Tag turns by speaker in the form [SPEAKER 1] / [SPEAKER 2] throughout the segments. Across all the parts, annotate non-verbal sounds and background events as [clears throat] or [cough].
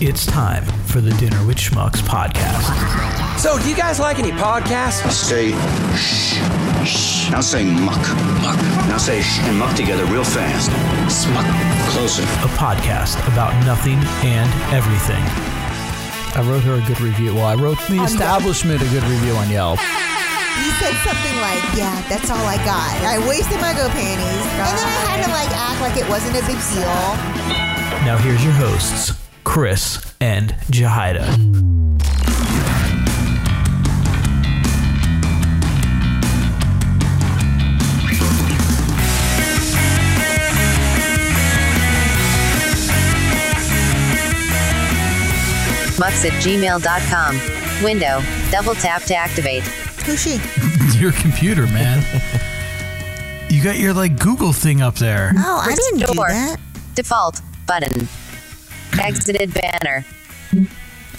[SPEAKER 1] It's time for the Dinner with Schmucks podcast.
[SPEAKER 2] So, do you guys like any podcasts?
[SPEAKER 3] Say shh, shh. Now say muck, muck. Now say shh and muck together real fast. Smuck. Closer.
[SPEAKER 1] A podcast about nothing and everything.
[SPEAKER 4] I wrote her a good review. Well, I wrote the establishment a good review on Yelp.
[SPEAKER 5] He said something like, "Yeah, that's all I got. I wasted my go panties, and then I had to like act like it wasn't a big deal."
[SPEAKER 1] Now here's your hosts, Chris and Jahida.
[SPEAKER 6] mucks at gmail.com. Window, double tap to activate.
[SPEAKER 5] Who's she?
[SPEAKER 7] [laughs] your computer, man. you got your like Google thing up there.
[SPEAKER 5] Oh, I didn't do
[SPEAKER 6] Door.
[SPEAKER 5] that.
[SPEAKER 6] Default, button. Exited banner.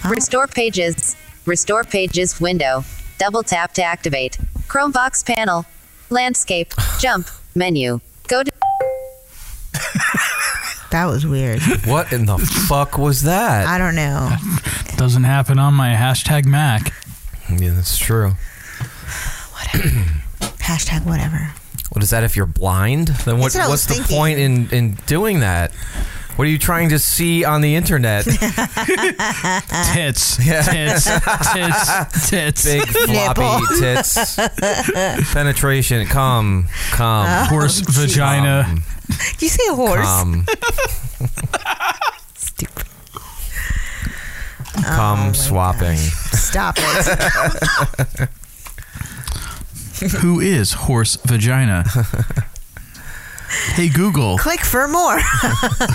[SPEAKER 6] Restore pages. Restore pages window. Double tap to activate. Chromebox panel. Landscape. Jump. Menu. Go to
[SPEAKER 5] That was weird.
[SPEAKER 2] What in the fuck was that?
[SPEAKER 5] I don't know.
[SPEAKER 7] Doesn't happen on my hashtag Mac.
[SPEAKER 2] Yeah, that's true.
[SPEAKER 5] Hashtag whatever.
[SPEAKER 2] What is that if you're blind? Then what,
[SPEAKER 5] That's what I
[SPEAKER 2] what's
[SPEAKER 5] was
[SPEAKER 2] the
[SPEAKER 5] thinking.
[SPEAKER 2] point in, in doing that? What are you trying to see on the
[SPEAKER 5] [laughs]
[SPEAKER 2] internet?
[SPEAKER 4] [laughs]
[SPEAKER 7] Tits, tits, tits, tits.
[SPEAKER 2] Big floppy
[SPEAKER 5] [laughs] Nipple. [laughs]
[SPEAKER 2] tits. Penetration. Come. Come.
[SPEAKER 7] Horse vagina.
[SPEAKER 2] Come.
[SPEAKER 5] Did you say a horse?
[SPEAKER 2] Come.
[SPEAKER 5] Stupid. Oh
[SPEAKER 2] Come swapping.
[SPEAKER 5] Stop it.
[SPEAKER 7] Who is horse vagina? hey Google,
[SPEAKER 5] [laughs] Click for more.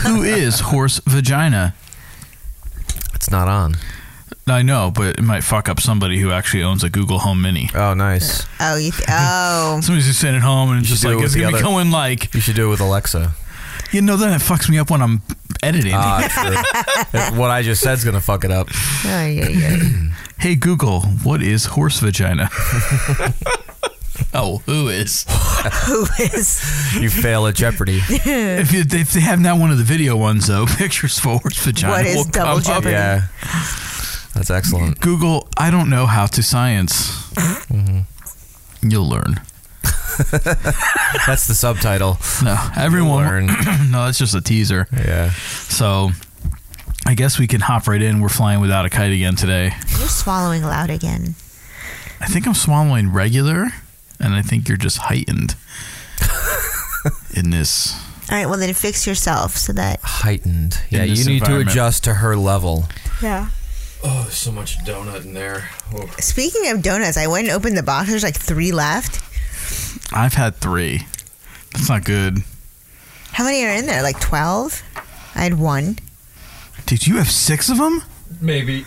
[SPEAKER 7] who is horse vagina?
[SPEAKER 2] It's not on.
[SPEAKER 7] I know, but it might fuck up somebody who actually owns a Google Home Mini.
[SPEAKER 2] Oh, nice.
[SPEAKER 5] Oh, you th- [laughs] oh.
[SPEAKER 7] Somebody's just sitting at home and it's just
[SPEAKER 2] should do
[SPEAKER 7] like
[SPEAKER 2] it
[SPEAKER 7] it's
[SPEAKER 2] with the
[SPEAKER 7] gonna be
[SPEAKER 2] other-
[SPEAKER 7] going like
[SPEAKER 2] You should do it with
[SPEAKER 5] [laughs]
[SPEAKER 2] Alexa.
[SPEAKER 7] you know. Then it fucks me up when I'm editing.
[SPEAKER 2] Ah, true. what I just said's gonna fuck it up.
[SPEAKER 5] Oh, yeah, yeah.
[SPEAKER 7] Hey Google, what is horse vagina? [laughs] oh, who is?
[SPEAKER 5] Who is?
[SPEAKER 2] You fail at
[SPEAKER 5] [laughs]
[SPEAKER 2] Jeopardy.
[SPEAKER 7] If, you, if they have not one of the video ones though, [laughs] pictures for horse vagina.
[SPEAKER 5] What is
[SPEAKER 7] will
[SPEAKER 5] double
[SPEAKER 7] come up.
[SPEAKER 5] jeopardy?
[SPEAKER 2] Yeah, that's excellent.
[SPEAKER 7] Google, I don't know how to science.
[SPEAKER 2] Mm-hmm.
[SPEAKER 7] You'll learn.
[SPEAKER 2] That's the subtitle.
[SPEAKER 7] No, everyone. [clears throat]
[SPEAKER 2] learn.
[SPEAKER 7] no, that's just a teaser.
[SPEAKER 2] Yeah,
[SPEAKER 7] So, I guess we can hop right in. We're flying without a kite again today.
[SPEAKER 5] You're swallowing loud again.
[SPEAKER 7] I think I'm swallowing regular, and I think you're just
[SPEAKER 2] [laughs]
[SPEAKER 7] heightened in this.
[SPEAKER 5] All right. Well, then fix yourself so that.
[SPEAKER 2] heightened. Yeah,
[SPEAKER 7] In
[SPEAKER 2] you
[SPEAKER 7] this
[SPEAKER 2] need to
[SPEAKER 7] environment.
[SPEAKER 2] adjust to her level.
[SPEAKER 5] Yeah.
[SPEAKER 2] Oh, so much donut in there.
[SPEAKER 5] Speaking of donuts, I went and opened the box. There's like three left.
[SPEAKER 7] I've had three. That's not good.
[SPEAKER 5] How many are in there? Like twelve. I had one.
[SPEAKER 7] Did you have six of them?
[SPEAKER 2] Maybe.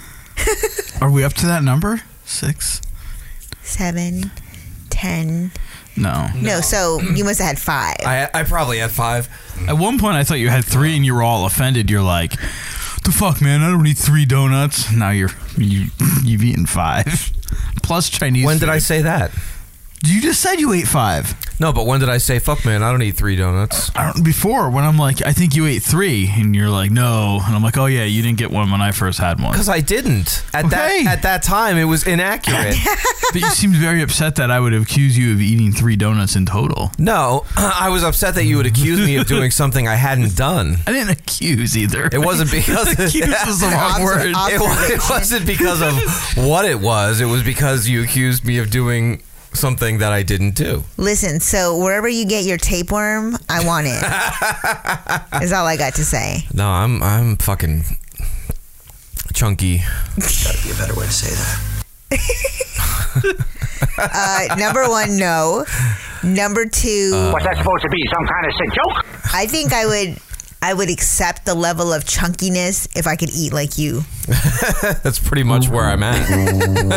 [SPEAKER 7] Are we up to that number? Six?
[SPEAKER 5] seven, ten.
[SPEAKER 7] No.
[SPEAKER 2] [clears throat]
[SPEAKER 5] No, so you must have had five.
[SPEAKER 2] I I probably had five.
[SPEAKER 7] At one point, I thought you had three, and you were all offended. You're like, "The fuck, man! I don't eat three donuts." Now you're you you've eaten five [laughs] plus Chinese.
[SPEAKER 2] When did I
[SPEAKER 7] food.
[SPEAKER 2] say that?
[SPEAKER 7] You just said you ate five.
[SPEAKER 2] No, but when did I say fuck, man? I don't eat three donuts.
[SPEAKER 7] I don't, before when I'm like, I think you ate three, and you're like, no, and I'm like, oh yeah, you didn't get one when I first had one.
[SPEAKER 2] [laughs] Because I didn't at
[SPEAKER 7] Okay.
[SPEAKER 2] that at that time. It
[SPEAKER 7] [laughs]
[SPEAKER 2] was inaccurate.
[SPEAKER 7] But you seemed very upset that I would accuse you of eating three donuts in total.
[SPEAKER 2] no, [clears throat] I was upset that you would accuse
[SPEAKER 7] [laughs]
[SPEAKER 2] me of doing something I hadn't done.
[SPEAKER 7] I didn't accuse either. [laughs]
[SPEAKER 2] It wasn't because
[SPEAKER 7] accuse is the wrong
[SPEAKER 5] Obs-
[SPEAKER 7] word.
[SPEAKER 5] ob-
[SPEAKER 2] [laughs] It, wa- it wasn't because of
[SPEAKER 7] [laughs]
[SPEAKER 2] what it was. It was because you accused me of doing something that I didn't do.
[SPEAKER 5] Listen, so wherever you get your tapeworm, I want
[SPEAKER 2] [laughs]
[SPEAKER 5] it. is all I got to say.
[SPEAKER 2] No, I'm I'm fucking chunky.
[SPEAKER 5] Uh, number one, no. Number two,
[SPEAKER 2] Uh,
[SPEAKER 8] What's that supposed to be? Some kind of sick joke?
[SPEAKER 5] I think I would. I would accept the level of chunkiness if I could eat like you.
[SPEAKER 2] [laughs] That's pretty much where
[SPEAKER 7] [laughs]
[SPEAKER 2] I'm at.
[SPEAKER 5] I'm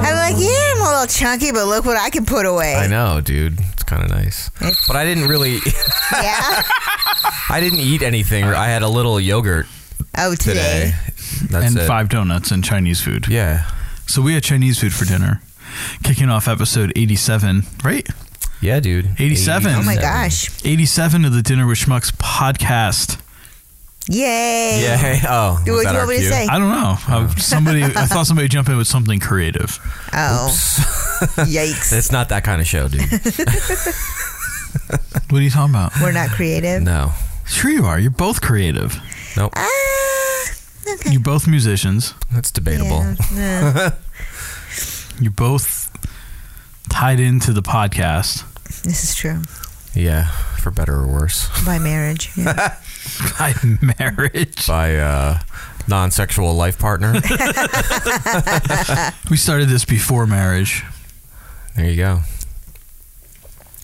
[SPEAKER 5] like, yeah, I'm a little chunky, but look what I can put away.
[SPEAKER 2] I know, dude. It's kind of nice, but I didn't really.
[SPEAKER 5] Yeah.
[SPEAKER 2] I didn't eat anything. I had a little yogurt [laughs]
[SPEAKER 5] Oh, today.
[SPEAKER 2] today. That's
[SPEAKER 7] and
[SPEAKER 2] it.
[SPEAKER 7] five donuts and Chinese food.
[SPEAKER 2] Yeah.
[SPEAKER 7] So we had Chinese food for dinner, kicking off episode 87, right?
[SPEAKER 2] Yeah, dude.
[SPEAKER 7] 87.
[SPEAKER 5] Oh my gosh.
[SPEAKER 7] 87 of the Dinner with Schmucks podcast.
[SPEAKER 5] Yay.
[SPEAKER 2] Yeah. [laughs] hey, Oh.
[SPEAKER 5] Do
[SPEAKER 2] was
[SPEAKER 5] what
[SPEAKER 2] that
[SPEAKER 5] you
[SPEAKER 2] our
[SPEAKER 5] want me to
[SPEAKER 2] cue?
[SPEAKER 5] say?
[SPEAKER 7] I don't know. I, somebody, I thought somebody jump in with something creative.
[SPEAKER 2] [laughs]
[SPEAKER 5] Oh. Yikes.
[SPEAKER 2] It's not that kind of show,
[SPEAKER 5] [laughs]
[SPEAKER 2] dude.
[SPEAKER 7] What are you talking about?
[SPEAKER 5] We're not creative.
[SPEAKER 2] No.
[SPEAKER 7] Sure, you are. You're both creative.
[SPEAKER 2] Nope.
[SPEAKER 5] Ah, okay.
[SPEAKER 7] You're both musicians.
[SPEAKER 2] That's debatable.
[SPEAKER 5] Yeah. Yeah. [laughs]
[SPEAKER 7] You're both tied into the podcast.
[SPEAKER 5] this is true.
[SPEAKER 2] Yeah, for better or worse.
[SPEAKER 5] By marriage.
[SPEAKER 7] [laughs]
[SPEAKER 5] Yeah.
[SPEAKER 2] [laughs]
[SPEAKER 7] by marriage.
[SPEAKER 2] By uh, non sexual life
[SPEAKER 5] [laughs]
[SPEAKER 2] partner.
[SPEAKER 7] We started this before marriage.
[SPEAKER 2] there you go.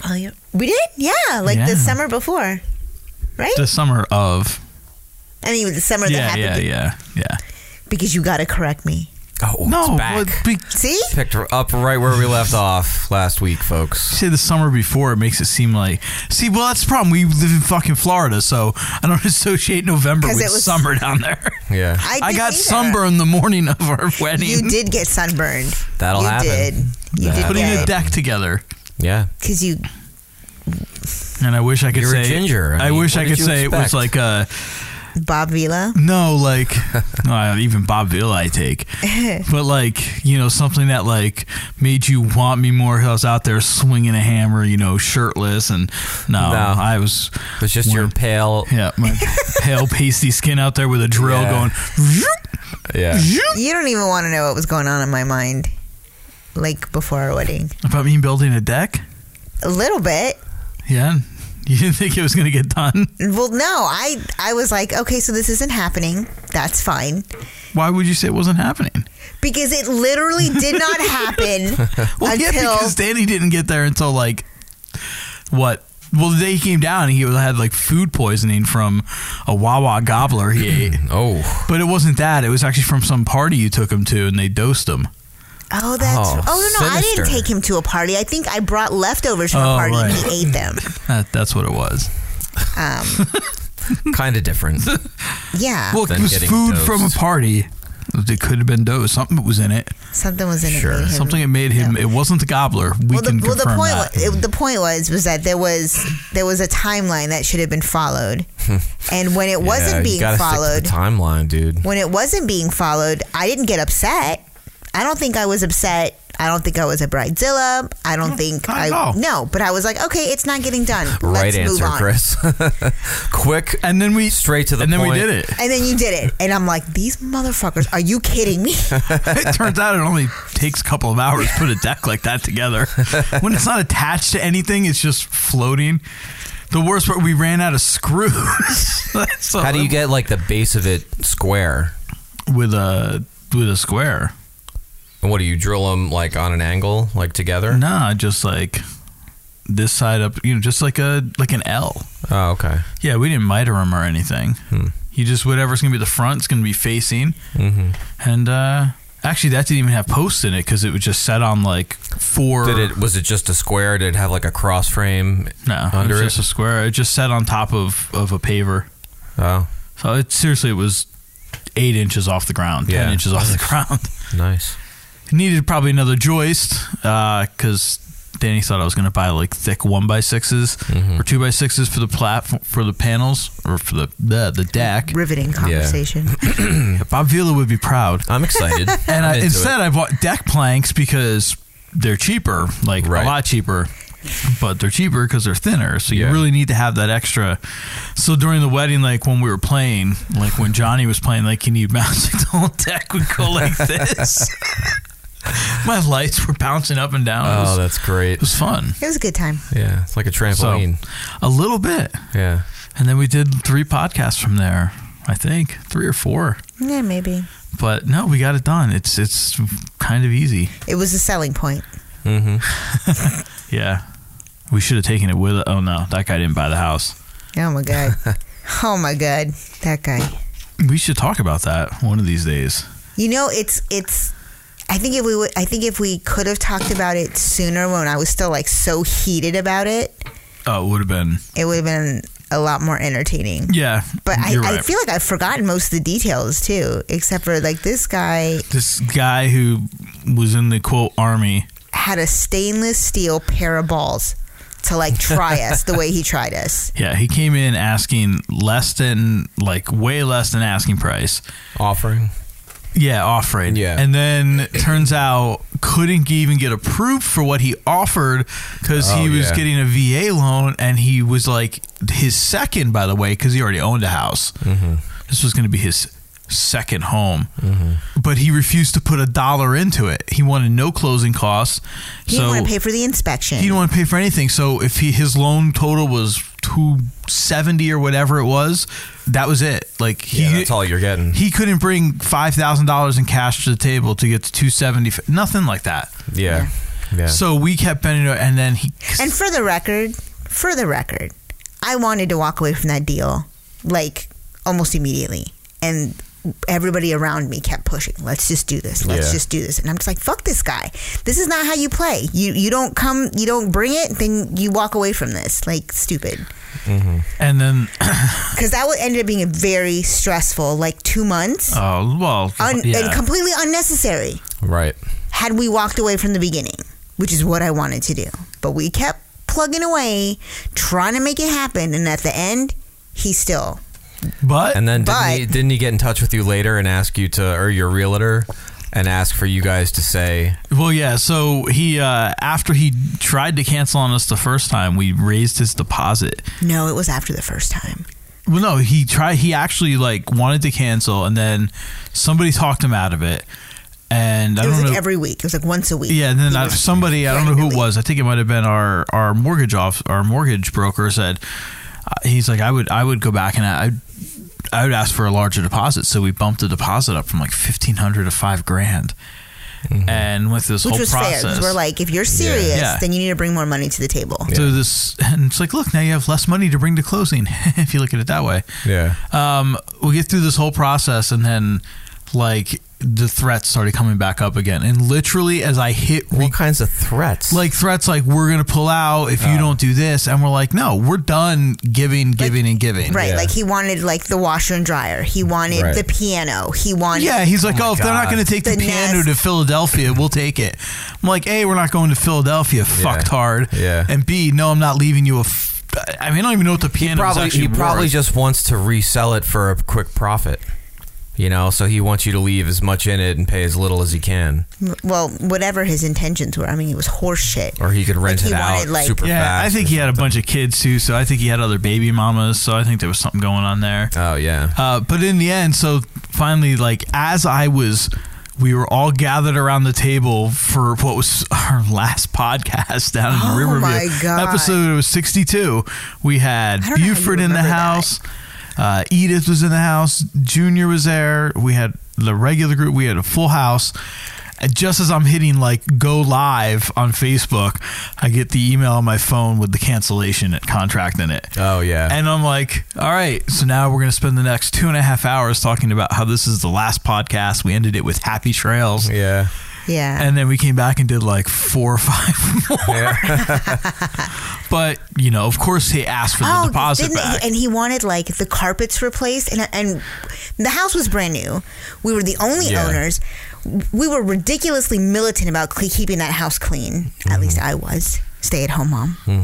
[SPEAKER 5] oh, yeah. We did? Yeah. Like
[SPEAKER 7] Yeah.
[SPEAKER 5] the summer before. Right?
[SPEAKER 7] The summer of.
[SPEAKER 5] I mean, the summer that
[SPEAKER 7] Yeah,
[SPEAKER 5] happened.
[SPEAKER 7] yeah,
[SPEAKER 5] be-
[SPEAKER 7] yeah, yeah.
[SPEAKER 5] Because you got to correct me.
[SPEAKER 2] Oh,
[SPEAKER 7] No,
[SPEAKER 2] it's back.
[SPEAKER 7] but be,
[SPEAKER 5] See?
[SPEAKER 2] Picked her up right where we left off last week, folks.
[SPEAKER 7] say the summer before it makes it seem like. See, well, that's the problem. We live in fucking Florida, so I don't [laughs] associate November
[SPEAKER 5] 'Cause
[SPEAKER 7] with
[SPEAKER 5] it was-
[SPEAKER 7] summer down there.
[SPEAKER 2] Yeah.
[SPEAKER 5] I,
[SPEAKER 7] I
[SPEAKER 5] did
[SPEAKER 7] got
[SPEAKER 5] either.
[SPEAKER 7] sunburn the morning of our wedding.
[SPEAKER 5] You did get sunburned.
[SPEAKER 2] That'll
[SPEAKER 5] you
[SPEAKER 2] happen.
[SPEAKER 5] Did. You
[SPEAKER 2] That
[SPEAKER 5] did
[SPEAKER 7] Putting
[SPEAKER 5] get
[SPEAKER 7] a deck together,
[SPEAKER 2] Yeah.
[SPEAKER 5] Because you
[SPEAKER 7] and I wish I could
[SPEAKER 2] You're a
[SPEAKER 7] say
[SPEAKER 2] ginger. I
[SPEAKER 7] I,
[SPEAKER 2] mean,
[SPEAKER 7] wish
[SPEAKER 2] what
[SPEAKER 7] I
[SPEAKER 2] did
[SPEAKER 7] could
[SPEAKER 2] you
[SPEAKER 7] say it was
[SPEAKER 2] expect?
[SPEAKER 7] like a
[SPEAKER 5] Bob Vila.
[SPEAKER 7] no, like [laughs] no, I- even Bob Vila I take, but like you know something that like made you want me more. I was out there swinging a hammer, you know, shirtless, and no,
[SPEAKER 2] No.
[SPEAKER 7] I was
[SPEAKER 2] It was just your
[SPEAKER 7] Weird.
[SPEAKER 2] pale.
[SPEAKER 7] yeah, my pale pasty skin out there with a drill
[SPEAKER 2] Yeah.
[SPEAKER 7] going. [laughs]
[SPEAKER 2] Yeah.
[SPEAKER 5] You don't even want to know what was going on in my mind, like before our wedding.
[SPEAKER 7] About me building a deck,
[SPEAKER 5] A little bit.
[SPEAKER 7] yeah. [laughs] You didn't think it was gonna get done?
[SPEAKER 5] Well, no, I I was like, okay, so this isn't happening. That's fine
[SPEAKER 7] Why would you say it wasn't happening?
[SPEAKER 5] because it literally did
[SPEAKER 7] [laughs]
[SPEAKER 5] not happen
[SPEAKER 7] Well,
[SPEAKER 5] until
[SPEAKER 7] yeah, because Danny didn't get there until like what? Well, the day he came down, he had like food poisoning from a Wawa gobbler
[SPEAKER 2] [clears throat]
[SPEAKER 7] he ate.
[SPEAKER 2] Oh.
[SPEAKER 7] But it wasn't that; it was actually from some party you took him to, and they dosed him.
[SPEAKER 5] oh, that's
[SPEAKER 2] Oh,
[SPEAKER 5] oh, no, no, I didn't
[SPEAKER 2] sinister.
[SPEAKER 5] take him to a party. I think I brought leftovers from
[SPEAKER 7] Oh,
[SPEAKER 5] a party and
[SPEAKER 7] right.
[SPEAKER 5] he ate them.
[SPEAKER 7] That, that's what it was. [laughs]
[SPEAKER 5] Um,
[SPEAKER 2] Kind of different.
[SPEAKER 5] yeah,
[SPEAKER 7] Well, it
[SPEAKER 2] Then
[SPEAKER 7] was
[SPEAKER 2] getting
[SPEAKER 7] food from a
[SPEAKER 2] dosed.
[SPEAKER 7] party. It could have been dosed. Something was in it.
[SPEAKER 5] something was in it.
[SPEAKER 2] Sure.
[SPEAKER 5] made him-
[SPEAKER 7] Something that made him. It wasn't the gobbler. We
[SPEAKER 5] Well,
[SPEAKER 7] can
[SPEAKER 5] the, well, the
[SPEAKER 7] confirm
[SPEAKER 5] point
[SPEAKER 7] that.
[SPEAKER 5] wa- it- the point was was that there was there was a timeline that should have
[SPEAKER 2] [laughs]
[SPEAKER 5] been followed, and when it
[SPEAKER 2] Yeah,
[SPEAKER 5] [laughs] wasn't
[SPEAKER 2] you
[SPEAKER 5] being
[SPEAKER 2] gotta stick to the
[SPEAKER 5] followed,
[SPEAKER 2] timeline, dude.
[SPEAKER 5] when it wasn't being followed, I didn't get upset. I don't think I was upset. I don't think I was a bridezilla. I don't think
[SPEAKER 7] not
[SPEAKER 5] I
[SPEAKER 7] at all.
[SPEAKER 5] no, but I was like, okay, it's not getting
[SPEAKER 2] [laughs]
[SPEAKER 5] done.
[SPEAKER 2] Right
[SPEAKER 5] Let's
[SPEAKER 2] answer,
[SPEAKER 5] move on.
[SPEAKER 2] Chris. [laughs] Quick.
[SPEAKER 7] and then we
[SPEAKER 2] Straight to the
[SPEAKER 7] and then we
[SPEAKER 2] point.
[SPEAKER 7] did it.
[SPEAKER 5] [laughs] And then you did it, and I'm like, these motherfuckers, are you
[SPEAKER 2] [laughs]
[SPEAKER 5] kidding me?
[SPEAKER 7] It turns out it only takes a couple of hours to put a deck like that together. When it's not attached to anything, it's just floating. The worst part, we ran out of screws. [laughs] So
[SPEAKER 2] How do you get like the base of it square?
[SPEAKER 7] with a with a square?
[SPEAKER 2] And what do you drill them like on an angle, like together?
[SPEAKER 7] Nah, just like this side up, you know, just like a like an L.
[SPEAKER 2] Oh, okay.
[SPEAKER 7] Yeah, we didn't miter them or anything.
[SPEAKER 2] Hmm.
[SPEAKER 7] You just whatever's gonna be the front's gonna be facing,
[SPEAKER 2] Mm-hmm.
[SPEAKER 7] and uh actually that didn't even have posts in it because it was just set on like four.
[SPEAKER 2] Did it? Was it just a square? Did it have like a cross frame
[SPEAKER 7] No,
[SPEAKER 2] under
[SPEAKER 7] it
[SPEAKER 2] it?
[SPEAKER 7] was just a square. It just sat on top of of a paver.
[SPEAKER 2] oh,
[SPEAKER 7] So it seriously it was eight inches off the ground, ten
[SPEAKER 2] Yeah.
[SPEAKER 7] inches off
[SPEAKER 2] [laughs]
[SPEAKER 7] the ground.
[SPEAKER 2] nice.
[SPEAKER 7] It needed probably another joist because Danny thought I was going to buy like thick one by 6s or two by sixes for the platform for the panels or for the the, the deck.
[SPEAKER 5] Riveting conversation.
[SPEAKER 7] Bob Vila would be proud.
[SPEAKER 2] I'm
[SPEAKER 5] [laughs]
[SPEAKER 2] excited.
[SPEAKER 7] And
[SPEAKER 2] I'm
[SPEAKER 7] I,
[SPEAKER 2] into
[SPEAKER 7] instead,
[SPEAKER 2] it.
[SPEAKER 7] I bought deck planks because they're cheaper, like
[SPEAKER 2] Right.
[SPEAKER 7] a lot cheaper. But they're cheaper because they're thinner, so
[SPEAKER 2] Yeah.
[SPEAKER 7] you really need to have that extra. So during the wedding, like when we were playing, like when Johnny was playing, like he needed mounts, like the whole deck would go
[SPEAKER 2] [laughs]
[SPEAKER 7] like this. My lights were bouncing up and down. it,
[SPEAKER 2] oh,
[SPEAKER 7] was,
[SPEAKER 2] that's great.
[SPEAKER 7] it was fun.
[SPEAKER 5] It was a good time.
[SPEAKER 2] Yeah, it's like a trampoline.
[SPEAKER 7] So a little bit,
[SPEAKER 2] yeah,
[SPEAKER 7] and then we did three podcasts from there. I think three or four.
[SPEAKER 5] Yeah, maybe
[SPEAKER 7] But no, we got it done. It's it's kind of easy.
[SPEAKER 5] it was a selling point.
[SPEAKER 2] Mm-hmm.
[SPEAKER 7] Yeah. We should have taken it with Oh, no. That guy didn't buy the house.
[SPEAKER 5] Oh
[SPEAKER 2] [laughs]
[SPEAKER 5] my god. oh my god, that guy.
[SPEAKER 7] We should talk about that one of these days.
[SPEAKER 5] You know, it's it's. I think if we would, I think if we could have talked about it sooner when I was still like so heated about it,
[SPEAKER 7] Oh, it would have been.
[SPEAKER 5] it would have been a lot more entertaining.
[SPEAKER 7] Yeah.
[SPEAKER 5] But I,
[SPEAKER 7] you're
[SPEAKER 5] I
[SPEAKER 7] right.
[SPEAKER 5] feel like I've forgotten most of the details too, except for like this guy
[SPEAKER 7] this guy who was in the quote army.
[SPEAKER 5] had a stainless steel pair of balls. to like try us the way he tried us.
[SPEAKER 7] Yeah, he came in asking less than like way less than asking price.
[SPEAKER 2] Offering.
[SPEAKER 7] Yeah, offering.
[SPEAKER 2] Yeah.
[SPEAKER 7] and then turns out couldn't even get approved for what he offered because he
[SPEAKER 2] Oh,
[SPEAKER 7] was
[SPEAKER 2] yeah.
[SPEAKER 7] getting a VA loan, and he was like his second, by the way, because he already owned a house.
[SPEAKER 2] Mm-hmm.
[SPEAKER 7] This was going to be his second home,
[SPEAKER 2] Mm-hmm.
[SPEAKER 7] but he refused to put a dollar into it. He wanted no closing costs.
[SPEAKER 5] He
[SPEAKER 7] so
[SPEAKER 5] didn't want to pay for the inspection.
[SPEAKER 7] he didn't want to pay for anything. So if he his loan total was two seventy or whatever it was, that was it. Like he
[SPEAKER 2] Yeah, that's all you're getting.
[SPEAKER 7] he couldn't bring five thousand dollars in cash to the table to get to two seventy. Nothing like that.
[SPEAKER 2] yeah. Yeah.
[SPEAKER 7] So we kept bending it, and then he
[SPEAKER 5] and for the record, for the record, I wanted to walk away from that deal like almost immediately. And everybody around me kept pushing, let's just do this. Let's
[SPEAKER 2] Yeah.
[SPEAKER 5] just do this. And I'm just like, fuck this guy. This is not how you play. You you don't come, you don't bring it, then you walk away from this. Like stupid.
[SPEAKER 7] and then
[SPEAKER 5] Cuz that would ended up being a very stressful like 2 months.
[SPEAKER 7] oh well
[SPEAKER 5] un- and
[SPEAKER 7] yeah.
[SPEAKER 5] completely unnecessary
[SPEAKER 2] right.
[SPEAKER 5] had we walked away from the beginning, which is what I wanted to do. But we kept plugging away, trying to make it happen, and at the end, he still.
[SPEAKER 7] but
[SPEAKER 2] And then didn't
[SPEAKER 5] But-
[SPEAKER 2] he, didn't he get in touch with you later and ask you to, or your realtor, and ask for you guys to say,
[SPEAKER 7] Well, yeah. So he uh, after he tried to cancel on us the first time, we raised his deposit.
[SPEAKER 5] No, it was after the first time.
[SPEAKER 7] Well, no, he tried. He actually like wanted to cancel, and then somebody talked him out of it. And I
[SPEAKER 5] It was
[SPEAKER 7] don't
[SPEAKER 5] like
[SPEAKER 7] know.
[SPEAKER 5] every week. It was like once a week.
[SPEAKER 7] yeah, and then
[SPEAKER 5] He
[SPEAKER 7] I,
[SPEAKER 5] was-
[SPEAKER 7] somebody I don't know who it was. I think it might have been our our mortgage off our mortgage broker said uh, he's like I would I would go back and I. I would ask for a larger deposit, so we bumped the deposit up from like fifteen hundred to five grand, and with this
[SPEAKER 5] Which
[SPEAKER 7] whole
[SPEAKER 5] was
[SPEAKER 7] process,
[SPEAKER 5] fair. 'cause We're like, if you're serious,
[SPEAKER 7] Yeah.
[SPEAKER 5] then you need to bring more money to the table.
[SPEAKER 7] So this, and it's like, look, now you have less money to bring to closing [laughs] if you look at it that way.
[SPEAKER 2] yeah,
[SPEAKER 7] Um, we get through this whole process, and then like the threats started coming back up again. And literally, as I hit re-
[SPEAKER 2] what kinds of threats?
[SPEAKER 7] like threats, like we're gonna pull out if
[SPEAKER 2] Oh.
[SPEAKER 7] you don't do this, and we're like, no, we're done giving, giving, and giving.
[SPEAKER 5] Right,
[SPEAKER 2] Yeah.
[SPEAKER 5] like he wanted like the washer and dryer. He wanted
[SPEAKER 2] Right.
[SPEAKER 5] the piano. He wanted
[SPEAKER 7] Yeah, he's like, oh,
[SPEAKER 2] my
[SPEAKER 7] if they're not
[SPEAKER 2] God.
[SPEAKER 7] going to take the,
[SPEAKER 5] The
[SPEAKER 7] piano
[SPEAKER 5] nest.
[SPEAKER 7] to Philadelphia, we'll take it. I'm like, A, we're not going to Philadelphia, fucked hard.
[SPEAKER 2] Yeah.
[SPEAKER 7] And B, no, I'm not leaving you a. F- I mean, I don't even know what the piano was
[SPEAKER 2] probably
[SPEAKER 7] actually
[SPEAKER 2] he probably
[SPEAKER 7] worth.
[SPEAKER 2] just wants to resell it for a quick profit. You know, so he wants you to leave as much in it and pay as little as he can,
[SPEAKER 5] well, whatever his intentions were. I mean, it was horse shit.
[SPEAKER 2] or he could rent
[SPEAKER 5] he
[SPEAKER 2] it out
[SPEAKER 5] wanted, like-
[SPEAKER 2] super
[SPEAKER 7] Yeah,
[SPEAKER 2] fast.
[SPEAKER 7] I think he had a bunch of kids too, so I think he had other baby mamas, so I think there was something going on there.
[SPEAKER 2] oh yeah,
[SPEAKER 7] Uh, but in the end, so finally, like as I was, we were all gathered around the table for what was [laughs] our last podcast down in
[SPEAKER 5] Oh
[SPEAKER 7] Riverview.
[SPEAKER 5] my God.
[SPEAKER 7] Episode was sixty-two. We had
[SPEAKER 5] I don't know how you
[SPEAKER 7] Buford in the
[SPEAKER 5] remember that.
[SPEAKER 7] house. Uh, Edith was in the house. Junior was there. We had the regular group. We had a full house. And just as I'm hitting like go live on Facebook, I get the email on my phone with the cancellation contract in it.
[SPEAKER 2] oh yeah.
[SPEAKER 7] And I'm like, all right, so now we're going to spend the next two and a half hours talking about how this is the last podcast. We ended it with Happy Trails.
[SPEAKER 2] yeah,
[SPEAKER 5] Yeah.
[SPEAKER 7] And then we came back and did like four or five [laughs] more. [laughs] but, you know, of course he asked for the deposit
[SPEAKER 5] Oh, didn't he-
[SPEAKER 7] back.
[SPEAKER 5] and he wanted like the carpets replaced, and and the house was brand new. We were the only
[SPEAKER 2] Yeah.
[SPEAKER 5] owners. We were ridiculously militant about cle keeping that house clean.
[SPEAKER 7] Mm-hmm.
[SPEAKER 5] At least I was. Stay at home mom. we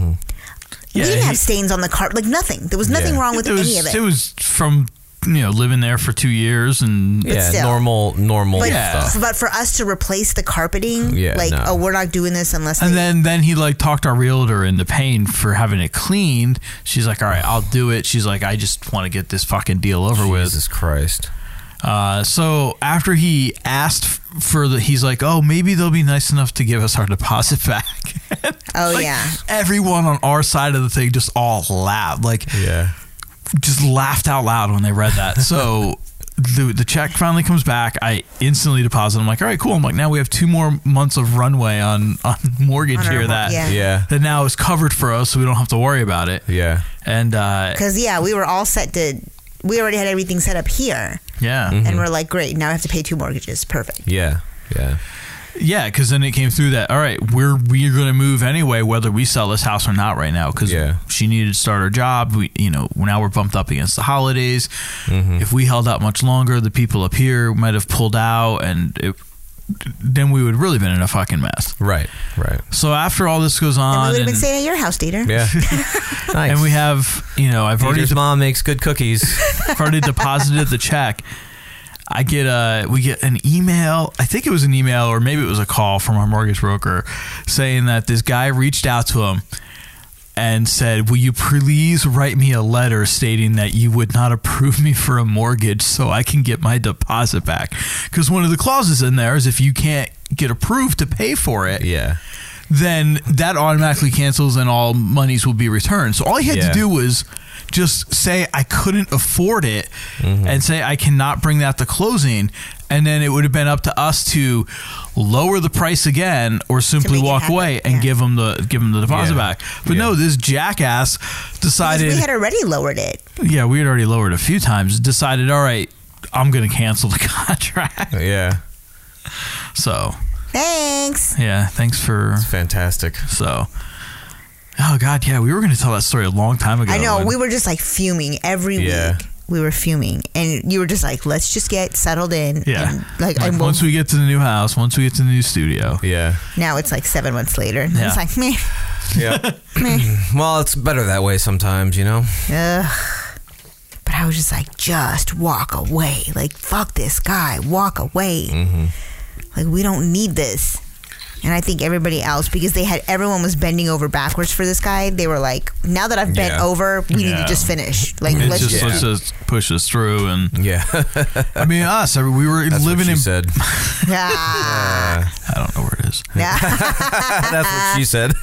[SPEAKER 7] Yeah,
[SPEAKER 5] didn't have
[SPEAKER 7] he-
[SPEAKER 5] stains on the carpet, like nothing. There was nothing
[SPEAKER 2] Yeah.
[SPEAKER 5] wrong with
[SPEAKER 7] it was,
[SPEAKER 5] any of it.
[SPEAKER 7] it was from, you know, living there for two years and
[SPEAKER 2] yeah.
[SPEAKER 5] still.
[SPEAKER 2] Normal, normal
[SPEAKER 5] but,
[SPEAKER 2] stuff.
[SPEAKER 5] but for us to replace the carpeting,
[SPEAKER 2] Yeah,
[SPEAKER 5] like
[SPEAKER 2] no.
[SPEAKER 5] oh, we're not doing this unless.
[SPEAKER 7] And
[SPEAKER 5] they-
[SPEAKER 7] then, then he like talked our realtor into paying for having it cleaned. She's like, "All right, I'll do it." She's like, "I just want to get this fucking deal over with."
[SPEAKER 2] Jesus Christ.
[SPEAKER 7] Uh, so after he asked f- for the, he's like, "Oh, maybe they'll be nice enough to give us our [laughs] deposit back."
[SPEAKER 5] oh
[SPEAKER 7] Like,
[SPEAKER 5] yeah,
[SPEAKER 7] everyone on our side of the thing just all laughed, like
[SPEAKER 2] Yeah.
[SPEAKER 7] just laughed out loud when they read that.
[SPEAKER 2] [laughs]
[SPEAKER 7] So the the check finally comes back. I instantly deposit. I'm like, "All right, cool." I'm like, "Now we have two more months of runway on on [laughs] mortgage
[SPEAKER 5] On our
[SPEAKER 7] here
[SPEAKER 5] mor-
[SPEAKER 7] that
[SPEAKER 5] yeah.
[SPEAKER 2] Yeah.
[SPEAKER 7] that now is covered for us, so we don't have to worry about it."
[SPEAKER 2] Yeah.
[SPEAKER 7] And uh,
[SPEAKER 5] because yeah, we were all set to. We already had everything set up here,
[SPEAKER 7] yeah,
[SPEAKER 2] Mm-hmm.
[SPEAKER 5] and we're like, great. Now I have to pay two mortgages. Perfect.
[SPEAKER 2] Yeah. Yeah.
[SPEAKER 7] Yeah, because then it came through that. All right, we're we're going to move anyway, whether we sell this house or not right now. Because
[SPEAKER 2] Yeah.
[SPEAKER 7] she needed to start her job. We, you know, now we're bumped up against the holidays. If we held out much longer, the people up here might have pulled out, and it, then we would really been in a fucking mess.
[SPEAKER 2] Right, right.
[SPEAKER 7] So after all this goes
[SPEAKER 5] And we
[SPEAKER 7] on,
[SPEAKER 5] would have been
[SPEAKER 7] and,
[SPEAKER 5] staying at your house,
[SPEAKER 7] [laughs]
[SPEAKER 5] Dieter.
[SPEAKER 2] Yeah. nice.
[SPEAKER 7] and we have, you know, I've already
[SPEAKER 2] Peter's mom makes good cookies.
[SPEAKER 7] I've already deposited the check. I get a we get an email. I think it was an email or maybe it was a call from our mortgage broker saying that this guy reached out to him and said, "Will you please write me a letter stating that you would not approve me for a mortgage so I can get my deposit back?" Cuz one of the clauses in there is if you can't get approved to pay for it,
[SPEAKER 2] yeah.
[SPEAKER 7] then that automatically cancels and all monies will be returned. So all he had
[SPEAKER 2] Yeah.
[SPEAKER 7] to do was just say I couldn't afford it
[SPEAKER 2] Mm-hmm.
[SPEAKER 7] and say I cannot bring that to closing and then it would have been up to us to lower the price again or simply
[SPEAKER 5] make it
[SPEAKER 7] walk
[SPEAKER 5] happen,
[SPEAKER 7] away and
[SPEAKER 5] yeah.
[SPEAKER 7] give him the give him the deposit
[SPEAKER 2] Yeah.
[SPEAKER 7] back. But no, this jackass
[SPEAKER 5] Because
[SPEAKER 7] decided
[SPEAKER 5] we had already lowered it.
[SPEAKER 7] yeah, we had already lowered a few times, decided all right, I'm going to cancel the [laughs] contract.
[SPEAKER 2] Yeah.
[SPEAKER 7] So,
[SPEAKER 5] Thanks.
[SPEAKER 7] yeah, thanks for
[SPEAKER 2] Fantastic.
[SPEAKER 7] So, oh god, yeah, we were going to tell that story a long time ago.
[SPEAKER 5] I know.
[SPEAKER 7] and-
[SPEAKER 5] We were just like fuming every
[SPEAKER 2] Yeah.
[SPEAKER 5] week. We were fuming, and you were just like, "Let's just get settled in."
[SPEAKER 7] yeah.
[SPEAKER 5] And, like, and we'll-
[SPEAKER 7] once we get to the new house, once we get to the new studio,
[SPEAKER 2] Yeah.
[SPEAKER 5] now it's like seven months later. and It's
[SPEAKER 7] Yeah.
[SPEAKER 5] like meh,
[SPEAKER 7] [laughs]
[SPEAKER 2] Yeah.
[SPEAKER 5] meh.
[SPEAKER 2] well, it's better that way sometimes, you know?
[SPEAKER 5] Ugh. But I was just like, just walk away. Like, fuck this guy. Walk away.
[SPEAKER 7] Mm-hmm.
[SPEAKER 5] Like, we don't need this. And I think everybody else, because they had everyone was bending over backwards for this guy. They were like, now that I've bent
[SPEAKER 2] Yeah.
[SPEAKER 5] over, we need
[SPEAKER 7] Yeah.
[SPEAKER 5] to just finish. Like,
[SPEAKER 7] it's
[SPEAKER 5] let's
[SPEAKER 7] just
[SPEAKER 5] just. [laughs]
[SPEAKER 7] let's just push us through. And
[SPEAKER 2] Yeah. [laughs]
[SPEAKER 7] I mean, us, I mean, we were
[SPEAKER 2] That's what
[SPEAKER 7] living
[SPEAKER 2] she
[SPEAKER 7] in. [laughs]
[SPEAKER 2] said.
[SPEAKER 5] Ah.
[SPEAKER 7] I don't know where it is.
[SPEAKER 5] Yeah.
[SPEAKER 7] [laughs]
[SPEAKER 2] That's what she said.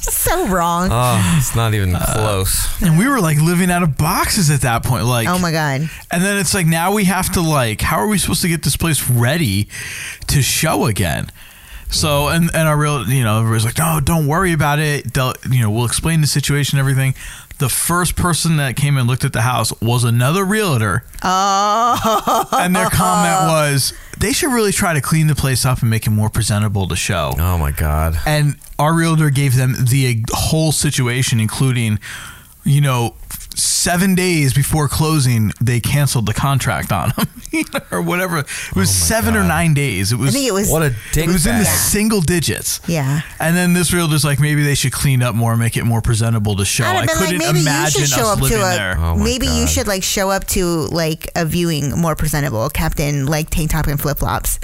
[SPEAKER 5] so wrong.
[SPEAKER 2] oh, it's not even
[SPEAKER 7] Uh,
[SPEAKER 2] close.
[SPEAKER 7] And we were like living out of boxes at that point. Like,
[SPEAKER 5] oh my God.
[SPEAKER 7] and then it's like now we have to like, how are we supposed to get this place ready to show again? So and and our real, you know, everybody's like, no, don't worry about it. They'll, you know, we'll explain the situation, and everything. The first person that came and looked at the house was another realtor.
[SPEAKER 5] Oh.
[SPEAKER 7] and their comment was they should really try to clean the place up and make it more presentable to show.
[SPEAKER 2] Oh, my God.
[SPEAKER 7] And our realtor gave them the whole situation, including, you know, seven days before closing, they canceled the contract on them [laughs] you know, or whatever. It was seven or nine days. It was.
[SPEAKER 5] I think it was.
[SPEAKER 2] What a dick.
[SPEAKER 7] it was in the
[SPEAKER 2] bag.
[SPEAKER 7] single digits.
[SPEAKER 5] Yeah.
[SPEAKER 7] And then this realtor's like, maybe they should clean up more, and make it more presentable to show.
[SPEAKER 5] I'd
[SPEAKER 7] I
[SPEAKER 5] have been like,
[SPEAKER 7] couldn't
[SPEAKER 5] maybe you
[SPEAKER 7] imagine
[SPEAKER 5] should show
[SPEAKER 7] us
[SPEAKER 5] up to
[SPEAKER 7] living
[SPEAKER 5] a.
[SPEAKER 7] there.
[SPEAKER 2] Oh my
[SPEAKER 5] maybe you
[SPEAKER 2] God.
[SPEAKER 5] should like show up to like a viewing more presentable, Captain, like tank top and flip flops,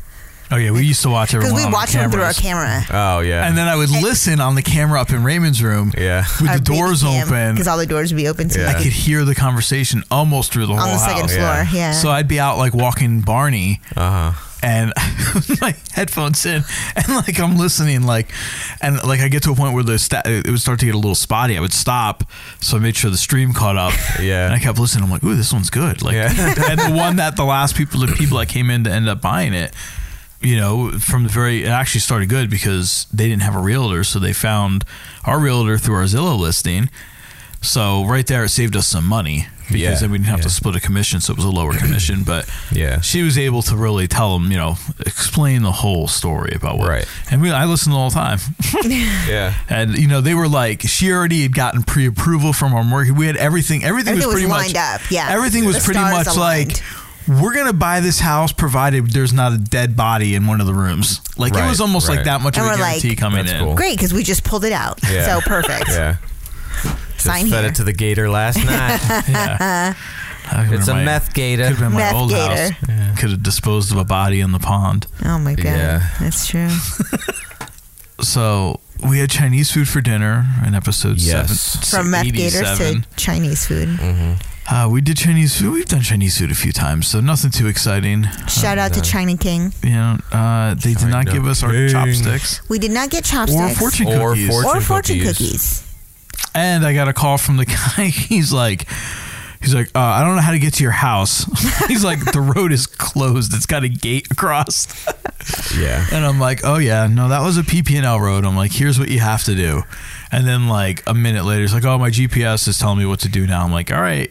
[SPEAKER 7] Oh yeah, we used to watch
[SPEAKER 5] because [laughs]
[SPEAKER 7] everyone
[SPEAKER 5] we
[SPEAKER 7] on
[SPEAKER 5] watch
[SPEAKER 7] the
[SPEAKER 5] them through our
[SPEAKER 7] cameras.
[SPEAKER 5] camera.
[SPEAKER 2] Oh, yeah.
[SPEAKER 7] And then I would listen on the camera up in Raymond's room.
[SPEAKER 2] Yeah.
[SPEAKER 7] With the doors open.
[SPEAKER 5] because all the doors would be open. So
[SPEAKER 2] Yeah.
[SPEAKER 5] like,
[SPEAKER 7] I could hear the conversation almost through the
[SPEAKER 5] on
[SPEAKER 7] whole
[SPEAKER 5] the second
[SPEAKER 7] house.
[SPEAKER 5] floor.
[SPEAKER 2] Yeah.
[SPEAKER 5] Yeah.
[SPEAKER 7] So I'd be out like walking Barney
[SPEAKER 2] uh huh.
[SPEAKER 7] and [laughs] my headphones in and like I'm listening like and like I get to a point where the sta- it would start to get a little spotty. I would stop. So I made sure the stream caught up.
[SPEAKER 2] [laughs] Yeah.
[SPEAKER 7] And I kept listening. I'm like, ooh, this one's good. Like
[SPEAKER 2] Yeah.
[SPEAKER 7] [laughs] and the one that the last people the people that came in to end up buying it, you know, from the very it actually started good because they didn't have a realtor, so they found our realtor through our Zillow listing. So right there, it saved us some money because
[SPEAKER 2] Yeah,
[SPEAKER 7] then we didn't have to
[SPEAKER 2] yeah.
[SPEAKER 7] split a commission, so it was a lower commission. But
[SPEAKER 2] [clears throat] Yeah.
[SPEAKER 7] she was able to really tell them, you know, explain the whole story about what.
[SPEAKER 2] Right.
[SPEAKER 7] And we, I listened the whole time, [laughs]
[SPEAKER 2] Yeah.
[SPEAKER 7] and you know, they were like, she already had gotten pre-approval from our mortgage. We had everything. Everything,
[SPEAKER 5] Everything
[SPEAKER 7] was
[SPEAKER 5] was
[SPEAKER 7] pretty much
[SPEAKER 5] lined up, yeah.
[SPEAKER 7] Everything was
[SPEAKER 5] The
[SPEAKER 7] pretty
[SPEAKER 5] stars
[SPEAKER 7] much
[SPEAKER 5] aligned.
[SPEAKER 7] like. We're gonna buy this house provided there's not a dead body in one of the rooms. Like it
[SPEAKER 2] Right,
[SPEAKER 7] was almost like
[SPEAKER 2] right.
[SPEAKER 7] that much
[SPEAKER 5] And
[SPEAKER 7] of a
[SPEAKER 5] we're like,
[SPEAKER 7] guarantee coming
[SPEAKER 2] That's
[SPEAKER 7] in.
[SPEAKER 2] cool.
[SPEAKER 5] great because we just pulled it out.
[SPEAKER 2] Yeah.
[SPEAKER 5] So perfect.
[SPEAKER 2] Yeah.
[SPEAKER 5] Sign
[SPEAKER 2] Fed
[SPEAKER 5] here.
[SPEAKER 2] it to the gator
[SPEAKER 5] [laughs]
[SPEAKER 2] last night. it's a meth gator.
[SPEAKER 7] Could have been my
[SPEAKER 5] Meth
[SPEAKER 7] old
[SPEAKER 5] gator.
[SPEAKER 7] house. Could have disposed of a body in the pond.
[SPEAKER 5] oh my god,
[SPEAKER 2] Yeah.
[SPEAKER 5] that's true.
[SPEAKER 7] So we had Chinese food for dinner in episode
[SPEAKER 2] Yes.
[SPEAKER 7] seven.
[SPEAKER 5] From meth gators to
[SPEAKER 7] 87.
[SPEAKER 5] Chinese food.
[SPEAKER 7] Uh, we did Chinese food. We've done Chinese food a few times, so nothing too exciting.
[SPEAKER 5] Shout out to
[SPEAKER 7] Mm-hmm.
[SPEAKER 5] China King.
[SPEAKER 7] You know, uh, they did not
[SPEAKER 2] China
[SPEAKER 7] give us our
[SPEAKER 2] King.
[SPEAKER 7] chopsticks
[SPEAKER 5] We did not get
[SPEAKER 7] or
[SPEAKER 5] chopsticks
[SPEAKER 7] fortune
[SPEAKER 2] Or
[SPEAKER 7] cookies.
[SPEAKER 2] fortune-
[SPEAKER 5] or fortune
[SPEAKER 2] cookies.
[SPEAKER 5] cookies.
[SPEAKER 7] and I got a call from the [laughs] guy. He's like, he's like, uh, I don't know how to get to your house. [laughs] he's like, the road is closed. It's got a gate across.
[SPEAKER 2] Yeah.
[SPEAKER 7] And I'm like, oh yeah, no, that was a PP&L road. I'm like, here's what you have to do. And then like a minute later, it's like, oh, my GPS is telling me what to do now. I'm like, all right.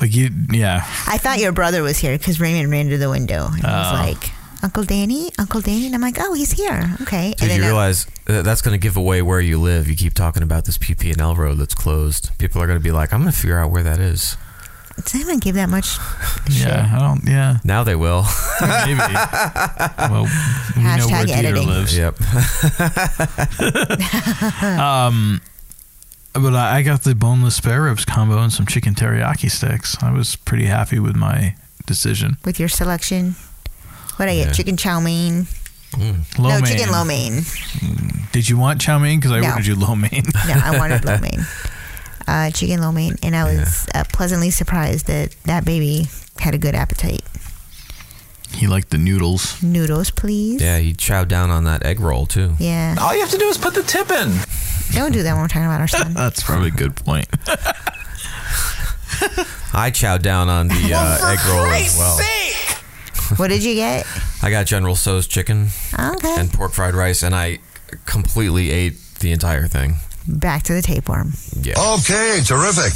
[SPEAKER 7] Like you, yeah,
[SPEAKER 5] I thought your brother was here because Raymond ran to the window and I
[SPEAKER 7] Oh.
[SPEAKER 5] was like, Uncle Danny, Uncle Danny, and I'm like, oh, he's here. Okay.
[SPEAKER 2] Did
[SPEAKER 5] and uh,
[SPEAKER 2] you
[SPEAKER 7] uh,
[SPEAKER 5] I-
[SPEAKER 2] realize that that's going to give away where you live? You keep talking about this PP and L road that's closed. People are going to be like, "I'm going to figure out where that is."
[SPEAKER 5] Does anyone give that much?
[SPEAKER 7] Yeah, I don't. Yeah,
[SPEAKER 2] Now they will.
[SPEAKER 7] maybe.
[SPEAKER 5] [laughs]
[SPEAKER 7] well, we know where
[SPEAKER 5] Hashtag
[SPEAKER 7] Dieter
[SPEAKER 5] editing.
[SPEAKER 7] lives.
[SPEAKER 2] [laughs]
[SPEAKER 7] [laughs]
[SPEAKER 2] yep.
[SPEAKER 7] But I I got the boneless spare ribs combo and some chicken teriyaki sticks. I was pretty happy with my decision.
[SPEAKER 5] with your selection. What I get?
[SPEAKER 2] Yeah.
[SPEAKER 5] Chicken chow mein.
[SPEAKER 7] Lo
[SPEAKER 5] no,
[SPEAKER 7] mein.
[SPEAKER 5] chicken lo mein.
[SPEAKER 7] Did you want chow mein? Because I
[SPEAKER 5] No.
[SPEAKER 7] ordered you lo mein. [laughs]
[SPEAKER 5] No, I wanted lo
[SPEAKER 2] [laughs]
[SPEAKER 5] mein. Uh, chicken lo mein, and I was uh, pleasantly surprised that that baby had a good appetite.
[SPEAKER 7] he liked the noodles.
[SPEAKER 5] Noodles, please.
[SPEAKER 2] Yeah, he chowed down on that egg roll too.
[SPEAKER 5] Yeah.
[SPEAKER 9] All you have to do is put the tip in.
[SPEAKER 5] Don't do that when we're talking about our
[SPEAKER 2] [laughs]
[SPEAKER 5] son.
[SPEAKER 7] That's probably a good point.
[SPEAKER 2] I chowed down
[SPEAKER 7] [laughs]
[SPEAKER 2] on
[SPEAKER 7] Oh,
[SPEAKER 2] the uh, egg roll as well.
[SPEAKER 5] What did you get?
[SPEAKER 2] I got General So's chicken
[SPEAKER 7] Oh.
[SPEAKER 5] Okay.
[SPEAKER 2] and pork fried rice, and I completely ate the entire thing.
[SPEAKER 5] Back to the tapeworm.
[SPEAKER 2] Yeah.
[SPEAKER 7] Oh.
[SPEAKER 10] Okay, terrific.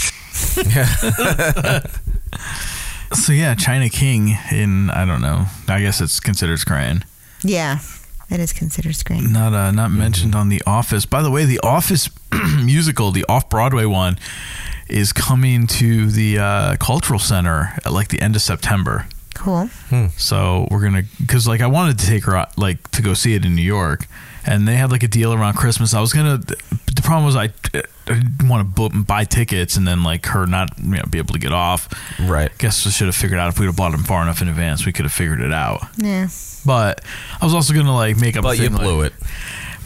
[SPEAKER 7] So yeah, China King in I don't know. I guess it's considered scrying.
[SPEAKER 5] Yeah. That is considered
[SPEAKER 2] Mm.
[SPEAKER 5] screen.
[SPEAKER 7] Not uh, not mentioned on The Office. By the way, The Office [clears throat] musical, the off Broadway one, is coming to the uh, Cultural Center at like the end of September.
[SPEAKER 5] Cool.
[SPEAKER 7] So we're gonna, cause like I wanted to take her out, like to go see it in New York, and they had like a deal around Christmas. I was gonna, but the problem was I, I didn't want to book and buy tickets and then like her not you know be able to get off.
[SPEAKER 2] Right.
[SPEAKER 7] Guess I should have figured out if we'd have bought them far enough in advance, we could have figured it out.
[SPEAKER 5] Yeah.
[SPEAKER 7] But I was also gonna like make up. a
[SPEAKER 2] But you
[SPEAKER 7] thing, like-
[SPEAKER 2] blew it.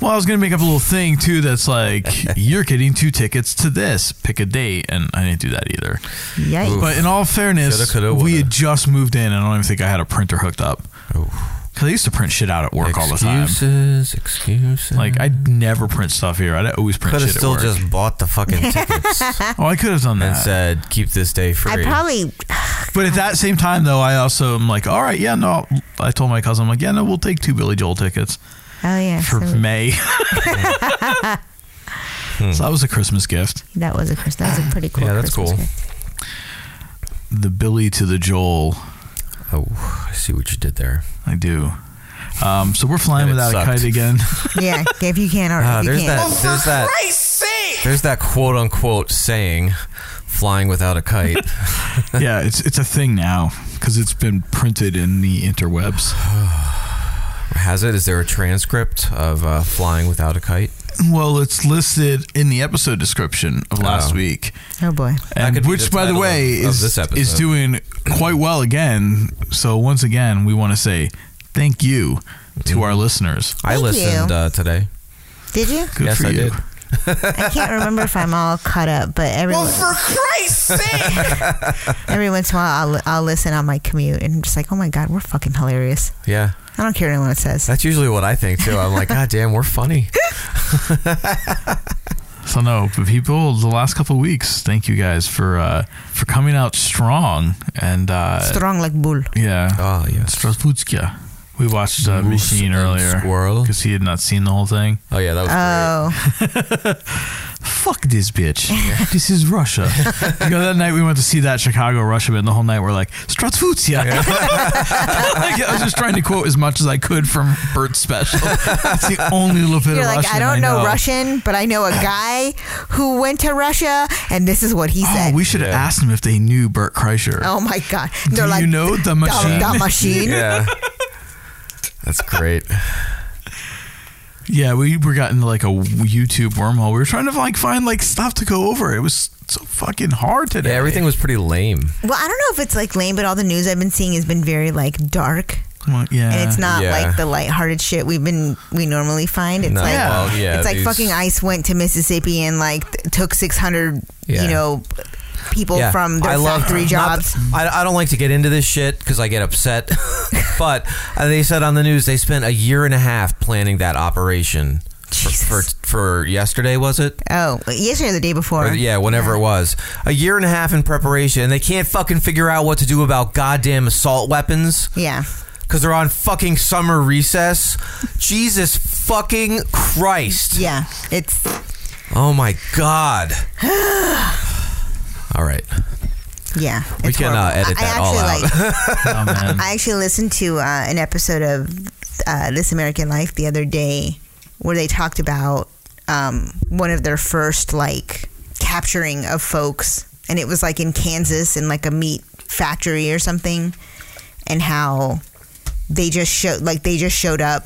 [SPEAKER 7] well, I was gonna make up a little thing too that's
[SPEAKER 2] [laughs]
[SPEAKER 7] like you're getting two tickets to this, pick a date, and I didn't do that either.
[SPEAKER 5] Yikes.
[SPEAKER 7] But in all fairness,
[SPEAKER 2] Shoulda, coulda,
[SPEAKER 7] we
[SPEAKER 2] woulda.
[SPEAKER 7] had just moved in, and I don't even think I had a printer hooked up. Because I used to print shit out at work all the time.
[SPEAKER 2] Excuses, excuses.
[SPEAKER 7] Like I'd never print stuff here. I'd always print
[SPEAKER 2] could have
[SPEAKER 7] shit
[SPEAKER 2] still
[SPEAKER 7] at work.
[SPEAKER 2] just bought the
[SPEAKER 7] [laughs]
[SPEAKER 2] fucking tickets
[SPEAKER 7] oh, I could have done
[SPEAKER 2] and
[SPEAKER 7] that.
[SPEAKER 2] said, "Keep this day free."
[SPEAKER 5] I probably
[SPEAKER 7] but at that same time, though, I also am like, all right, yeah, no. I told my cousin, I'm like, yeah, no, we'll take two Billy Joel tickets
[SPEAKER 5] Oh yeah.
[SPEAKER 7] for
[SPEAKER 5] So
[SPEAKER 7] May. So that was a Christmas gift.
[SPEAKER 5] that was a Chris that
[SPEAKER 7] [sighs]
[SPEAKER 5] was a pretty cool
[SPEAKER 2] Yeah, that's cool.
[SPEAKER 5] Christmas gift.
[SPEAKER 7] The Billy to the Joel.
[SPEAKER 2] oh, I see what you did there.
[SPEAKER 7] I do. Um, so we're flying
[SPEAKER 2] And it
[SPEAKER 7] without a
[SPEAKER 2] sucked.
[SPEAKER 7] kite [laughs] again.
[SPEAKER 5] Yeah, if you can or
[SPEAKER 2] Ah,
[SPEAKER 5] if you
[SPEAKER 2] there's
[SPEAKER 5] can't.
[SPEAKER 2] that. There's that. There's that quote unquote saying, "Flying without a kite."
[SPEAKER 7] yeah, it's it's a thing now because it's been printed in the interwebs.
[SPEAKER 2] Has it? Is there a transcript of uh, flying without a kite?
[SPEAKER 7] Well, it's listed in the episode description of last
[SPEAKER 2] Oh.
[SPEAKER 7] week,
[SPEAKER 5] Oh boy.
[SPEAKER 7] and
[SPEAKER 2] could be
[SPEAKER 7] which,
[SPEAKER 2] the
[SPEAKER 7] by the
[SPEAKER 2] title
[SPEAKER 7] way,
[SPEAKER 2] of- of
[SPEAKER 7] is
[SPEAKER 2] this episode.
[SPEAKER 7] is doing quite well again. So once again, we want to say thank you to our listeners.
[SPEAKER 2] I
[SPEAKER 5] Thank
[SPEAKER 2] listened
[SPEAKER 5] you.
[SPEAKER 2] uh, today.
[SPEAKER 5] Did you?
[SPEAKER 7] Good
[SPEAKER 2] yes,
[SPEAKER 7] for
[SPEAKER 2] I
[SPEAKER 7] you.
[SPEAKER 2] did.
[SPEAKER 5] I can't remember if I'm all caught up, but every
[SPEAKER 9] For Christ's sake!
[SPEAKER 5] [laughs] every once in a while I'll, I'll listen on my commute and I'm just like, oh my god, we're fucking hilarious.
[SPEAKER 2] Yeah,
[SPEAKER 5] I don't care what anyone says.
[SPEAKER 2] that's usually what I think too. I'm like, God damn, we're
[SPEAKER 5] [laughs]
[SPEAKER 2] funny.
[SPEAKER 7] So no, but people, the last couple of weeks, thank you guys for uh, for coming out strong and uh,
[SPEAKER 5] Strong like bull.
[SPEAKER 7] yeah,
[SPEAKER 2] Oh yes.
[SPEAKER 7] Strasbutska. We watched uh,
[SPEAKER 2] Moose
[SPEAKER 7] Machine
[SPEAKER 2] and
[SPEAKER 7] earlier
[SPEAKER 2] Squirrel.
[SPEAKER 7] because he had not seen the whole thing.
[SPEAKER 2] Oh yeah, that was
[SPEAKER 5] Oh,
[SPEAKER 7] fuck this bitch. [laughs] This is
[SPEAKER 2] [laughs]
[SPEAKER 7] Russia. you know, that night we went to see that Chicago Russia bit, and the whole night we're like, Stratfutia. [laughs] like, I was just trying to quote as much as I could from Bert's special. It's [laughs] the only little bit
[SPEAKER 5] you're
[SPEAKER 7] of
[SPEAKER 5] like
[SPEAKER 7] Russian
[SPEAKER 5] I don't know,
[SPEAKER 7] know
[SPEAKER 5] Russian, but I
[SPEAKER 7] [laughs]
[SPEAKER 5] know a guy who went to Russia, and this is what he
[SPEAKER 7] Oh,
[SPEAKER 5] said.
[SPEAKER 7] we should have
[SPEAKER 2] Yeah.
[SPEAKER 7] asked them if they knew Bert Kreischer.
[SPEAKER 5] oh my god!
[SPEAKER 7] Do
[SPEAKER 5] They're like
[SPEAKER 7] you know the machine?
[SPEAKER 5] The, the machine.
[SPEAKER 7] [laughs]
[SPEAKER 2] great.
[SPEAKER 5] [laughs]
[SPEAKER 2] Yeah, that's great.
[SPEAKER 7] Yeah, we were got into like a YouTube wormhole. We were trying to like find like stuff to go over. It was so fucking hard today.
[SPEAKER 2] Yeah, everything was pretty lame.
[SPEAKER 5] Well, I don't know if it's like lame, but all the news I've been seeing has been very like dark,
[SPEAKER 7] Well, yeah,
[SPEAKER 5] and it's not
[SPEAKER 2] Uh, yeah.
[SPEAKER 5] like the lighthearted shit we've been we normally find. It's
[SPEAKER 2] No,
[SPEAKER 5] like
[SPEAKER 2] well, yeah,
[SPEAKER 5] it's like
[SPEAKER 2] these-
[SPEAKER 5] fucking ICE went to Mississippi and like th- took six hundred,
[SPEAKER 2] Yeah.
[SPEAKER 5] you know, people
[SPEAKER 2] Yeah,
[SPEAKER 5] from their factory
[SPEAKER 2] not
[SPEAKER 5] jobs.
[SPEAKER 2] th- I, I don't like to get into this shit because I get upset. [laughs] but uh, they said on the news they spent a year and a half planning that operation for
[SPEAKER 5] Jesus.
[SPEAKER 2] for, for yesterday was it?
[SPEAKER 5] Oh, yesterday or the day before.
[SPEAKER 2] Or, yeah, whenever it was. A year and a half in preparation, and they can't fucking figure out what to do about goddamn assault weapons
[SPEAKER 5] Yeah.
[SPEAKER 2] because they're on fucking summer recess. Jesus fucking Christ.
[SPEAKER 5] Yeah. It's
[SPEAKER 2] Oh my God. [sighs] All right.
[SPEAKER 5] yeah. It's
[SPEAKER 2] We can, uh,
[SPEAKER 5] horrible.
[SPEAKER 2] edit
[SPEAKER 5] I- I
[SPEAKER 2] that all
[SPEAKER 5] actually,
[SPEAKER 2] out.
[SPEAKER 5] Like, [laughs]
[SPEAKER 7] Oh, man.
[SPEAKER 5] I actually listened to uh, an episode of uh, This American Life the other day where they talked about um, one of their first like capturing of folks and it was like in Kansas in like a meat factory or something, and how they just showed like they just showed up,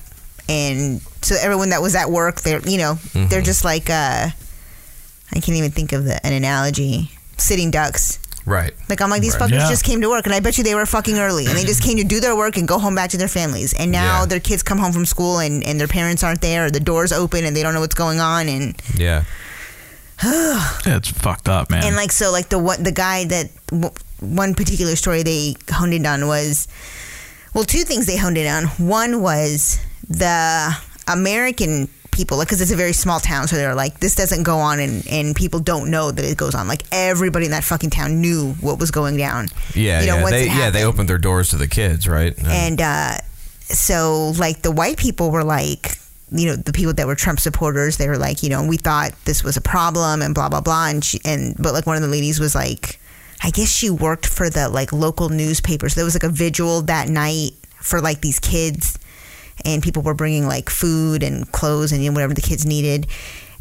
[SPEAKER 5] and so everyone that was at work, they're you know they're
[SPEAKER 2] Mm-hmm.
[SPEAKER 5] just like uh, I can't even think of the, an analogy. Sitting ducks.
[SPEAKER 2] Right.
[SPEAKER 5] Like I'm like these
[SPEAKER 2] Right.
[SPEAKER 5] fuckers
[SPEAKER 7] Yeah.
[SPEAKER 5] just came to work, and I bet you they were fucking early, and they just came to do their work and go home back to their families. And now
[SPEAKER 2] Yeah.
[SPEAKER 5] their kids come home from school, and and their parents aren't there, or the doors open, and they don't know what's going on, and
[SPEAKER 2] Yeah.
[SPEAKER 7] Yeah, it's fucked up, man.
[SPEAKER 5] and like so like the one the guy that w- one particular story they honed in on was well two things they honed in on one was the american people because it's a very small town so they're like this doesn't go on and, and people don't know that it goes on like everybody in that fucking town knew what was going down
[SPEAKER 2] Yeah.
[SPEAKER 5] you know
[SPEAKER 2] yeah.
[SPEAKER 5] once
[SPEAKER 2] They,
[SPEAKER 5] it
[SPEAKER 2] yeah. They
[SPEAKER 5] happened.
[SPEAKER 2] opened their doors to the kids, right?
[SPEAKER 5] And uh, so, like, the white people were like, you know, the people that were Trump supporters, they were like, you know, we thought this was a problem and blah, blah, blah. And, she, and, but like, one of the ladies was like, I guess she worked for the like local newspapers. There was like a vigil that night for like these kids, and people were bringing like food and clothes and you know, whatever the kids needed.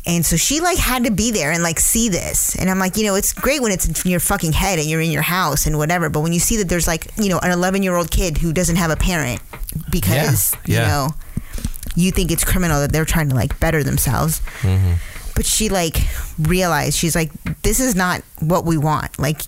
[SPEAKER 5] And so she like had to be there and like see this. And I'm like, you know, it's great when it's in your fucking head and you're in your house and whatever. But when you see that there's like, you know, an 11 year old kid who doesn't have a parent because,
[SPEAKER 2] yeah.
[SPEAKER 5] you know, you think it's criminal that they're trying to like better themselves. But she like realized she's like, this is not what we want. Like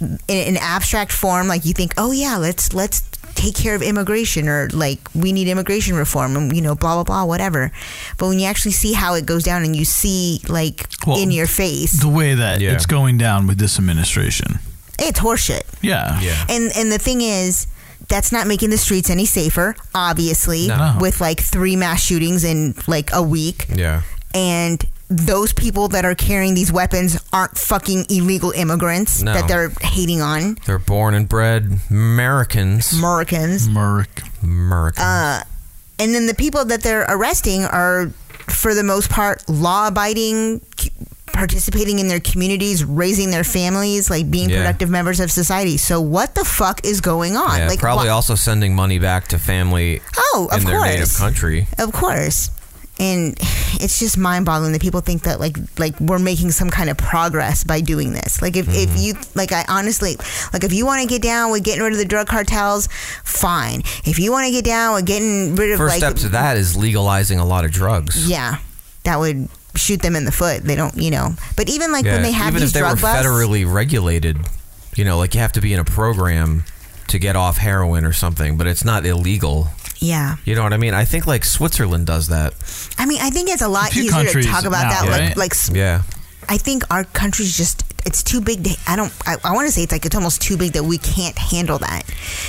[SPEAKER 5] in an abstract form, like you think, oh yeah, let's let's take care of immigration or like we need immigration reform and you know blah blah blah whatever. But when you actually see how it goes down and you see like
[SPEAKER 7] Well,
[SPEAKER 5] in your face,
[SPEAKER 7] the way that
[SPEAKER 2] Yeah.
[SPEAKER 7] it's going down with this administration.
[SPEAKER 5] it's horseshit.
[SPEAKER 7] Yeah.
[SPEAKER 2] Yeah.
[SPEAKER 5] And and the thing is, that's not making the streets any safer. Obviously,
[SPEAKER 7] No.
[SPEAKER 5] with like three mass shootings in like a week.
[SPEAKER 2] Yeah.
[SPEAKER 5] and those people that are carrying these weapons aren't fucking illegal immigrants
[SPEAKER 2] No.
[SPEAKER 5] that they're hating on
[SPEAKER 2] They're born and bred Americans.
[SPEAKER 5] Americans.
[SPEAKER 7] Merc.
[SPEAKER 2] Americans.
[SPEAKER 5] uh, And then the people that they're arresting are, for the most part, law abiding, participating in their communities, raising their families, like being
[SPEAKER 2] Yeah.
[SPEAKER 5] productive members of society. So what the fuck is going on?
[SPEAKER 2] yeah,
[SPEAKER 5] like
[SPEAKER 2] probably
[SPEAKER 5] wha-
[SPEAKER 2] also sending money back to family
[SPEAKER 5] Oh,
[SPEAKER 2] in
[SPEAKER 5] of
[SPEAKER 2] their
[SPEAKER 5] course.
[SPEAKER 2] native country.
[SPEAKER 5] Of course. And it's just mind boggling that people think that like like we're making some kind of progress by doing this. Like if, if
[SPEAKER 2] Mm-hmm.
[SPEAKER 5] you like I honestly like if you want to get down with getting rid of the drug cartels, fine. If you want to get down with getting rid of
[SPEAKER 2] First
[SPEAKER 5] like
[SPEAKER 2] step to that is legalizing a lot of drugs.
[SPEAKER 5] yeah, that would shoot them in the foot. They don't, you know. But even like when they have
[SPEAKER 2] even
[SPEAKER 5] these
[SPEAKER 2] if they were
[SPEAKER 5] drug busts,
[SPEAKER 2] federally regulated, you know, like you have to be in a program to get off heroin or something, but it's not illegal.
[SPEAKER 5] yeah.
[SPEAKER 2] You know what I mean? I think like Switzerland does that.
[SPEAKER 5] I mean, I think it's a lot
[SPEAKER 7] few
[SPEAKER 5] easier to
[SPEAKER 7] countries
[SPEAKER 5] talk about
[SPEAKER 7] now,
[SPEAKER 5] that.
[SPEAKER 7] right?
[SPEAKER 5] Like like s-
[SPEAKER 2] Yeah,
[SPEAKER 5] I think our country's just it's too big to I don't I, I want to say it's like it's almost too big that we can't handle that.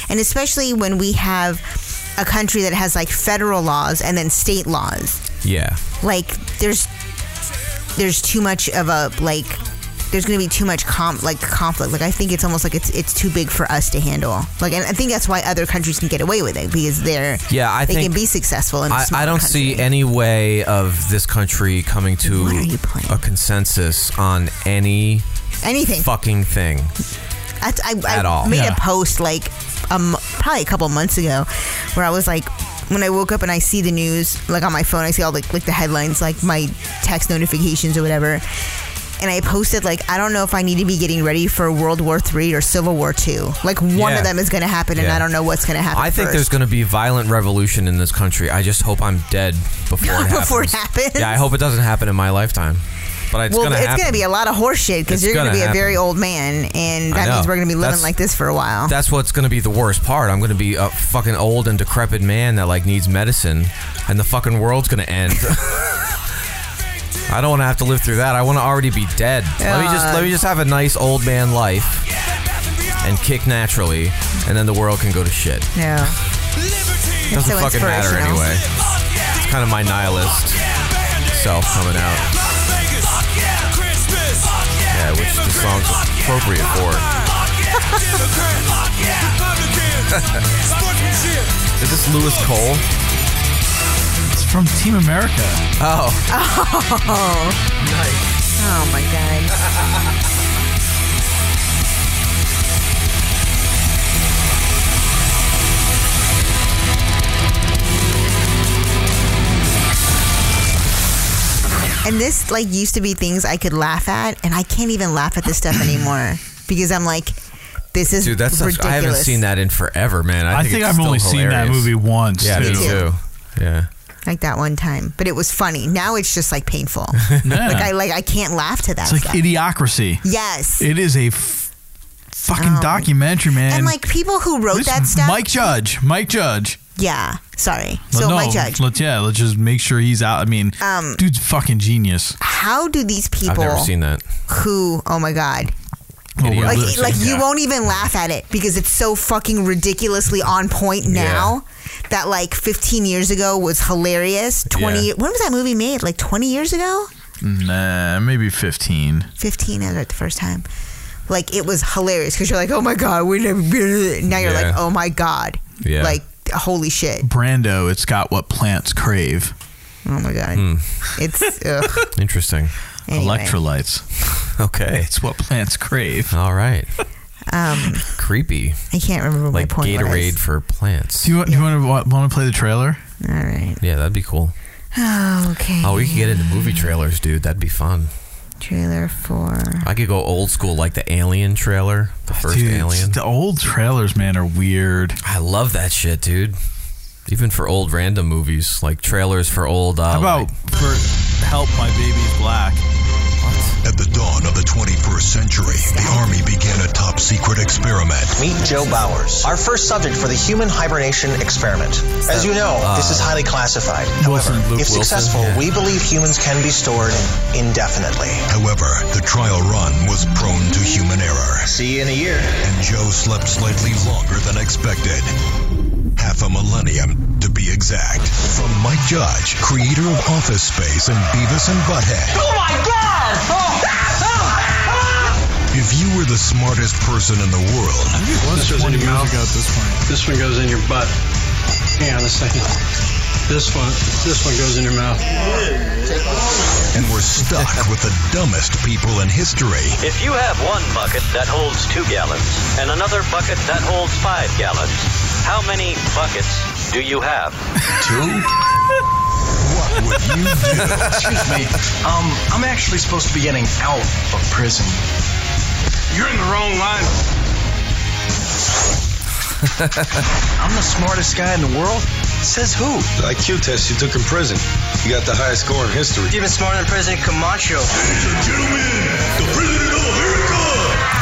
[SPEAKER 5] And especially when we have a country that has like federal laws and then state laws.
[SPEAKER 2] yeah,
[SPEAKER 5] Like there's there's too much of a like there's going to be too much com- like conflict. Like I think it's almost like it's it's too big for us to handle. Like and I think that's why other countries can get away with it because they're
[SPEAKER 2] yeah. I
[SPEAKER 5] they
[SPEAKER 2] think
[SPEAKER 5] can be successful in a
[SPEAKER 2] I, I
[SPEAKER 5] smaller
[SPEAKER 2] don't
[SPEAKER 5] country.
[SPEAKER 2] see any way of this country coming to
[SPEAKER 5] What are you playing?
[SPEAKER 2] a consensus on any
[SPEAKER 5] anything
[SPEAKER 2] fucking thing.
[SPEAKER 5] I, I, I
[SPEAKER 2] At all.
[SPEAKER 5] made
[SPEAKER 7] Yeah.
[SPEAKER 5] a post like um probably a couple months ago where I was like when I woke up and I see the news like on my phone I see all the like the headlines like my text notifications or whatever and I posted like I don't know if I need to be getting ready for World War Three or Civil War Two like one
[SPEAKER 2] Yeah.
[SPEAKER 5] of them is going to happen and
[SPEAKER 2] Yeah.
[SPEAKER 5] I don't know what's going to happen
[SPEAKER 2] I think there's
[SPEAKER 5] first.
[SPEAKER 2] going to be violent revolution in this country. I just hope I'm dead
[SPEAKER 5] [laughs]
[SPEAKER 2] before it happens.
[SPEAKER 5] Before it happens.
[SPEAKER 2] Yeah, I hope it doesn't happen in my lifetime. But it's
[SPEAKER 5] well,
[SPEAKER 2] going to
[SPEAKER 5] it's
[SPEAKER 2] happen.
[SPEAKER 5] gonna be a lot of horseshit because
[SPEAKER 2] It's
[SPEAKER 5] you're gonna,
[SPEAKER 2] gonna
[SPEAKER 5] be a very
[SPEAKER 2] happen.
[SPEAKER 5] old man, and
[SPEAKER 2] I
[SPEAKER 5] that means
[SPEAKER 2] know.
[SPEAKER 5] we're gonna be living
[SPEAKER 2] That's-
[SPEAKER 5] like this for a while.
[SPEAKER 2] That's what's going to be the worst part. I'm going to be a fucking old and decrepit man that like needs medicine, and the fucking world's going to end. [laughs] I don't want to have to live through that. I want to already be dead. let me just let me just have a nice old man life and kick naturally, and then the world can go to shit.
[SPEAKER 5] yeah,
[SPEAKER 2] Doesn't
[SPEAKER 5] so
[SPEAKER 2] fucking matter
[SPEAKER 5] inspirational.
[SPEAKER 2] anyway. It's kind of my nihilist self coming out. Yeah, which the song's appropriate for. [laughs] Is this Lewis Cole?
[SPEAKER 7] It's from Team America.
[SPEAKER 2] Oh,
[SPEAKER 5] Oh my god. And and this like used to be things I could laugh at, and I can't even laugh at this [laughs] stuff anymore because I'm like, this is
[SPEAKER 2] Dude, that's such,
[SPEAKER 5] ridiculous.
[SPEAKER 2] I haven't seen that in forever, man. I,
[SPEAKER 7] I
[SPEAKER 2] think,
[SPEAKER 7] think
[SPEAKER 2] it's
[SPEAKER 7] I've
[SPEAKER 2] still
[SPEAKER 7] only seen that
[SPEAKER 2] hilarious.
[SPEAKER 7] movie once.
[SPEAKER 2] Yeah,
[SPEAKER 7] too.
[SPEAKER 2] me too. Yeah.
[SPEAKER 5] like that one time, but it was funny. Now it's just
[SPEAKER 2] [laughs]
[SPEAKER 5] like painful.
[SPEAKER 7] Yeah.
[SPEAKER 5] Like I like I can't laugh to that.
[SPEAKER 7] it's like
[SPEAKER 5] stuff.
[SPEAKER 7] Idiocracy.
[SPEAKER 5] yes,
[SPEAKER 7] It is a f- fucking
[SPEAKER 5] Oh.
[SPEAKER 7] documentary, man.
[SPEAKER 5] and like people who wrote
[SPEAKER 7] This-
[SPEAKER 5] that stuff.
[SPEAKER 7] Mike Judge. Mike Judge.
[SPEAKER 5] yeah, sorry. So
[SPEAKER 7] no,
[SPEAKER 5] Mike Judge,
[SPEAKER 7] Let's, yeah, let's just make sure he's out. I mean,
[SPEAKER 5] Um,
[SPEAKER 7] dude's fucking genius.
[SPEAKER 5] how do these
[SPEAKER 2] I've
[SPEAKER 5] people
[SPEAKER 2] never seen that.
[SPEAKER 5] who? Oh my god,
[SPEAKER 7] Well, we're
[SPEAKER 5] like
[SPEAKER 2] I've never
[SPEAKER 7] listening.
[SPEAKER 5] like
[SPEAKER 2] seen
[SPEAKER 5] you
[SPEAKER 2] that.
[SPEAKER 5] won't even laugh at it because it's so fucking ridiculously on point now that like 15 years ago was hilarious 20
[SPEAKER 2] Yeah.
[SPEAKER 5] when was that movie made like 20 years ago
[SPEAKER 7] Nah, maybe 15.
[SPEAKER 5] 15 at the first time like it was hilarious because you're like oh my god we never now you're
[SPEAKER 2] Yeah.
[SPEAKER 5] like oh my god
[SPEAKER 2] Yeah.
[SPEAKER 5] like holy shit
[SPEAKER 7] Brando, it's got what plants crave
[SPEAKER 5] oh my god
[SPEAKER 2] Hmm. [laughs]
[SPEAKER 5] it's ugh.
[SPEAKER 2] Interesting.
[SPEAKER 5] Anyway.
[SPEAKER 7] electrolytes.
[SPEAKER 2] Okay.
[SPEAKER 7] It's what plants crave.
[SPEAKER 2] All right.
[SPEAKER 5] um
[SPEAKER 2] Creepy.
[SPEAKER 5] I can't remember what
[SPEAKER 2] Like
[SPEAKER 5] my point
[SPEAKER 2] Gatorade
[SPEAKER 5] was
[SPEAKER 2] for plants.
[SPEAKER 7] Do you, want- do you want to want to play the trailer?
[SPEAKER 5] all right
[SPEAKER 2] Yeah, that'd be cool.
[SPEAKER 5] okay
[SPEAKER 2] Oh, we could get into movie trailers, dude. That'd be fun.
[SPEAKER 5] trailer for
[SPEAKER 2] I could go old school, like the Alien trailer, the first
[SPEAKER 7] Ah, Dude,
[SPEAKER 2] Alien.
[SPEAKER 7] The old trailers, man, are weird.
[SPEAKER 2] I love that shit, dude. Even for old random movies, like trailers for old. Uh,
[SPEAKER 7] How about
[SPEAKER 2] like-
[SPEAKER 7] for Help My Baby's
[SPEAKER 2] [laughs]
[SPEAKER 7] Black?
[SPEAKER 10] At the dawn of the 21st century, the Army began a top secret experiment.
[SPEAKER 11] Meet Joe Bowers, our first subject for the human hibernation experiment. As you know, this is highly classified. However,
[SPEAKER 2] Uh, Wilson, Luke
[SPEAKER 11] if
[SPEAKER 2] Wilson,
[SPEAKER 11] successful,
[SPEAKER 2] yeah.
[SPEAKER 11] we believe humans can be stored indefinitely.
[SPEAKER 10] However, the trial run was prone to human error,
[SPEAKER 11] See you in a year.
[SPEAKER 10] and Joe slept slightly longer than expected. Half a millennium, to be exact. From Mike Judge, creator of Office Space and Beavis and Butthead.
[SPEAKER 9] Oh my god!
[SPEAKER 10] If you were the smartest person in the world,
[SPEAKER 7] It was 20 years ago at this point.
[SPEAKER 8] This one goes in your butt. Hang on a second. This one, this one goes in your mouth.
[SPEAKER 10] and were stuck with the dumbest people in history,
[SPEAKER 11] If you have one bucket that holds two gallons and another bucket that holds five gallons, how many buckets do you have?
[SPEAKER 10] what would you do?
[SPEAKER 11] Excuse [laughs] me. Um, I'm actually supposed to be getting out of prison.
[SPEAKER 8] You're in the wrong line.
[SPEAKER 11] I'm the smartest guy in the world. Says who?
[SPEAKER 8] The IQ test you took in prison. You got the highest score in history.
[SPEAKER 11] Even smarter than President Camacho.
[SPEAKER 10] Gentlemen, the President of America!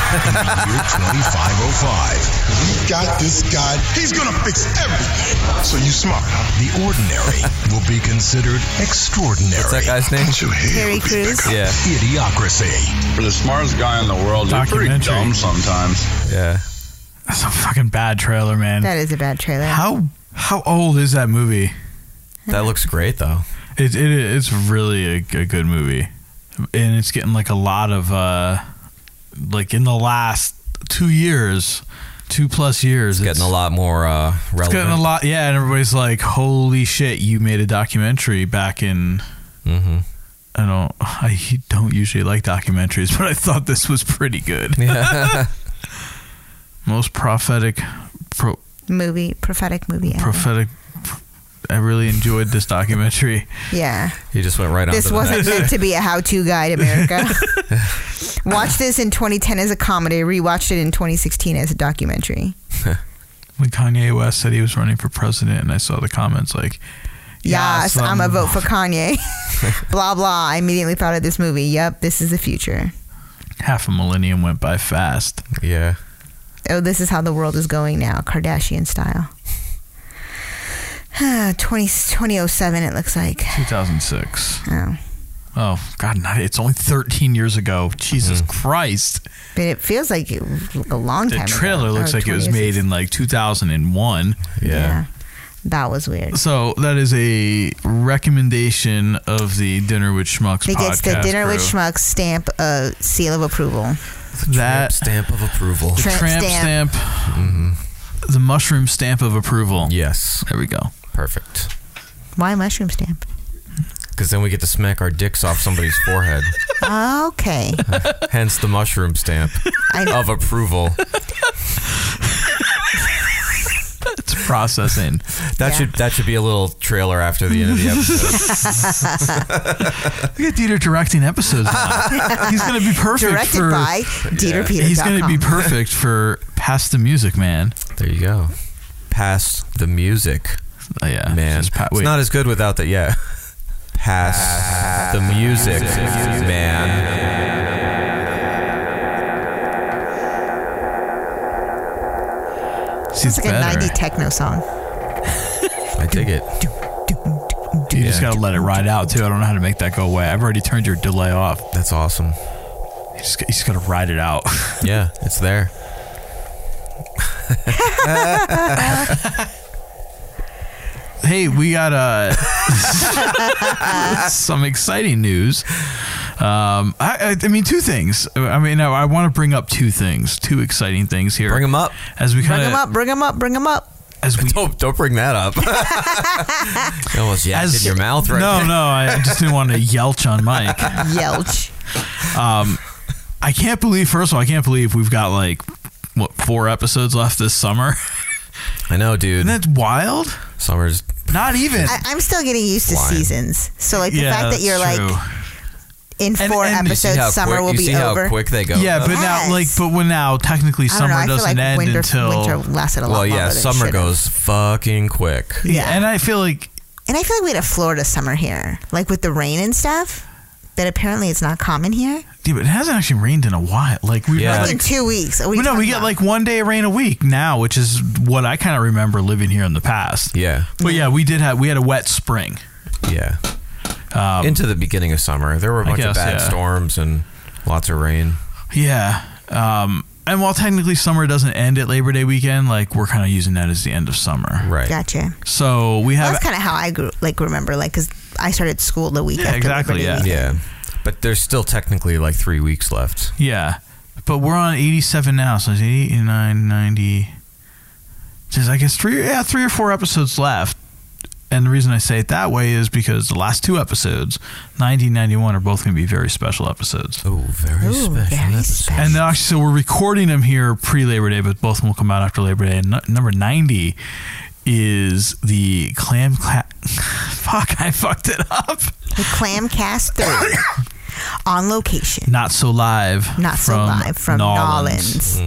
[SPEAKER 10] [laughs] Year 2505. We got this guy. He's gonna fix everything. So you smart, huh? The [laughs] ordinary will be considered extraordinary.
[SPEAKER 2] What's that guy's name?
[SPEAKER 10] Don't you hear?
[SPEAKER 5] Terry Crews
[SPEAKER 2] Yeah,
[SPEAKER 10] Idiocracy.
[SPEAKER 8] For the smartest guy in the world, you're pretty dumb
[SPEAKER 7] Documentary.
[SPEAKER 8] sometimes.
[SPEAKER 2] yeah.
[SPEAKER 7] That's a fucking bad trailer, man.
[SPEAKER 5] that is a bad trailer
[SPEAKER 7] how how old is that movie?
[SPEAKER 2] That looks great, though.
[SPEAKER 7] It, it it's really a, g- a good movie, and it's getting like a lot of uh, like in the last two years, two plus years,
[SPEAKER 2] Getting a lot more uh, relevant.
[SPEAKER 7] It's getting a lot, yeah. And everybody's like, "Holy shit, you made a documentary back in."
[SPEAKER 2] Mhm.
[SPEAKER 7] I don't. I don't usually like documentaries, but I thought this was pretty good. [laughs] Most prophetic, pro,
[SPEAKER 5] movie prophetic movie ever.
[SPEAKER 7] prophetic. I really enjoyed this documentary.
[SPEAKER 5] yeah
[SPEAKER 2] He just went right on.
[SPEAKER 5] this
[SPEAKER 2] to the
[SPEAKER 7] [laughs]
[SPEAKER 5] wasn't
[SPEAKER 2] next.
[SPEAKER 5] meant to be a how-to guide america watch this in 2010 as a comedy rewatched it in 2016 as a documentary
[SPEAKER 7] when Kanye West said he was running for president, and I saw the comments like,
[SPEAKER 5] yes i'm a vote for kanye blah blah i immediately thought of this movie yep this is the future
[SPEAKER 7] Half a millennium went by fast.
[SPEAKER 2] Yeah.
[SPEAKER 5] oh this is how the world is going now kardashian style [sighs] 20, 2007 it looks like
[SPEAKER 7] 2006.
[SPEAKER 5] oh.
[SPEAKER 7] Oh God, not, it's only 13 years ago. Jesus Christ!
[SPEAKER 5] but it feels like it was a long
[SPEAKER 7] The
[SPEAKER 5] time
[SPEAKER 7] trailer
[SPEAKER 5] ago. Oh,
[SPEAKER 7] looks
[SPEAKER 5] Or
[SPEAKER 7] like it was
[SPEAKER 5] 2006.
[SPEAKER 7] made in like 2001.
[SPEAKER 2] Yeah.
[SPEAKER 5] that was weird
[SPEAKER 7] So that is a recommendation of the Dinner with Schmucks
[SPEAKER 5] It gets
[SPEAKER 7] podcast.
[SPEAKER 5] the Dinner with
[SPEAKER 7] crew.
[SPEAKER 5] Schmucks stamp, uh, seal of approval.
[SPEAKER 7] That
[SPEAKER 2] stamp of approval.
[SPEAKER 7] the
[SPEAKER 5] Tramp
[SPEAKER 7] tramp stamp,
[SPEAKER 5] stamp.
[SPEAKER 7] the mushroom stamp of approval.
[SPEAKER 2] Yes.
[SPEAKER 7] There we go.
[SPEAKER 2] Perfect.
[SPEAKER 5] Why mushroom stamp?
[SPEAKER 7] [laughs]
[SPEAKER 2] Because then we get to smack our dicks off somebody's forehead.
[SPEAKER 5] Okay,
[SPEAKER 2] Hence the mushroom stamp
[SPEAKER 5] I know.
[SPEAKER 2] of approval.
[SPEAKER 7] That's process in.
[SPEAKER 2] That should that should be a little trailer after the end [laughs] of the episode.
[SPEAKER 7] [laughs] Look at Dieter directing episodes.
[SPEAKER 5] [laughs]
[SPEAKER 7] now. He's going to be perfect.
[SPEAKER 5] Directed
[SPEAKER 7] for,
[SPEAKER 5] by DieterPeter.com.
[SPEAKER 7] He's going to be perfect for past the music, man.
[SPEAKER 2] There you go. Uh, Past the music.
[SPEAKER 7] Oh, yeah,
[SPEAKER 2] man. it's not as good without that. Yeah. Past, the music, man.
[SPEAKER 5] Sounds like a 90 techno song.
[SPEAKER 2] I dig it.
[SPEAKER 7] You just got to let it ride out too. I don't know how to make that go away. I've already turned your delay off.
[SPEAKER 2] That's awesome.
[SPEAKER 7] You just, you just got to ride it out. [laughs]
[SPEAKER 2] yeah, it's there.
[SPEAKER 7] hey, we got uh, [laughs] some exciting news. Um, I, I, I mean, two things. I mean, I, I want to bring up two things, two exciting things here. Bring
[SPEAKER 2] them up
[SPEAKER 7] as we
[SPEAKER 5] Bring
[SPEAKER 7] kind
[SPEAKER 5] him
[SPEAKER 7] of
[SPEAKER 5] up, bring him up, bring him up.
[SPEAKER 7] as we
[SPEAKER 2] don't don't bring that [laughs] up. You almost yacked in your mouth right
[SPEAKER 7] no,
[SPEAKER 2] there.
[SPEAKER 7] no, I I just didn't want
[SPEAKER 5] [laughs]
[SPEAKER 7] to yelch on Mike. [laughs]
[SPEAKER 5] Yelch.
[SPEAKER 7] Um, I can't believe. First of all, I can't believe we've got like what four episodes left this summer. [laughs]
[SPEAKER 2] I know, dude.
[SPEAKER 7] Isn't that wild?
[SPEAKER 2] Summer's
[SPEAKER 7] not even.
[SPEAKER 5] I, I'm still getting used to
[SPEAKER 2] Wine.
[SPEAKER 5] seasons. So, like, the
[SPEAKER 7] Yeah,
[SPEAKER 5] fact that
[SPEAKER 7] that's
[SPEAKER 5] you're
[SPEAKER 7] true.
[SPEAKER 5] like in
[SPEAKER 7] And-
[SPEAKER 5] four
[SPEAKER 7] and- You see
[SPEAKER 5] episodes,
[SPEAKER 2] how
[SPEAKER 5] summer
[SPEAKER 2] quick-
[SPEAKER 5] will
[SPEAKER 2] you
[SPEAKER 5] be
[SPEAKER 2] see how
[SPEAKER 5] over.
[SPEAKER 2] quick they go.
[SPEAKER 7] yeah, but
[SPEAKER 5] Oh, Yes.
[SPEAKER 7] now like, but when now technically
[SPEAKER 5] I don't
[SPEAKER 7] summer
[SPEAKER 5] know, I feel
[SPEAKER 7] doesn't
[SPEAKER 5] like
[SPEAKER 7] end
[SPEAKER 5] winter-
[SPEAKER 7] until
[SPEAKER 5] winter lasted a lot
[SPEAKER 2] well, yeah,
[SPEAKER 5] longer than it
[SPEAKER 2] summer
[SPEAKER 5] should have.
[SPEAKER 2] goes fucking quick.
[SPEAKER 7] yeah, and I feel like
[SPEAKER 5] And I feel like we had a Florida summer here, like with the rain and stuff, that apparently it's not common here.
[SPEAKER 7] dude, but it hasn't actually rained in a while. Like we've
[SPEAKER 2] Yeah.
[SPEAKER 7] had,
[SPEAKER 5] Like, in
[SPEAKER 7] like.
[SPEAKER 5] two weeks. What are you
[SPEAKER 7] Well, no, we
[SPEAKER 5] talking
[SPEAKER 7] get
[SPEAKER 5] about?
[SPEAKER 7] like one day of rain a week now, which is what I kind of remember living here in the past.
[SPEAKER 2] Yeah,
[SPEAKER 7] But yeah, we did have we had a wet spring.
[SPEAKER 2] yeah. Into the beginning of summer, there were a
[SPEAKER 7] Um, I
[SPEAKER 2] bunch of
[SPEAKER 7] guess,
[SPEAKER 2] bad
[SPEAKER 7] yeah.
[SPEAKER 2] storms and lots of rain.
[SPEAKER 7] Yeah. Um, and while technically summer doesn't end at Labor Day weekend, like we're kind of using that as the end of summer.
[SPEAKER 2] Right.
[SPEAKER 5] Gotcha.
[SPEAKER 7] So we have
[SPEAKER 5] That's kind of how I grew, like remember, like because I started school the week
[SPEAKER 7] Yeah,
[SPEAKER 5] after
[SPEAKER 7] exactly,
[SPEAKER 5] Liberty
[SPEAKER 7] yeah.
[SPEAKER 5] Weekend.
[SPEAKER 2] Yeah, but there's still technically like three weeks left.
[SPEAKER 7] yeah, but we're on 87 now, so it's 89, 90. Just I guess three yeah three or four episodes left. And the reason I say it that way is because the last two episodes, 90 91, are both going to be very special episodes.
[SPEAKER 2] Oh, very
[SPEAKER 5] Ooh,
[SPEAKER 2] special.
[SPEAKER 5] very
[SPEAKER 2] episode.
[SPEAKER 5] special.
[SPEAKER 7] And then actually, so we're recording them here pre Labor Day, but both of them will come out after Labor Day. And nu- number 90 is the Clam Clap. [laughs] Fuck, I fucked it up.
[SPEAKER 5] The Clam Cast 3 on location.
[SPEAKER 7] Not So Live.
[SPEAKER 5] Not so live from Nolans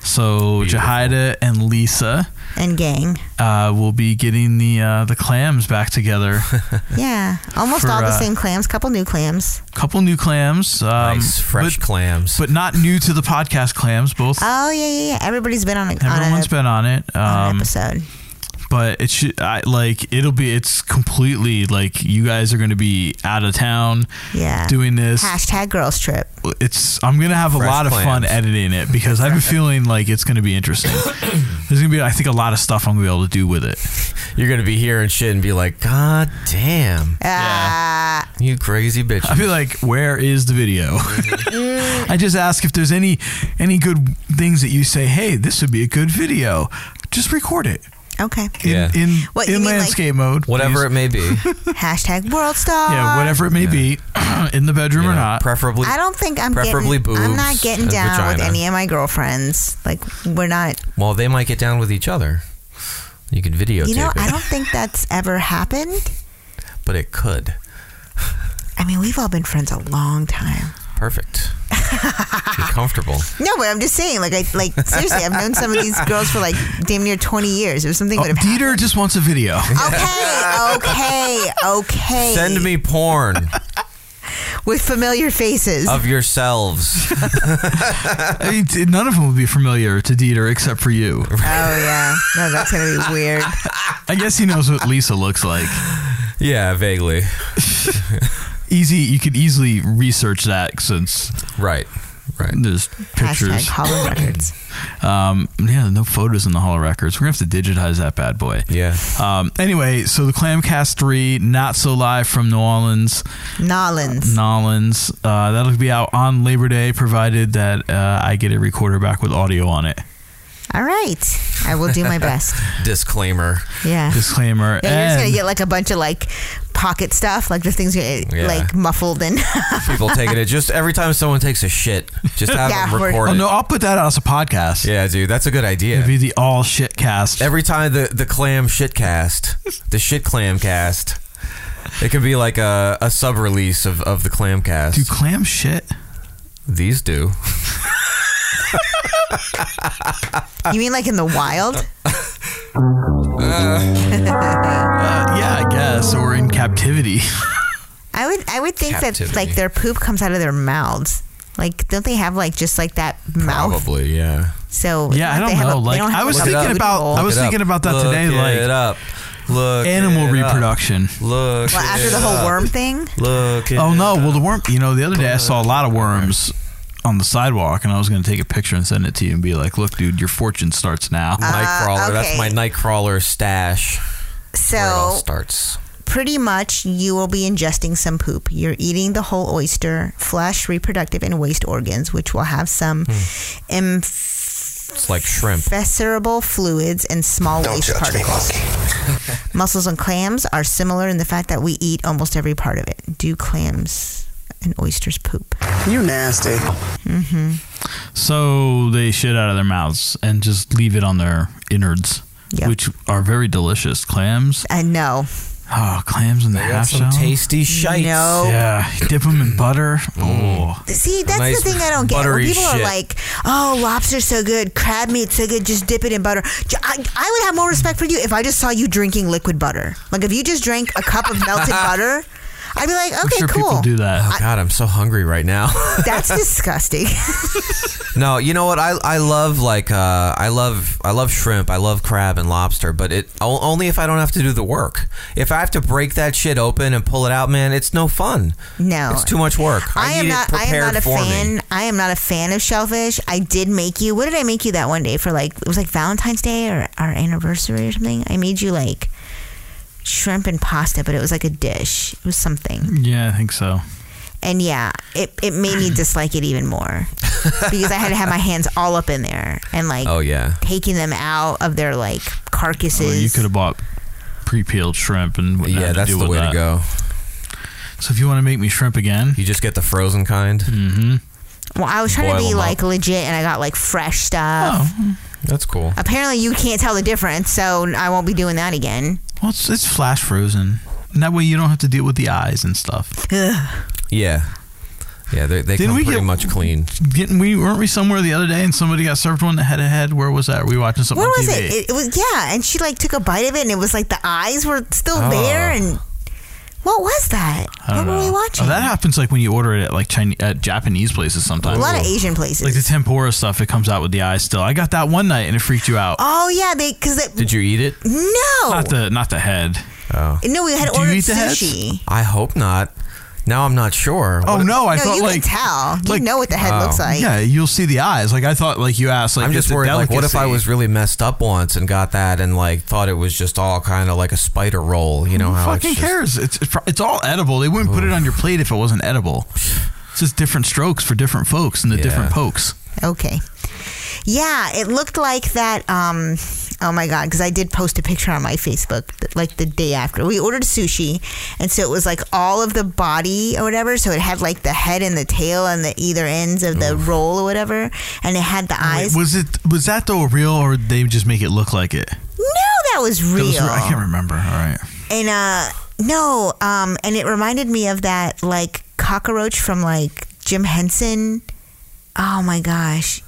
[SPEAKER 7] So Jahida and Lisa
[SPEAKER 5] and gang.
[SPEAKER 7] uh, will be getting the uh, the clams back
[SPEAKER 2] [laughs]
[SPEAKER 7] together.
[SPEAKER 5] Yeah, almost
[SPEAKER 7] For,
[SPEAKER 5] all the
[SPEAKER 7] uh,
[SPEAKER 5] same clams. Couple new clams.
[SPEAKER 7] couple new clams. Um,
[SPEAKER 2] nice fresh
[SPEAKER 7] But,
[SPEAKER 2] clams.
[SPEAKER 7] but not new to the podcast clams. Both.
[SPEAKER 5] Oh yeah, yeah, yeah. Everybody's been on, a, on, a,
[SPEAKER 7] Everyone's been on it.
[SPEAKER 5] on an
[SPEAKER 7] Um,
[SPEAKER 5] episode.
[SPEAKER 7] but it should I, like it'll be it's completely like you guys are going to be out of town
[SPEAKER 5] Yeah.
[SPEAKER 7] doing this
[SPEAKER 5] Hashtag girls trip.
[SPEAKER 7] it's i'm going to have a
[SPEAKER 2] Fresh
[SPEAKER 7] lot of fun
[SPEAKER 2] plans.
[SPEAKER 7] editing it because i've been feeling like it's going to be
[SPEAKER 2] [coughs]
[SPEAKER 7] interesting there's going to be i think a lot of stuff i'm going to be able to do with it
[SPEAKER 2] You're gonna be hearing shit and be like, God damn,
[SPEAKER 5] Ah,
[SPEAKER 2] you crazy bitch.
[SPEAKER 7] i feel like where is the video [laughs]
[SPEAKER 5] Mm-hmm.
[SPEAKER 7] i just ask if there's any any good things that you say hey this would be a good video just record it
[SPEAKER 5] okay.
[SPEAKER 7] in
[SPEAKER 2] Yeah.
[SPEAKER 7] in,
[SPEAKER 5] What, you
[SPEAKER 7] in
[SPEAKER 5] mean, like-
[SPEAKER 7] landscape mode
[SPEAKER 2] Whatever
[SPEAKER 7] please.
[SPEAKER 2] it may
[SPEAKER 7] [laughs]
[SPEAKER 2] be, you
[SPEAKER 5] Hashtag world star.
[SPEAKER 7] yeah whatever it may be [clears throat] in the bedroom or
[SPEAKER 2] know,
[SPEAKER 7] not
[SPEAKER 2] preferably.
[SPEAKER 5] I don't think I'm
[SPEAKER 2] Preferably
[SPEAKER 5] getting, I'm
[SPEAKER 2] boobs
[SPEAKER 5] not getting
[SPEAKER 2] and
[SPEAKER 5] down with
[SPEAKER 2] vagina.
[SPEAKER 5] any of my girlfriends. Like we're not.
[SPEAKER 2] well, they might get down with each other. You could videotape
[SPEAKER 5] You know,
[SPEAKER 2] it,
[SPEAKER 5] I don't think that's ever happened.
[SPEAKER 2] but it could.
[SPEAKER 5] I mean, we've all been friends a long time.
[SPEAKER 2] Perfect. Be comfortable.
[SPEAKER 5] No, but I'm just saying, like, I like seriously, I've known some of these girls for like damn near 20 years. If something
[SPEAKER 7] Oh,
[SPEAKER 5] would have happened.
[SPEAKER 7] Dieter just wants a
[SPEAKER 2] [laughs]
[SPEAKER 7] video.
[SPEAKER 5] Okay, okay, okay.
[SPEAKER 2] Send me
[SPEAKER 7] [laughs]
[SPEAKER 2] porn
[SPEAKER 5] with familiar faces.
[SPEAKER 2] of yourselves.
[SPEAKER 7] I mean, t- none of them would be familiar to Dieter except for you.
[SPEAKER 5] oh yeah, no, that's gonna be weird.
[SPEAKER 7] I guess he knows what Lisa looks like.
[SPEAKER 2] yeah, vaguely.
[SPEAKER 7] Easy, you could easily research that since
[SPEAKER 2] Right. Right.
[SPEAKER 7] there's
[SPEAKER 5] Hashtag
[SPEAKER 7] pictures.
[SPEAKER 5] hollow records.
[SPEAKER 7] Um, yeah, no photos in the Hall of Records. We're gonna have to digitize that bad boy.
[SPEAKER 2] Yeah.
[SPEAKER 7] Um, anyway, so the Clamcast three, not so live from New Orleans,
[SPEAKER 5] Nolans.
[SPEAKER 7] Nolans. Uh, that'll be out on Labor Day, provided that uh, I get a recorder back with audio on it.
[SPEAKER 5] All right. I will do my best.
[SPEAKER 2] Disclaimer.
[SPEAKER 5] Yeah.
[SPEAKER 7] Disclaimer.
[SPEAKER 5] Yeah, you're just gonna
[SPEAKER 7] and-
[SPEAKER 5] get like a bunch of like pocket stuff, like the things gonna
[SPEAKER 2] Yeah.
[SPEAKER 5] like
[SPEAKER 7] [laughs]
[SPEAKER 5] muffled and
[SPEAKER 2] People taking it just every time someone takes a shit, just have
[SPEAKER 5] Yeah,
[SPEAKER 2] them
[SPEAKER 5] we're-
[SPEAKER 2] record
[SPEAKER 7] Oh,
[SPEAKER 2] it.
[SPEAKER 7] no, I'll put that out as a podcast.
[SPEAKER 2] Yeah, dude, that's a good idea. It'd
[SPEAKER 7] be the all shit cast.
[SPEAKER 2] Every time the, the clam shit cast, the shit clam cast, it can be like a, a sub release of, of the clam cast. Do
[SPEAKER 7] clam shit?
[SPEAKER 2] These do.
[SPEAKER 5] [laughs] you mean like in the
[SPEAKER 7] Uh,
[SPEAKER 5] wild?
[SPEAKER 7] yeah, I guess. Or in captivity.
[SPEAKER 5] I would I would think that
[SPEAKER 7] Captivity.
[SPEAKER 5] like their poop comes out of their mouths. Like don't they have like just like that mouth?
[SPEAKER 2] Probably, yeah.
[SPEAKER 5] So
[SPEAKER 7] Yeah, I
[SPEAKER 5] they
[SPEAKER 7] don't
[SPEAKER 5] have a-
[SPEAKER 7] know.
[SPEAKER 5] they
[SPEAKER 7] Like,
[SPEAKER 5] don't have
[SPEAKER 7] I was
[SPEAKER 5] a
[SPEAKER 7] thinking
[SPEAKER 5] food
[SPEAKER 7] about-
[SPEAKER 5] bowl.
[SPEAKER 7] I was
[SPEAKER 2] Look it
[SPEAKER 7] thinking
[SPEAKER 2] up.
[SPEAKER 7] about that
[SPEAKER 2] Look
[SPEAKER 7] today, like-
[SPEAKER 2] it up. Look
[SPEAKER 7] Animal
[SPEAKER 2] it up.
[SPEAKER 7] reproduction.
[SPEAKER 2] Look.
[SPEAKER 5] Well, after
[SPEAKER 2] it
[SPEAKER 5] the whole
[SPEAKER 2] up.
[SPEAKER 5] worm thing,
[SPEAKER 2] Look.
[SPEAKER 7] Oh no! Well, the worm. You know, the other day I saw a lot of worms on the sidewalk, and I was going to take a picture and send it to you and be like, "Look, dude, your fortune starts now."
[SPEAKER 2] Nightcrawler.
[SPEAKER 5] Uh, okay.
[SPEAKER 2] That's my Nightcrawler stash. Where it all
[SPEAKER 5] so
[SPEAKER 2] starts.
[SPEAKER 5] pretty much you will be ingesting some poop. You're eating the whole oyster, flesh, reproductive, and waste organs, which will have some
[SPEAKER 2] Hmm. It's like shrimp.
[SPEAKER 5] infesterable fluids and small waste particles. [laughs]
[SPEAKER 2] [laughs]
[SPEAKER 5] Mussels and clams are similar in the fact that we eat almost every part of it. Do clams and oysters poop? You nasty. hmm
[SPEAKER 7] So they shit out of their mouths and just leave it on their innards,
[SPEAKER 5] Yeah.
[SPEAKER 7] which are very delicious. Clams.
[SPEAKER 5] I know.
[SPEAKER 7] Oh, clams in the
[SPEAKER 2] They got
[SPEAKER 7] half
[SPEAKER 2] some
[SPEAKER 7] shell.
[SPEAKER 2] tasty shites. No.
[SPEAKER 7] Yeah, dip them in butter.
[SPEAKER 2] Mm.
[SPEAKER 7] Oh.
[SPEAKER 5] See, that's
[SPEAKER 7] Nice
[SPEAKER 5] the thing I don't get. When
[SPEAKER 7] buttery
[SPEAKER 5] people are
[SPEAKER 7] shit.
[SPEAKER 5] like, "Oh, lobster's so good, crab meat's so good, just dip it in butter." J- I, I would have more respect for you if I just saw you drinking liquid butter. Like if you just drank a cup of melted
[SPEAKER 2] [laughs]
[SPEAKER 5] butter, I'd be like, "Okay, cool."
[SPEAKER 2] that. Oh God, I'm so hungry right now. [laughs]
[SPEAKER 5] That's disgusting. [laughs]
[SPEAKER 2] no, you know what? I, I love like uh, I love I love shrimp. I love crab and lobster, but it o- only if I don't have to do the work. If I have to break that shit open and pull it out, man, it's no fun.
[SPEAKER 5] No.
[SPEAKER 2] it's too much work. I,
[SPEAKER 5] I am
[SPEAKER 2] need
[SPEAKER 5] not.
[SPEAKER 2] It
[SPEAKER 5] I am
[SPEAKER 2] prepared
[SPEAKER 5] not a
[SPEAKER 2] for
[SPEAKER 5] fan.
[SPEAKER 2] Me.
[SPEAKER 5] I am not a fan of shellfish. I did make you. What did I make you that one day for? Like it was like Valentine's Day or our anniversary or something. I made you like shrimp and pasta, but it was like a dish. It was something.
[SPEAKER 7] Yeah, I think so.
[SPEAKER 5] And yeah, it, it made
[SPEAKER 7] [laughs]
[SPEAKER 5] me dislike it even more because I had to have my hands all up in there and like
[SPEAKER 7] Oh, yeah.
[SPEAKER 5] taking them out of their like carcasses.
[SPEAKER 7] Well, you could have bought pre-peeled shrimp and wouldn't
[SPEAKER 2] Yeah,
[SPEAKER 7] have to
[SPEAKER 2] that's
[SPEAKER 7] deal
[SPEAKER 2] the
[SPEAKER 7] with
[SPEAKER 2] way
[SPEAKER 7] that.
[SPEAKER 2] to go.
[SPEAKER 7] So if you want to make me shrimp again,
[SPEAKER 2] you just get the frozen kind.
[SPEAKER 7] Mm-hmm.
[SPEAKER 5] well, I was trying to
[SPEAKER 2] boil
[SPEAKER 5] be
[SPEAKER 2] 'em
[SPEAKER 5] like legit, and I got like fresh stuff.
[SPEAKER 7] Oh.
[SPEAKER 2] That's cool.
[SPEAKER 5] Apparently, you can't tell the difference, so I won't be doing that again.
[SPEAKER 7] Well, it's, it's flash frozen, and that way you don't have to deal with the eyes and stuff.
[SPEAKER 2] Yeah, yeah, they they
[SPEAKER 7] Didn't
[SPEAKER 2] come
[SPEAKER 7] we
[SPEAKER 2] pretty
[SPEAKER 7] get-
[SPEAKER 2] much clean.
[SPEAKER 7] Getting we weren't we somewhere the other day and somebody got served one head to head. Where was that? Were we watching something
[SPEAKER 5] Where
[SPEAKER 7] on
[SPEAKER 5] was
[SPEAKER 7] TV?
[SPEAKER 5] it? it? It was yeah, and she like took a bite of it, and it was like the eyes were still
[SPEAKER 7] Oh.
[SPEAKER 5] there, and what was that?
[SPEAKER 7] I
[SPEAKER 5] What
[SPEAKER 7] don't
[SPEAKER 5] were
[SPEAKER 7] know.
[SPEAKER 5] we watching?
[SPEAKER 7] Oh, that happens like when you order it at like Chinese at Japanese places sometimes.
[SPEAKER 5] A lot of Asian places.
[SPEAKER 7] Like the tempura stuff, it comes out with the eyes still. I got that one night and it freaked you out.
[SPEAKER 5] oh yeah, they because
[SPEAKER 7] Did you eat it?
[SPEAKER 5] no,
[SPEAKER 7] Not the not the head.
[SPEAKER 2] Oh.
[SPEAKER 5] no, we had
[SPEAKER 7] Do you
[SPEAKER 5] ordered
[SPEAKER 7] eat the heads?
[SPEAKER 5] sushi.
[SPEAKER 2] I hope not. Now I'm not sure.
[SPEAKER 7] Oh no, I
[SPEAKER 5] no,
[SPEAKER 7] thought
[SPEAKER 5] you
[SPEAKER 7] like
[SPEAKER 5] can tell. You
[SPEAKER 7] like- oh,
[SPEAKER 5] know what the head looks like.
[SPEAKER 7] Yeah, you'll see the eyes. Like I thought, like you asked. Like
[SPEAKER 2] I'm just
[SPEAKER 7] it's a
[SPEAKER 2] worried. Like, what if I
[SPEAKER 7] delicacy.
[SPEAKER 2] was really messed up once and got that and like thought it was just all kind of like a spider roll? You know
[SPEAKER 7] Who
[SPEAKER 2] how it's
[SPEAKER 7] fucking
[SPEAKER 2] just-
[SPEAKER 7] cares? It's, it's pro- it's all edible. They wouldn't put it on your plate if it wasn't edible. It's just different strokes for different folks and the different pokes.
[SPEAKER 5] Okay. Yeah, it looked like that. Um, oh my god, because I did post a picture on my Facebook th- like the day after we ordered sushi, and so it was like all of the body or whatever. So it had like the head and the tail and the either ends of the roll or whatever, and it had the eyes.
[SPEAKER 7] was it was that though real or did they just make it look like it?
[SPEAKER 5] no, that was
[SPEAKER 7] That
[SPEAKER 5] real.
[SPEAKER 7] was re- I can't remember. All right.
[SPEAKER 5] And uh, no, um, and it reminded me of that like cockroach from like Jim Henson. Oh my gosh.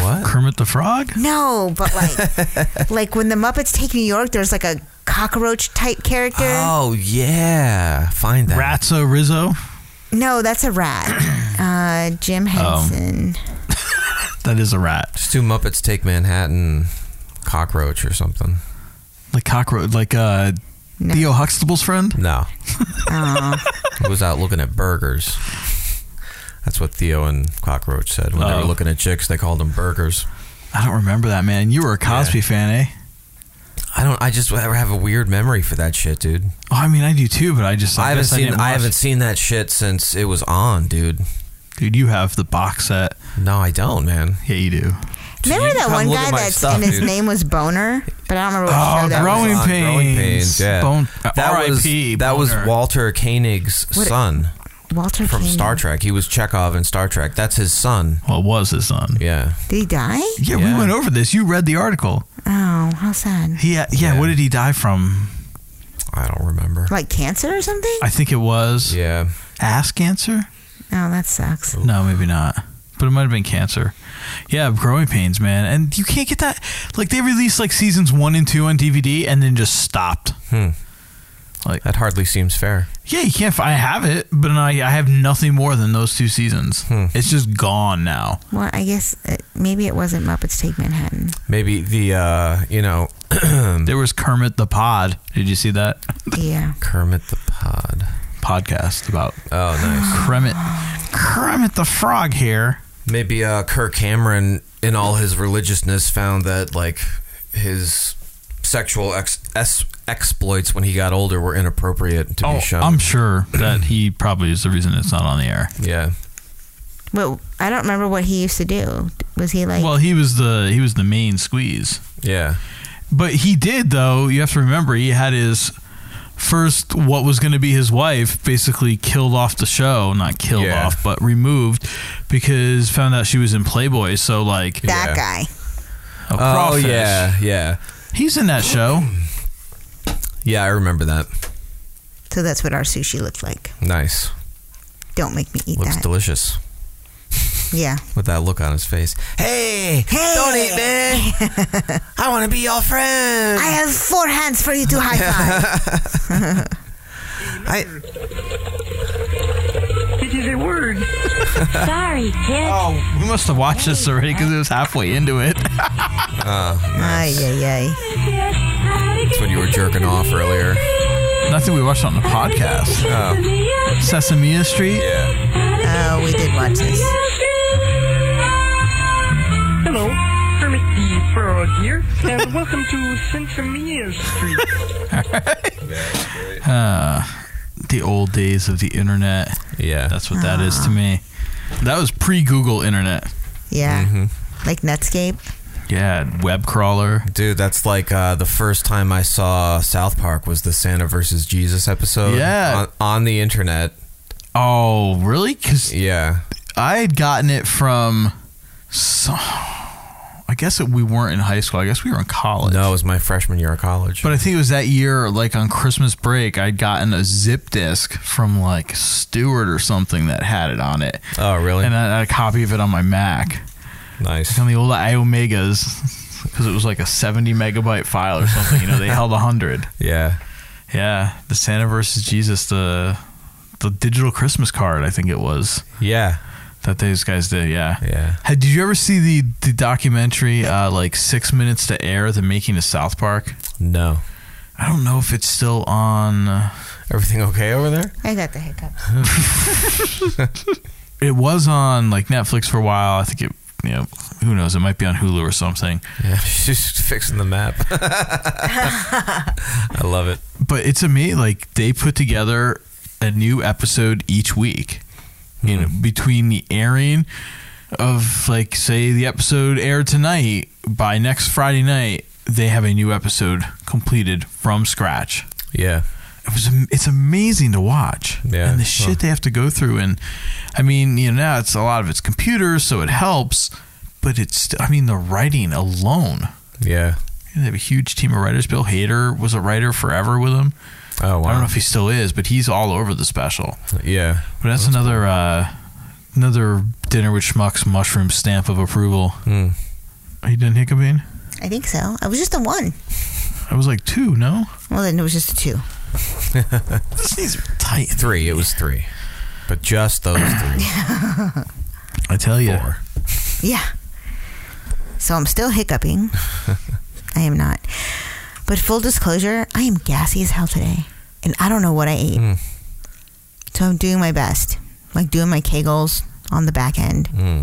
[SPEAKER 2] What?
[SPEAKER 7] Kermit the Frog?
[SPEAKER 5] No,
[SPEAKER 2] [laughs]
[SPEAKER 5] but like, like when the Muppets take New York, there's like a cockroach type character.
[SPEAKER 2] Oh yeah, find that.
[SPEAKER 7] Ratso Rizzo.
[SPEAKER 5] No, that's
[SPEAKER 2] [clears throat]
[SPEAKER 5] a rat. Uh,
[SPEAKER 2] Oh.
[SPEAKER 5] Jim Henson.
[SPEAKER 7] That is a rat.
[SPEAKER 2] Just do Muppets Take Manhattan, cockroach or something.
[SPEAKER 7] Like cockroach, like uh, Theo Huxtable's friend.
[SPEAKER 2] No,
[SPEAKER 5] Oh.
[SPEAKER 2] he was out looking at burgers. That's what Theo and Cockroach said when they were
[SPEAKER 7] Oh.
[SPEAKER 2] looking at chicks. They called them burgers.
[SPEAKER 7] I don't remember that man. You were a Cosby fan, eh?
[SPEAKER 2] I don't. I just have a weird memory for that shit, dude.
[SPEAKER 7] Oh, I mean, I do too, but I just
[SPEAKER 2] I, haven't
[SPEAKER 7] guess
[SPEAKER 2] seen.
[SPEAKER 7] didn't
[SPEAKER 2] I,
[SPEAKER 7] watch-
[SPEAKER 2] haven't seen that shit since it was on, dude.
[SPEAKER 7] Dude, you have the box set.
[SPEAKER 2] No, I don't, man.
[SPEAKER 7] Yeah, you do.
[SPEAKER 2] dude,
[SPEAKER 5] Remember
[SPEAKER 2] you
[SPEAKER 5] that
[SPEAKER 2] come
[SPEAKER 5] one
[SPEAKER 2] look at
[SPEAKER 5] guy
[SPEAKER 2] my
[SPEAKER 5] that's
[SPEAKER 2] stuff,
[SPEAKER 5] and his
[SPEAKER 2] dude.
[SPEAKER 5] name was Boner, but I don't remember what
[SPEAKER 2] That
[SPEAKER 5] show that
[SPEAKER 2] was
[SPEAKER 5] was.
[SPEAKER 2] on Growing Pains. Yeah.
[SPEAKER 7] Bone-
[SPEAKER 2] that was
[SPEAKER 7] R.I.P.,
[SPEAKER 2] that was
[SPEAKER 7] Boner.
[SPEAKER 2] Walter Koenig's
[SPEAKER 5] What-
[SPEAKER 2] son.
[SPEAKER 5] Walter
[SPEAKER 2] from
[SPEAKER 5] Koenig.
[SPEAKER 2] Star Trek. He was Chekhov in Star Trek. That's his son.
[SPEAKER 7] Well, it was his son.
[SPEAKER 2] Yeah.
[SPEAKER 5] Did he die?
[SPEAKER 7] Yeah, we went over this. You read the article.
[SPEAKER 5] Oh, how sad.
[SPEAKER 7] He, yeah, What did he die from?
[SPEAKER 2] I don't remember.
[SPEAKER 5] Like cancer or something?
[SPEAKER 7] I think it was.
[SPEAKER 2] Yeah.
[SPEAKER 7] Ass cancer?
[SPEAKER 5] Oh, that sucks.
[SPEAKER 7] No, maybe not. But it might have been cancer. Yeah, growing pains, man. And you can't get that. Like they released like seasons one and two on DVD, and then just stopped.
[SPEAKER 2] Hmm.
[SPEAKER 7] Like
[SPEAKER 2] that hardly seems fair.
[SPEAKER 7] Yeah, you can't. f- I have it, but I, I have nothing more than those two seasons. It's just gone now.
[SPEAKER 5] Well, I guess uh maybe it wasn't Muppets Take Manhattan.
[SPEAKER 2] Maybe the uh, you know [clears throat]
[SPEAKER 7] there was Kermit the Pod. Did you see that?
[SPEAKER 5] Yeah.
[SPEAKER 2] Kermit the Pod
[SPEAKER 7] podcast about
[SPEAKER 2] oh nice
[SPEAKER 7] Kermit Kermit the Frog here.
[SPEAKER 2] Maybe uh, Kirk Cameron, in all his religiousness, found that like his sexual ex- es- exploits when he got older were inappropriate to
[SPEAKER 7] Oh,
[SPEAKER 2] be shown.
[SPEAKER 7] I'm sure that he probably is the reason it's not on the air.
[SPEAKER 2] Yeah.
[SPEAKER 5] But I don't remember what he used to do. Was he like?
[SPEAKER 7] Well, he was the he was the main squeeze.
[SPEAKER 2] Yeah.
[SPEAKER 7] But he did though. You have to remember he had his first what was going to be his wife basically killed off the show, not killed
[SPEAKER 2] Yeah.
[SPEAKER 7] off, but removed because found out she was in Playboy. So like
[SPEAKER 5] That guy.
[SPEAKER 7] A
[SPEAKER 2] Oh
[SPEAKER 7] crawfish.
[SPEAKER 2] yeah, yeah.
[SPEAKER 7] He's in that show.
[SPEAKER 2] Yeah, I remember that.
[SPEAKER 5] So that's what our sushi looked like.
[SPEAKER 2] Nice.
[SPEAKER 5] Don't make me eat
[SPEAKER 2] Looks
[SPEAKER 5] that.
[SPEAKER 2] delicious
[SPEAKER 5] yeah.
[SPEAKER 2] with that look on his face. Hey, don't eat me. I want to be your friend.
[SPEAKER 5] I have four hands for you to high five.
[SPEAKER 2] I.
[SPEAKER 12] This is a word. Sorry, kid.
[SPEAKER 7] Oh, we must have watched this already because it was halfway into it.
[SPEAKER 5] [laughs] Ay, ay, ay.
[SPEAKER 2] That's when you were jerking off earlier.
[SPEAKER 7] Nothing we watched on the podcast. Sesame Street.
[SPEAKER 2] Yeah.
[SPEAKER 5] Oh, we did watch this.
[SPEAKER 12] Hello, Kermit the Frog here, and welcome to Sesame Street.
[SPEAKER 7] Uh, the old days of the internet.
[SPEAKER 2] Yeah,
[SPEAKER 7] that's what that is to me. That was pre-Google internet.
[SPEAKER 5] Yeah. Like Netscape.
[SPEAKER 7] Yeah, web crawler.
[SPEAKER 2] Dude, that's like uh, the first time I saw South Park was the Santa versus Jesus episode.
[SPEAKER 7] Yeah.
[SPEAKER 2] On, on the internet.
[SPEAKER 7] Oh, really? Because
[SPEAKER 2] yeah,
[SPEAKER 7] I had gotten it from. So, I guess that we weren't in high school. I guess we were in college.
[SPEAKER 2] No, it was my freshman year of college.
[SPEAKER 7] But I think it was that year, like on Christmas break, I'd gotten a zip disc from like Stewart or something that had it on it.
[SPEAKER 2] Oh, really?
[SPEAKER 7] And I had a copy of it on my Mac.
[SPEAKER 2] Nice.
[SPEAKER 7] Like on the old iOmegas, because it was like a 70 megabyte file or something. You know, they held 100.
[SPEAKER 2] Yeah.
[SPEAKER 7] Yeah. The Santa versus Jesus, the the digital Christmas card, I think it was.
[SPEAKER 2] Yeah.
[SPEAKER 7] That these guys did, yeah.
[SPEAKER 2] Yeah.
[SPEAKER 7] Had, did you ever see the, the documentary, uh, like Six Minutes to Air, The Making of South Park?
[SPEAKER 2] No.
[SPEAKER 7] I don't know if it's still on. uh,
[SPEAKER 2] Everything okay over there?
[SPEAKER 5] I got the hiccups.
[SPEAKER 7] It was on like Netflix for a while. I think it, you know, who knows? It might be on Hulu or something.
[SPEAKER 2] Yeah, [laughs] she's fixing the map. [laughs] I love it.
[SPEAKER 7] But it's amazing. Like they put together a new episode each week. You know, between the airing of like say the episode aired tonight by next Friday night, they have a new episode completed from scratch.
[SPEAKER 2] Yeah.
[SPEAKER 7] It was am- it's amazing to watch.
[SPEAKER 2] Yeah.
[SPEAKER 7] And the shit
[SPEAKER 2] Huh.
[SPEAKER 7] they have to go through and I mean, you know, now it's a lot of it's computers, so it helps, but it's st- I mean the writing alone.
[SPEAKER 2] Yeah.
[SPEAKER 7] They have a huge team of writers. Bill Hader was a writer forever with them.
[SPEAKER 2] Oh wow.
[SPEAKER 7] I don't know if he still is, but he's all over the special.
[SPEAKER 2] Yeah.
[SPEAKER 7] But that's, another uh, another dinner with schmucks mushroom stamp of approval.
[SPEAKER 2] Hmm.
[SPEAKER 7] Are you done hiccuping?
[SPEAKER 5] I think so. I was just the one.
[SPEAKER 7] I was like two, no?
[SPEAKER 5] Well, then it was just a two.
[SPEAKER 7] this needs tight.
[SPEAKER 2] Three. It was three. But just those three.
[SPEAKER 7] I tell you.
[SPEAKER 5] Yeah. So I'm still hiccuping. I am not. But full disclosure, I am gassy as hell today. And I don't know what I ate. So I'm doing my best. Like doing my kegels on the back end.
[SPEAKER 2] Hmm.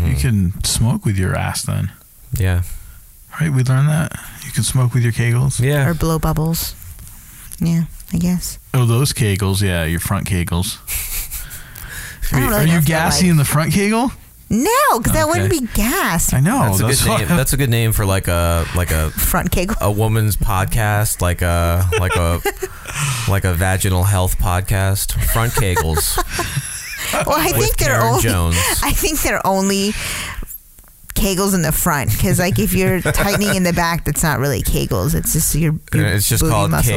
[SPEAKER 7] You can smoke with your ass then.
[SPEAKER 2] Yeah.
[SPEAKER 7] Right? We learned that. You can smoke with your kegels.
[SPEAKER 2] Yeah.
[SPEAKER 5] Or blow bubbles. Yeah, I guess.
[SPEAKER 7] Oh, those kegels. Yeah, your front kegels.
[SPEAKER 5] I don't
[SPEAKER 7] Are,
[SPEAKER 5] really
[SPEAKER 7] you
[SPEAKER 5] know if I
[SPEAKER 7] gassy
[SPEAKER 5] like-
[SPEAKER 7] in the front kegel?
[SPEAKER 5] No, because that wouldn't
[SPEAKER 2] Okay.
[SPEAKER 5] be gas.
[SPEAKER 2] That's,
[SPEAKER 7] Oh,
[SPEAKER 2] a
[SPEAKER 7] [laughs]
[SPEAKER 2] good name. That's a good name for like a like a
[SPEAKER 5] front kick.
[SPEAKER 2] A woman's podcast, like a
[SPEAKER 7] [laughs]
[SPEAKER 2] like a like a vaginal health podcast. Front
[SPEAKER 7] [laughs]
[SPEAKER 2] kegels.
[SPEAKER 5] [laughs] well, I
[SPEAKER 2] With
[SPEAKER 5] think they're
[SPEAKER 2] Karen
[SPEAKER 5] only.
[SPEAKER 2] Jones.
[SPEAKER 5] I think they're only kegels in the front because, like, if you're tightening in the back, that's not really kegels. It's just your. your
[SPEAKER 2] it's just
[SPEAKER 5] booty
[SPEAKER 2] called
[SPEAKER 5] muscles.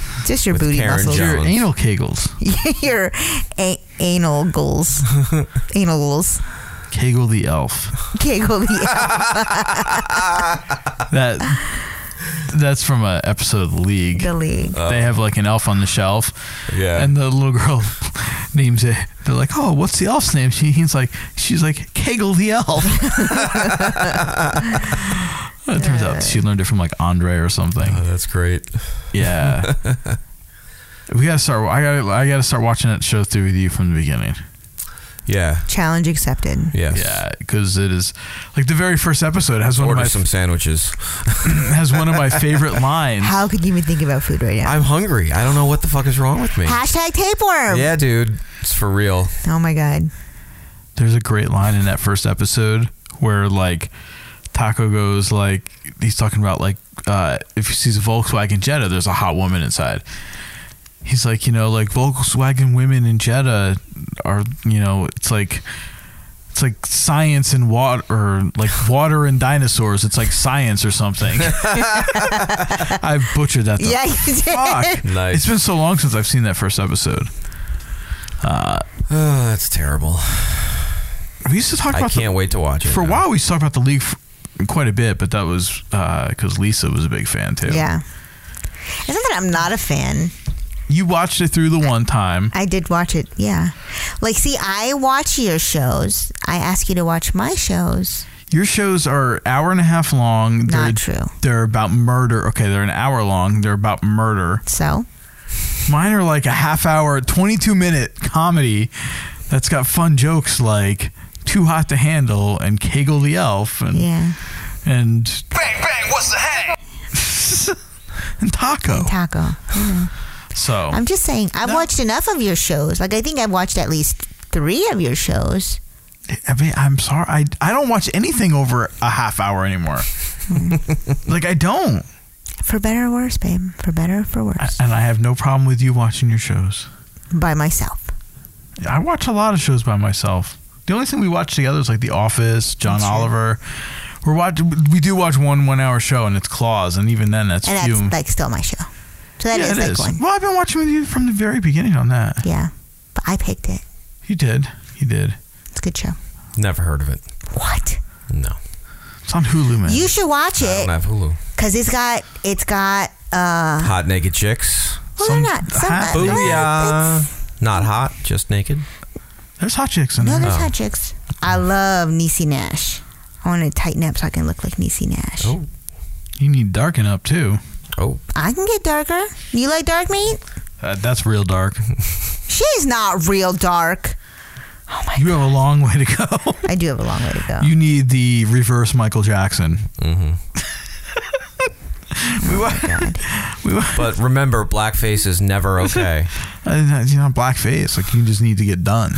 [SPEAKER 2] kegels
[SPEAKER 5] Just your
[SPEAKER 2] with
[SPEAKER 5] booty
[SPEAKER 2] Karen
[SPEAKER 5] muscles.
[SPEAKER 2] Jones. Your anal
[SPEAKER 7] kegels.
[SPEAKER 5] [laughs] your a- anal
[SPEAKER 2] [laughs]
[SPEAKER 5] goals. anal goals.
[SPEAKER 7] Kegel the elf. [laughs]
[SPEAKER 2] [laughs]
[SPEAKER 5] Kegel the.
[SPEAKER 7] That that's from an episode of the League. The
[SPEAKER 5] League.
[SPEAKER 7] they have like an elf on the shelf. Oh. Yeah. And the little girl [laughs] names it. They're like, "Oh, what's the elf's name?" She, he's like, "She's like Kegel the elf." it turns out she learned it from like Andre or something.
[SPEAKER 2] Oh, that's great.
[SPEAKER 7] Yeah. [laughs] we gotta start. I gotta. I gotta start watching that show through with you from the beginning.
[SPEAKER 2] Yeah.
[SPEAKER 5] Challenge accepted.
[SPEAKER 2] Yes.
[SPEAKER 7] Yeah, because it is like the very first episode has one
[SPEAKER 2] Order
[SPEAKER 7] of my
[SPEAKER 2] some sandwiches.
[SPEAKER 7] [clears throat] has one of
[SPEAKER 2] [laughs]
[SPEAKER 7] my favorite lines.
[SPEAKER 5] How could you even think about food right now?
[SPEAKER 2] I'm hungry. I don't know what the fuck is wrong with me.
[SPEAKER 5] Hashtag tapeworm.
[SPEAKER 2] Yeah, dude. It's for real. [sighs]
[SPEAKER 5] Oh my god.
[SPEAKER 7] There's a great line in that first episode where like Taco goes like he's talking about like uh, if he sees a Volkswagen Jetta, there's a hot woman inside. He's like, you know, like Volkswagen women in Jetta are, you know, it's like it's like science and water, or like water and dinosaurs. It's like science or something.
[SPEAKER 2] [laughs]
[SPEAKER 7] [laughs] I've butchered that. the
[SPEAKER 5] Yeah, you did.
[SPEAKER 7] fuck.
[SPEAKER 2] [laughs] Nice.
[SPEAKER 7] It's been so long since I've seen that first episode. Uh,
[SPEAKER 2] oh, that's terrible.
[SPEAKER 7] We used to talk
[SPEAKER 2] I
[SPEAKER 7] about.
[SPEAKER 2] can't wait to watch it
[SPEAKER 7] For a
[SPEAKER 2] now.
[SPEAKER 7] while, we used to talk about the league f- quite a bit, but that was because Lisa was a big fan too.
[SPEAKER 5] Yeah. It's not that I'm not a fan.
[SPEAKER 7] You watched it through the one time.
[SPEAKER 5] I did watch it. Yeah. Like, see, I watch your shows. I ask you to watch my shows.
[SPEAKER 7] Your shows are hour and a half long. They're,
[SPEAKER 5] Not true.
[SPEAKER 7] They're about murder. Okay, they're an hour long. They're about murder.
[SPEAKER 5] So,
[SPEAKER 7] mine are like a half hour, twenty-two minute comedy that's got fun jokes like "Too Hot to Handle" and "Kegel the Elf" and
[SPEAKER 5] yeah.
[SPEAKER 7] and,
[SPEAKER 9] Bang, bang, what's the hang?
[SPEAKER 7] [laughs] and Taco.
[SPEAKER 5] Taco. you know.
[SPEAKER 7] So
[SPEAKER 5] I'm just saying, I've watched enough of your shows. Like, I think I've watched at least three of your shows.
[SPEAKER 7] I mean, I'm sorry. I, I don't watch anything over a half hour anymore. like, I don't.
[SPEAKER 5] For better or worse, babe. For better or for worse.
[SPEAKER 7] And I have no problem with you watching your shows.
[SPEAKER 5] By myself.
[SPEAKER 7] I watch a lot of shows by myself. The only thing we watch together is like The Office, John
[SPEAKER 5] That's right.
[SPEAKER 7] Oliver. We're watch, we do watch one one hour show, and it's Claws, and even then, that's
[SPEAKER 5] and
[SPEAKER 7] few.
[SPEAKER 5] that's, like, still my show. So that is
[SPEAKER 7] Yeah, it
[SPEAKER 5] like
[SPEAKER 7] is.
[SPEAKER 5] one.
[SPEAKER 7] Well, I've been watching with you from the very beginning on that.
[SPEAKER 5] Yeah. But I picked it.
[SPEAKER 7] You did. You did.
[SPEAKER 5] It's a good show.
[SPEAKER 2] Never heard of it.
[SPEAKER 5] What?
[SPEAKER 2] No.
[SPEAKER 7] It's on Hulu, man.
[SPEAKER 5] You should watch
[SPEAKER 2] I
[SPEAKER 5] it.
[SPEAKER 2] don't have Hulu.
[SPEAKER 5] Cause it's got it's got uh
[SPEAKER 2] Hot naked chicks.
[SPEAKER 5] well they're not some
[SPEAKER 2] Hot-
[SPEAKER 5] uh,
[SPEAKER 2] Booyah. Not hot, just naked.
[SPEAKER 7] There's hot chicks in
[SPEAKER 5] no
[SPEAKER 7] there.
[SPEAKER 2] Oh.
[SPEAKER 5] there's hot chicks. I love Niecy Nash. I want to tighten up so I can look like Niecy Nash.
[SPEAKER 7] Oh. You need darken up too.
[SPEAKER 2] Oh,
[SPEAKER 5] I can get darker. You like dark meat?
[SPEAKER 7] uh, that's real dark.
[SPEAKER 5] Oh She's not real dark.
[SPEAKER 7] you have a long way to go.
[SPEAKER 5] I do have a long way to go.
[SPEAKER 7] You need the reverse Michael Jackson. Mm-hmm. we wa-
[SPEAKER 2] But remember, blackface is never okay.
[SPEAKER 7] Uh, you know, blackface. Like you just need to get
[SPEAKER 5] [laughs]
[SPEAKER 7] done.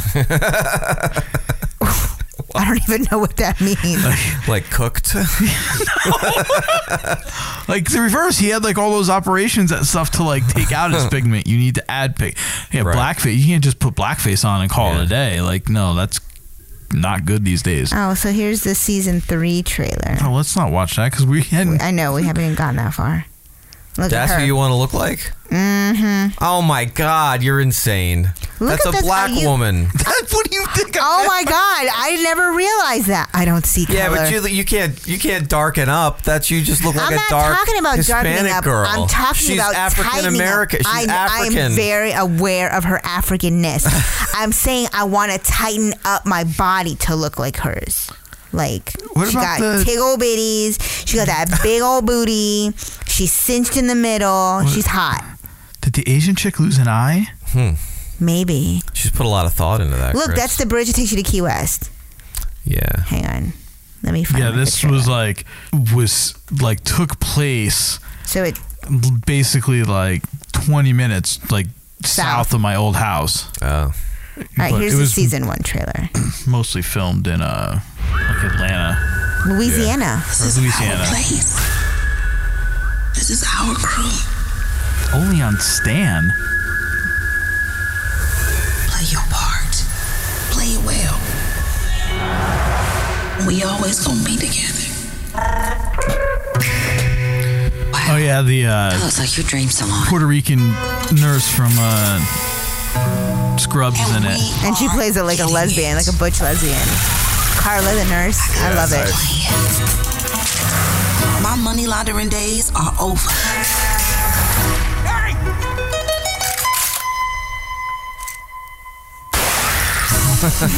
[SPEAKER 5] I don't even know
[SPEAKER 2] [laughs]
[SPEAKER 5] what that means.
[SPEAKER 2] like
[SPEAKER 5] [laughs]
[SPEAKER 2] cooked.
[SPEAKER 7] like the reverse, he had like all those operations and stuff to like take out
[SPEAKER 5] [laughs]
[SPEAKER 7] his pigment. You need to add pig. Yeah, blackface. You can't just put blackface on and call it a day. Like no, that's not good these days.
[SPEAKER 5] oh, so here's the season three trailer.
[SPEAKER 7] No, let's not watch that because we hadn't. [laughs]
[SPEAKER 5] I know we haven't even gotten that far. Look
[SPEAKER 2] That's
[SPEAKER 5] at her.
[SPEAKER 2] who you want to look like?
[SPEAKER 5] mm-hmm.
[SPEAKER 2] Oh my God, you're insane.
[SPEAKER 5] Look
[SPEAKER 2] That's
[SPEAKER 5] at
[SPEAKER 2] a
[SPEAKER 5] this-
[SPEAKER 2] black
[SPEAKER 5] are you-
[SPEAKER 2] woman.
[SPEAKER 7] what do you think?
[SPEAKER 5] Oh my god! I never realized that. I don't see color.
[SPEAKER 2] Yeah, but you you can't you can't darken up. That's you just look like
[SPEAKER 5] I'm
[SPEAKER 2] a
[SPEAKER 5] not
[SPEAKER 2] dark
[SPEAKER 5] talking about
[SPEAKER 2] Hispanic
[SPEAKER 5] darkening up.
[SPEAKER 2] girl.
[SPEAKER 5] I'm talking
[SPEAKER 2] She's
[SPEAKER 5] about
[SPEAKER 2] African American.
[SPEAKER 5] tightening
[SPEAKER 2] She's
[SPEAKER 5] up. I,
[SPEAKER 2] African.
[SPEAKER 5] I am very aware of her Africanness.
[SPEAKER 2] [laughs]
[SPEAKER 5] I'm saying I want to tighten up my body to look like hers. Like
[SPEAKER 7] What
[SPEAKER 5] she
[SPEAKER 7] about
[SPEAKER 5] got
[SPEAKER 7] the-
[SPEAKER 5] big old bitties. She got that big old booty. She's cinched in the middle.
[SPEAKER 7] What-
[SPEAKER 5] She's hot.
[SPEAKER 7] Did the Asian chick lose an eye?
[SPEAKER 2] Hmm.
[SPEAKER 5] Maybe.
[SPEAKER 2] She's put a lot of thought into that.
[SPEAKER 5] Look,
[SPEAKER 2] Chris.
[SPEAKER 5] that's the bridge that takes you to Key West.
[SPEAKER 2] yeah.
[SPEAKER 5] Hang on. Let me find.
[SPEAKER 7] yeah,
[SPEAKER 5] the
[SPEAKER 7] this
[SPEAKER 5] picture.
[SPEAKER 7] was like was like took place
[SPEAKER 5] So it
[SPEAKER 7] basically like 20 minutes like south,
[SPEAKER 5] South.
[SPEAKER 7] of my old house.
[SPEAKER 2] Oh.
[SPEAKER 5] All right,
[SPEAKER 7] But
[SPEAKER 5] here's
[SPEAKER 7] it
[SPEAKER 5] the
[SPEAKER 7] was-
[SPEAKER 5] season one trailer.
[SPEAKER 7] Mostly filmed in uh, like Atlanta,
[SPEAKER 5] Louisiana.
[SPEAKER 7] Or Louisiana.
[SPEAKER 9] This is our crew.
[SPEAKER 7] Only on Stan.
[SPEAKER 9] Play your part. Play it well. We always gonna be together.
[SPEAKER 7] Oh yeah, the uh,
[SPEAKER 9] That looks like your dream salon.
[SPEAKER 7] Puerto Rican nurse from uh, Scrubs is in it.
[SPEAKER 5] And she plays it like a lesbian, like a butch lesbian. Carla the nurse. I love it.
[SPEAKER 9] My money laundering days are over.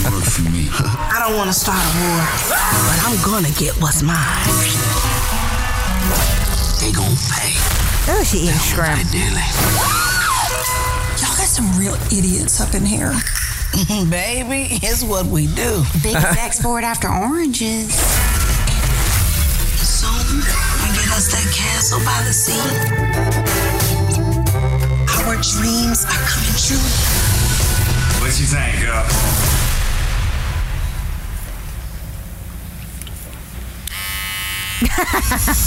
[SPEAKER 13] Work for me.
[SPEAKER 9] I don't want to start a war, but I'm gonna get what's mine. They gon' pay.
[SPEAKER 5] Oh, she eating shrimp.
[SPEAKER 9] Y'all got some real idiots up in here. Baby, it's what we do.
[SPEAKER 14] Biggest export after oranges.
[SPEAKER 9] Soon, we get us that castle by the sea. Our dreams are coming true.
[SPEAKER 15] What you think, girl?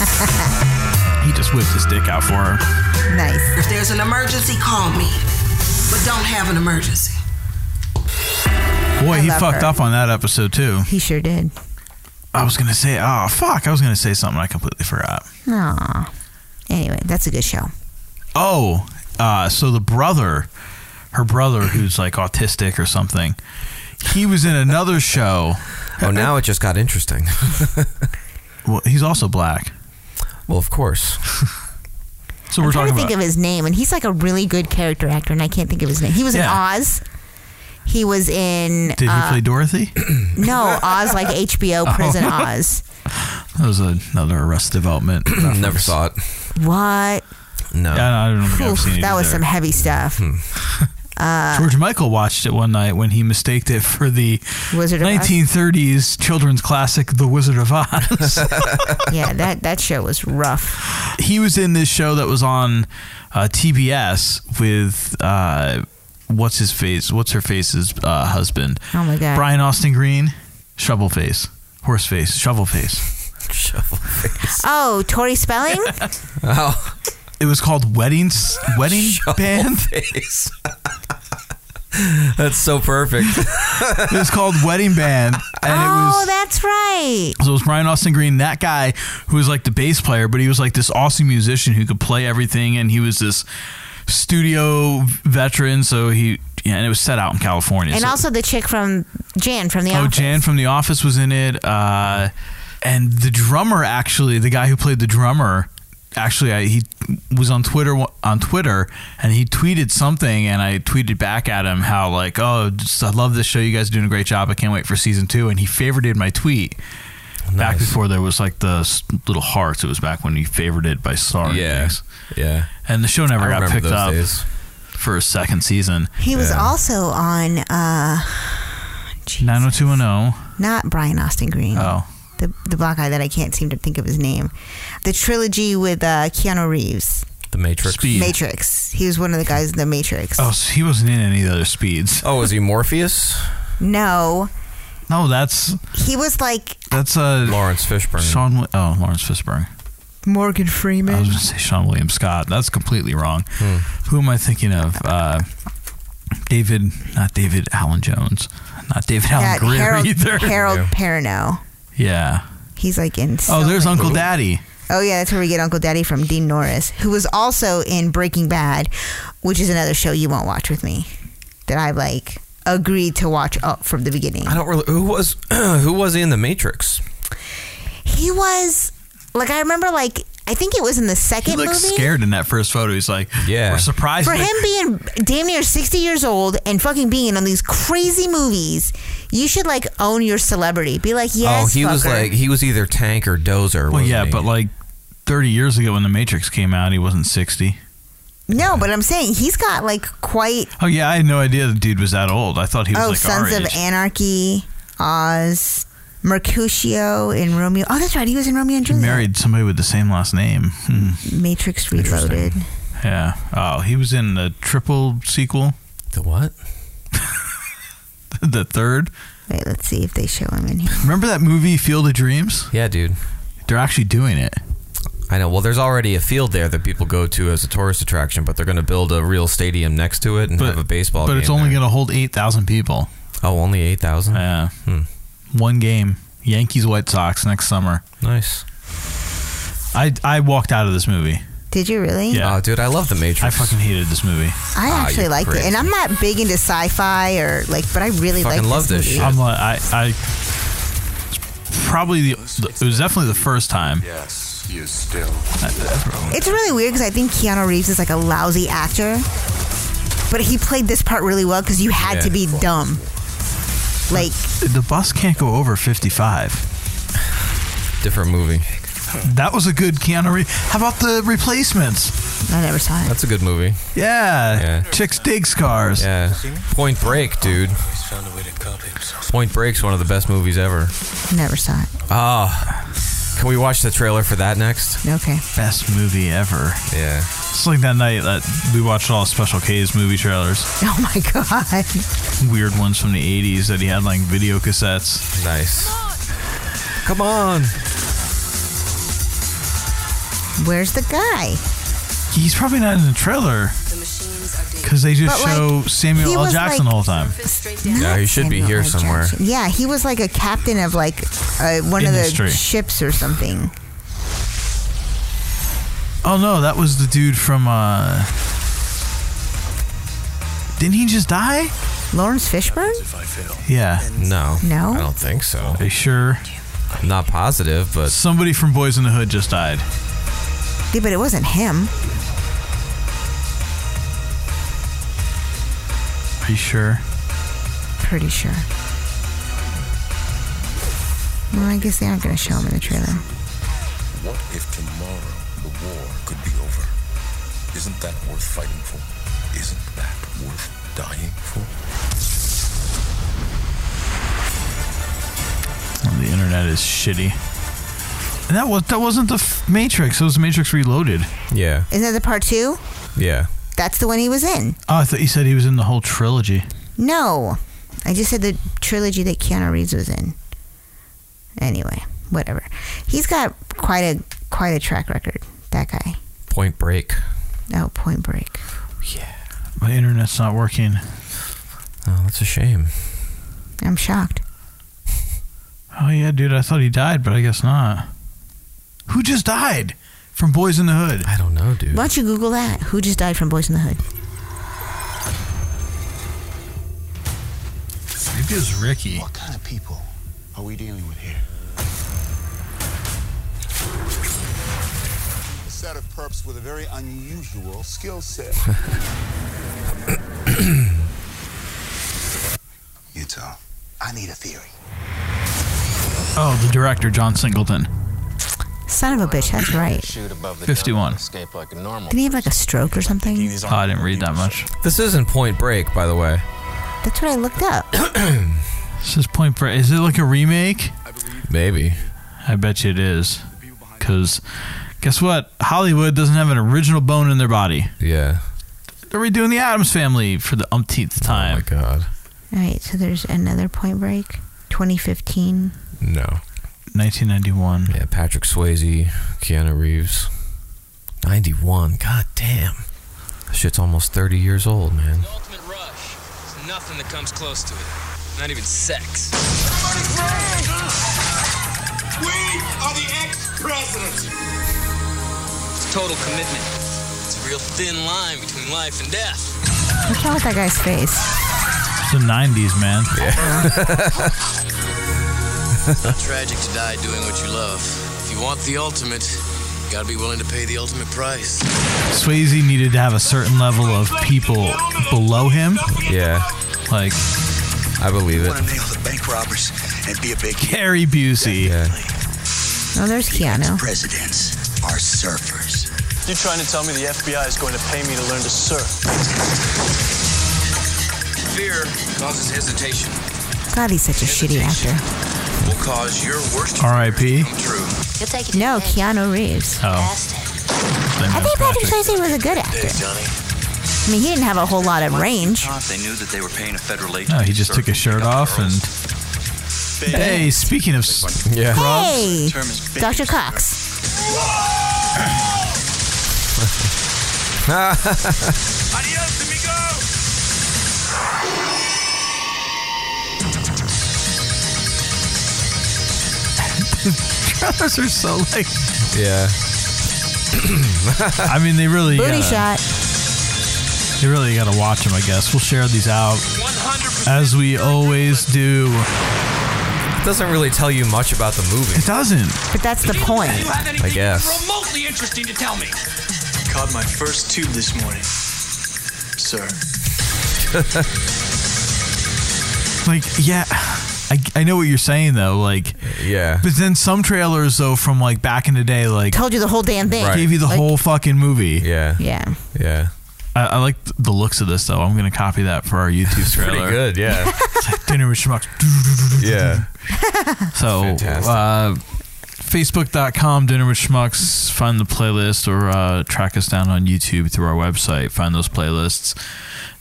[SPEAKER 7] He just whipped his dick out for her.
[SPEAKER 5] Nice.
[SPEAKER 9] If there's an emergency, call me. But don't have an emergency.
[SPEAKER 7] Boy,
[SPEAKER 9] I
[SPEAKER 7] he
[SPEAKER 9] love
[SPEAKER 7] fucked
[SPEAKER 9] her.
[SPEAKER 7] up on that episode too.
[SPEAKER 5] He sure did.
[SPEAKER 7] I was gonna say, oh fuck, I was gonna say something I completely forgot.
[SPEAKER 5] Aw. Anyway, that's a good show.
[SPEAKER 7] Oh, uh, so the brother, her brother, who's like autistic or something, he was in another show.
[SPEAKER 5] Uh-uh.
[SPEAKER 2] Oh, now it just got
[SPEAKER 5] [laughs]
[SPEAKER 2] interesting.
[SPEAKER 7] well, he's also black.
[SPEAKER 2] Well, of course.
[SPEAKER 7] so
[SPEAKER 5] I'm
[SPEAKER 7] we're
[SPEAKER 5] trying
[SPEAKER 7] talking
[SPEAKER 5] to think
[SPEAKER 7] about.
[SPEAKER 5] of his name, and he's like a really good character actor, and I can't think of his name. He was in Oz. He was in.
[SPEAKER 7] Did
[SPEAKER 5] uh,
[SPEAKER 7] he play Dorothy?
[SPEAKER 5] No, Oz like HBO
[SPEAKER 7] [laughs]
[SPEAKER 5] Prison
[SPEAKER 7] Oh.
[SPEAKER 5] Oz.
[SPEAKER 7] That was another Arrest Development. [clears throat] Never saw it.
[SPEAKER 5] What?
[SPEAKER 2] No,
[SPEAKER 7] I don't think I've
[SPEAKER 5] Oof,
[SPEAKER 7] seen it
[SPEAKER 5] that was
[SPEAKER 7] either. Hmm.
[SPEAKER 5] some heavy stuff. Uh,
[SPEAKER 7] George Michael watched it one night when he mistaked it for the
[SPEAKER 5] Wizard of Oz?
[SPEAKER 7] 1930s children's classic, The Wizard of [laughs] Oz.
[SPEAKER 5] yeah, that that show was rough.
[SPEAKER 7] he was in this show that was on uh, TBS with uh, what's his face? What's her face's uh, husband?
[SPEAKER 5] Oh my god.
[SPEAKER 7] Brian Austin Green, Shovel Face, Horse Face, Shovel Face.
[SPEAKER 2] [laughs] Shovel Face.
[SPEAKER 5] Oh, Tori Spelling.
[SPEAKER 7] Oh. It was called Wedding S- Wedding [laughs] Band.
[SPEAKER 2] [laughs] That's so perfect. [laughs]
[SPEAKER 7] it was called Wedding Band, and it was
[SPEAKER 5] oh, that's right.
[SPEAKER 7] So it was Brian Austin Green, that guy who was like the bass player, but he was like this awesome musician who could play everything, and he was this studio veteran. So he, yeah, and it was set out in California.
[SPEAKER 5] And
[SPEAKER 7] so-
[SPEAKER 5] also the chick from Jan from the
[SPEAKER 7] oh,
[SPEAKER 5] Office.
[SPEAKER 7] Jan from The Office was in it, uh, and the drummer actually, the guy who played the drummer, actually, I, he was on Twitter on Twitter, and he tweeted something, and I tweeted back at him how like, oh, just, I love this show, you guys are doing a great job, I can't wait for season two, and he favorited my tweet. Back before there was like the s- little hearts, it was back when you favored it by star.
[SPEAKER 2] Yeah,
[SPEAKER 7] ratings.
[SPEAKER 2] yeah.
[SPEAKER 7] And the show never
[SPEAKER 2] I
[SPEAKER 7] got
[SPEAKER 2] remember
[SPEAKER 7] picked
[SPEAKER 2] those
[SPEAKER 7] up
[SPEAKER 2] days.
[SPEAKER 7] for a second season.
[SPEAKER 5] He was also on uh,
[SPEAKER 7] nine hundred two one oh. zero.
[SPEAKER 5] not Brian Austin Green.
[SPEAKER 7] Oh.
[SPEAKER 5] The, the black guy that I can't seem to think of his name. The trilogy with uh, Keanu Reeves.
[SPEAKER 2] The Matrix.
[SPEAKER 5] Matrix. He was one of the guys in The Matrix.
[SPEAKER 7] Oh, so he wasn't in any of the other speeds.
[SPEAKER 2] Oh, was he [laughs] Morpheus?
[SPEAKER 5] No.
[SPEAKER 7] No, that's
[SPEAKER 5] He was like
[SPEAKER 7] that's uh,
[SPEAKER 2] Lawrence Fishburne.
[SPEAKER 7] Sean. Wi- Oh, Lawrence Fishburne.
[SPEAKER 5] Morgan
[SPEAKER 7] I
[SPEAKER 5] Freeman.
[SPEAKER 7] was going to say Sean William Scott. That's completely wrong. Who am I thinking of? Uh, David, not David Allen Jones, not David Allen
[SPEAKER 5] That
[SPEAKER 7] Greer
[SPEAKER 5] Harold,
[SPEAKER 7] either.
[SPEAKER 5] Harold Perrineau.
[SPEAKER 7] [laughs] Yeah.
[SPEAKER 5] He's like in. so
[SPEAKER 7] oh, there's
[SPEAKER 5] many
[SPEAKER 7] Uncle
[SPEAKER 5] movies.
[SPEAKER 7] Daddy.
[SPEAKER 5] Oh yeah, that's where we get Uncle Daddy from Dean Norris, who was also in Breaking Bad, which is another show you won't watch with me that I like agreed to watch up from the beginning.
[SPEAKER 2] I don't really. Who was [clears throat] who was he in the Matrix?
[SPEAKER 5] He was like I remember like I think it was in the second
[SPEAKER 7] He looks
[SPEAKER 5] movie.
[SPEAKER 7] scared in that first photo. He's like, yeah, we're surprised.
[SPEAKER 5] For
[SPEAKER 7] that-
[SPEAKER 5] him being damn near 60 years old and fucking being in on these crazy movies, you should like own your celebrity. Be like, yes,
[SPEAKER 2] oh, he was
[SPEAKER 5] fucker."
[SPEAKER 2] like he was either tank or dozer.
[SPEAKER 7] well,
[SPEAKER 2] wasn't
[SPEAKER 7] yeah,
[SPEAKER 2] he?
[SPEAKER 7] but like 30 years ago when The Matrix came out, he wasn't 60.
[SPEAKER 5] No, but I'm saying he's got like quite
[SPEAKER 7] Oh yeah, I had no idea the dude was that old. I thought he was
[SPEAKER 5] oh,
[SPEAKER 7] like
[SPEAKER 5] Sons
[SPEAKER 7] our
[SPEAKER 5] of
[SPEAKER 7] age.
[SPEAKER 5] Anarchy, Oz, Mercutio in Romeo. Oh, that's right. He was in Romeo and
[SPEAKER 7] He
[SPEAKER 5] Juliet.
[SPEAKER 7] married somebody with the same last name. Hmm.
[SPEAKER 5] Matrix Reloaded.
[SPEAKER 7] Yeah. Oh, he was in the triple sequel.
[SPEAKER 2] The what?
[SPEAKER 7] [laughs] the third.
[SPEAKER 5] Wait, let's see if they show him in here.
[SPEAKER 7] Remember that movie Field of Dreams?
[SPEAKER 2] Yeah, dude.
[SPEAKER 7] They're actually doing it.
[SPEAKER 2] I know. Well, there's already a field there that people go to as a tourist attraction, but they're going to build a real stadium next to it and have a baseball.
[SPEAKER 7] but
[SPEAKER 2] game
[SPEAKER 7] it's only
[SPEAKER 2] there.
[SPEAKER 7] going to hold 8,000 people.
[SPEAKER 2] Oh, only 8,000?
[SPEAKER 7] Yeah.
[SPEAKER 2] Hmm.
[SPEAKER 7] One game. Yankees White Sox next summer.
[SPEAKER 2] Nice.
[SPEAKER 7] I, I walked out of this movie.
[SPEAKER 5] Did you really?
[SPEAKER 2] Oh, dude, I love The Matrix.
[SPEAKER 7] I fucking hated this movie.
[SPEAKER 5] I actually liked it, and I'm not big into sci-fi or like, but I really liked this movie.
[SPEAKER 7] I'm like, I, I it's probably the, it was definitely the first time.
[SPEAKER 13] Yes, you still.
[SPEAKER 5] It's really weird because I think Keanu Reeves is like a lousy actor, but he played this part really well because you had
[SPEAKER 7] Yeah.
[SPEAKER 5] to be dumb. Like,
[SPEAKER 7] The bus can't go over 55.
[SPEAKER 2] Different movie.
[SPEAKER 7] That was a good Keanu Reeves. How about the replacements?
[SPEAKER 5] I never saw it.
[SPEAKER 2] That's a good movie.
[SPEAKER 7] Yeah. Chicks digs cars.
[SPEAKER 2] Yeah. Point Break, dude. Point Break's one of the best movies ever.
[SPEAKER 5] never saw it.
[SPEAKER 2] Ah. can we watch the trailer for that next?
[SPEAKER 5] Okay. [laughs]
[SPEAKER 7] Best movie ever.
[SPEAKER 2] Yeah.
[SPEAKER 7] It's like that night that we watched all Special K's movie trailers.
[SPEAKER 5] Oh my god.
[SPEAKER 7] Weird ones from the 80s that he had like video cassettes.
[SPEAKER 2] Nice. Come on.
[SPEAKER 5] Where's the guy?
[SPEAKER 7] He's probably not in the trailer because they just
[SPEAKER 5] But, like,
[SPEAKER 7] show Samuel
[SPEAKER 5] he
[SPEAKER 7] L.
[SPEAKER 5] was,
[SPEAKER 7] Jackson
[SPEAKER 5] like-
[SPEAKER 7] the whole time.
[SPEAKER 5] Yeah,
[SPEAKER 2] he should be here somewhere.
[SPEAKER 5] Yeah, he was like a captain of like uh, one
[SPEAKER 7] Industry.
[SPEAKER 5] of the ships or something.
[SPEAKER 7] Oh no, that was the dude from. uh Didn't he just die?
[SPEAKER 5] Lawrence Fishburne?
[SPEAKER 7] Yeah.
[SPEAKER 2] No.
[SPEAKER 5] No?
[SPEAKER 2] I don't think so. Are
[SPEAKER 7] you sure?
[SPEAKER 2] Not positive, but
[SPEAKER 7] somebody from Boys in the Hood just died.
[SPEAKER 5] Yeah, but it wasn't him.
[SPEAKER 7] Are you sure?
[SPEAKER 5] Pretty sure. Well, I guess they aren't going to show him in the trailer.
[SPEAKER 13] What if tomorrow the war could be over? Isn't that worth fighting for? Isn't that worth dying for?
[SPEAKER 7] Oh, the internet is shitty. And that was that wasn't the f- Matrix. It was Matrix Reloaded.
[SPEAKER 2] Yeah.
[SPEAKER 5] Isn't that the part two?
[SPEAKER 2] Yeah.
[SPEAKER 5] That's the one he was in.
[SPEAKER 7] Oh, I thought you said he was in the whole trilogy.
[SPEAKER 5] No. I just said the trilogy that Keanu Reeves was in. Anyway, whatever. He's got quite a quite a track record, that guy.
[SPEAKER 2] Point Break.
[SPEAKER 5] Oh, point break.
[SPEAKER 7] My internet's not working.
[SPEAKER 2] Oh, that's a shame.
[SPEAKER 5] I'm shocked.
[SPEAKER 7] Oh yeah, dude. I thought he died, but I guess not. Who just died from Boys in the Hood?
[SPEAKER 2] I don't know, dude.
[SPEAKER 5] Why don't you Google that? Who just died from Boys in the Hood?
[SPEAKER 7] Maybe it was Ricky.
[SPEAKER 10] What kind of people are we dealing with here?
[SPEAKER 16] A set of perps with a very unusual skill set.
[SPEAKER 10] You tell.
[SPEAKER 16] I need a theory.
[SPEAKER 7] Oh, the director John Singleton.
[SPEAKER 5] Son of a bitch, that's right.
[SPEAKER 17] Shoot above the
[SPEAKER 7] 51.
[SPEAKER 17] gun, escape like a normal.
[SPEAKER 5] Didn't he have like a stroke or something?
[SPEAKER 7] Oh, I didn't read that much.
[SPEAKER 2] This isn't Point Break, by the way.
[SPEAKER 5] That's what I looked up.
[SPEAKER 7] This is Point Break. Is it like a remake?
[SPEAKER 2] Maybe.
[SPEAKER 7] I bet you it is. Because guess what? Hollywood doesn't have an original bone in their body.
[SPEAKER 2] Yeah.
[SPEAKER 7] They're redoing the Adams Family for the umpteenth time.
[SPEAKER 2] Oh my god.
[SPEAKER 5] All right, so there's another Point Break, 2015.
[SPEAKER 2] No.
[SPEAKER 7] Oh 1991.
[SPEAKER 2] Yeah, Patrick Swayze, Keanu Reeves. 91. God damn. Shit's almost 30 years old, man.
[SPEAKER 18] There's nothing that comes close to it. Not even sex.
[SPEAKER 10] We are the ex-presidents.
[SPEAKER 18] It's total commitment. It's a real thin line between life
[SPEAKER 17] [laughs]
[SPEAKER 18] and death.
[SPEAKER 5] What's wrong with that guy's face?
[SPEAKER 7] It's the 90s, man.
[SPEAKER 17] it's not tragic to die doing what you love. If you want the ultimate, you gotta be willing to pay the ultimate price.
[SPEAKER 7] Swayze needed to have a certain level of people below him.
[SPEAKER 2] Yeah.
[SPEAKER 7] Like,
[SPEAKER 2] I believe
[SPEAKER 16] I nail the bank robbers and be a big
[SPEAKER 7] Gary Busey.
[SPEAKER 5] Oh, there's Keanu.
[SPEAKER 16] presidents are surfers.
[SPEAKER 17] You trying to tell me the FBI is going to pay me to learn to surf?
[SPEAKER 18] Fear causes hesitation.
[SPEAKER 5] God, he's such a shitty actor.
[SPEAKER 18] Will cause your worst
[SPEAKER 7] R.I.P.
[SPEAKER 5] No, Keanu Reeves.
[SPEAKER 7] Oh.
[SPEAKER 5] I think Patrick Swayze was a good
[SPEAKER 17] Hey,
[SPEAKER 5] actor.
[SPEAKER 17] Johnny.
[SPEAKER 5] I mean, he didn't have a whole lot of range.
[SPEAKER 19] They knew that they were paying a federal agent.
[SPEAKER 7] No, he just took his shirt off and. Hey, speaking of s-
[SPEAKER 2] yeah.
[SPEAKER 5] Hey, Dr. Cox.
[SPEAKER 7] Trailers are so like.
[SPEAKER 2] Yeah.
[SPEAKER 7] I mean, they really.
[SPEAKER 5] Booty
[SPEAKER 7] uh,
[SPEAKER 5] shot.
[SPEAKER 7] You really got to watch them, I guess. We'll share these out as we always do.
[SPEAKER 2] It doesn't really tell you much about the movie.
[SPEAKER 7] It doesn't.
[SPEAKER 5] But that's the point.
[SPEAKER 2] I guess.
[SPEAKER 15] Remotely interesting to tell me.
[SPEAKER 19] Caught my first tube this morning, sir.
[SPEAKER 7] Like, yeah. I, I know what you're saying, though. Like,
[SPEAKER 2] yeah.
[SPEAKER 7] But then some trailers, though, from like back in the day, like.
[SPEAKER 5] Told you the whole damn thing.
[SPEAKER 7] Gave you the
[SPEAKER 5] Like,
[SPEAKER 7] whole fucking movie.
[SPEAKER 2] Yeah.
[SPEAKER 5] Yeah.
[SPEAKER 2] Yeah.
[SPEAKER 7] I, I like th- the looks of this, though. I'm going to copy that for our YouTube trailer.
[SPEAKER 2] Pretty good, yeah.
[SPEAKER 7] [laughs] It's like dinner with schmucks.
[SPEAKER 2] yeah.
[SPEAKER 7] So, uh, Facebook.com, Dinner with Schmucks. Find the playlist or uh, track us down on YouTube through our website. Find those playlists.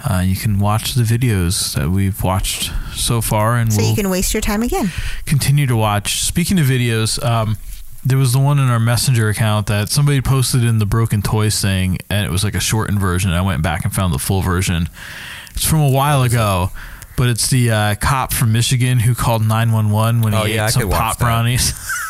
[SPEAKER 7] Uh, you can watch the videos that we've watched so far, and
[SPEAKER 5] So
[SPEAKER 7] we'll
[SPEAKER 5] you can waste your time again.
[SPEAKER 7] continue to watch. Speaking of videos, um, there was the one in our Messenger account that somebody posted in the Broken Toys thing, and it was like a shortened version. I went back and found the full version. It's from a while ago, but it's the uh, cop from Michigan who called 911 when
[SPEAKER 2] Oh,
[SPEAKER 7] he
[SPEAKER 2] yeah, I
[SPEAKER 7] ate
[SPEAKER 2] could
[SPEAKER 7] some
[SPEAKER 2] watch
[SPEAKER 7] pop
[SPEAKER 2] that.
[SPEAKER 7] brownies. [laughs]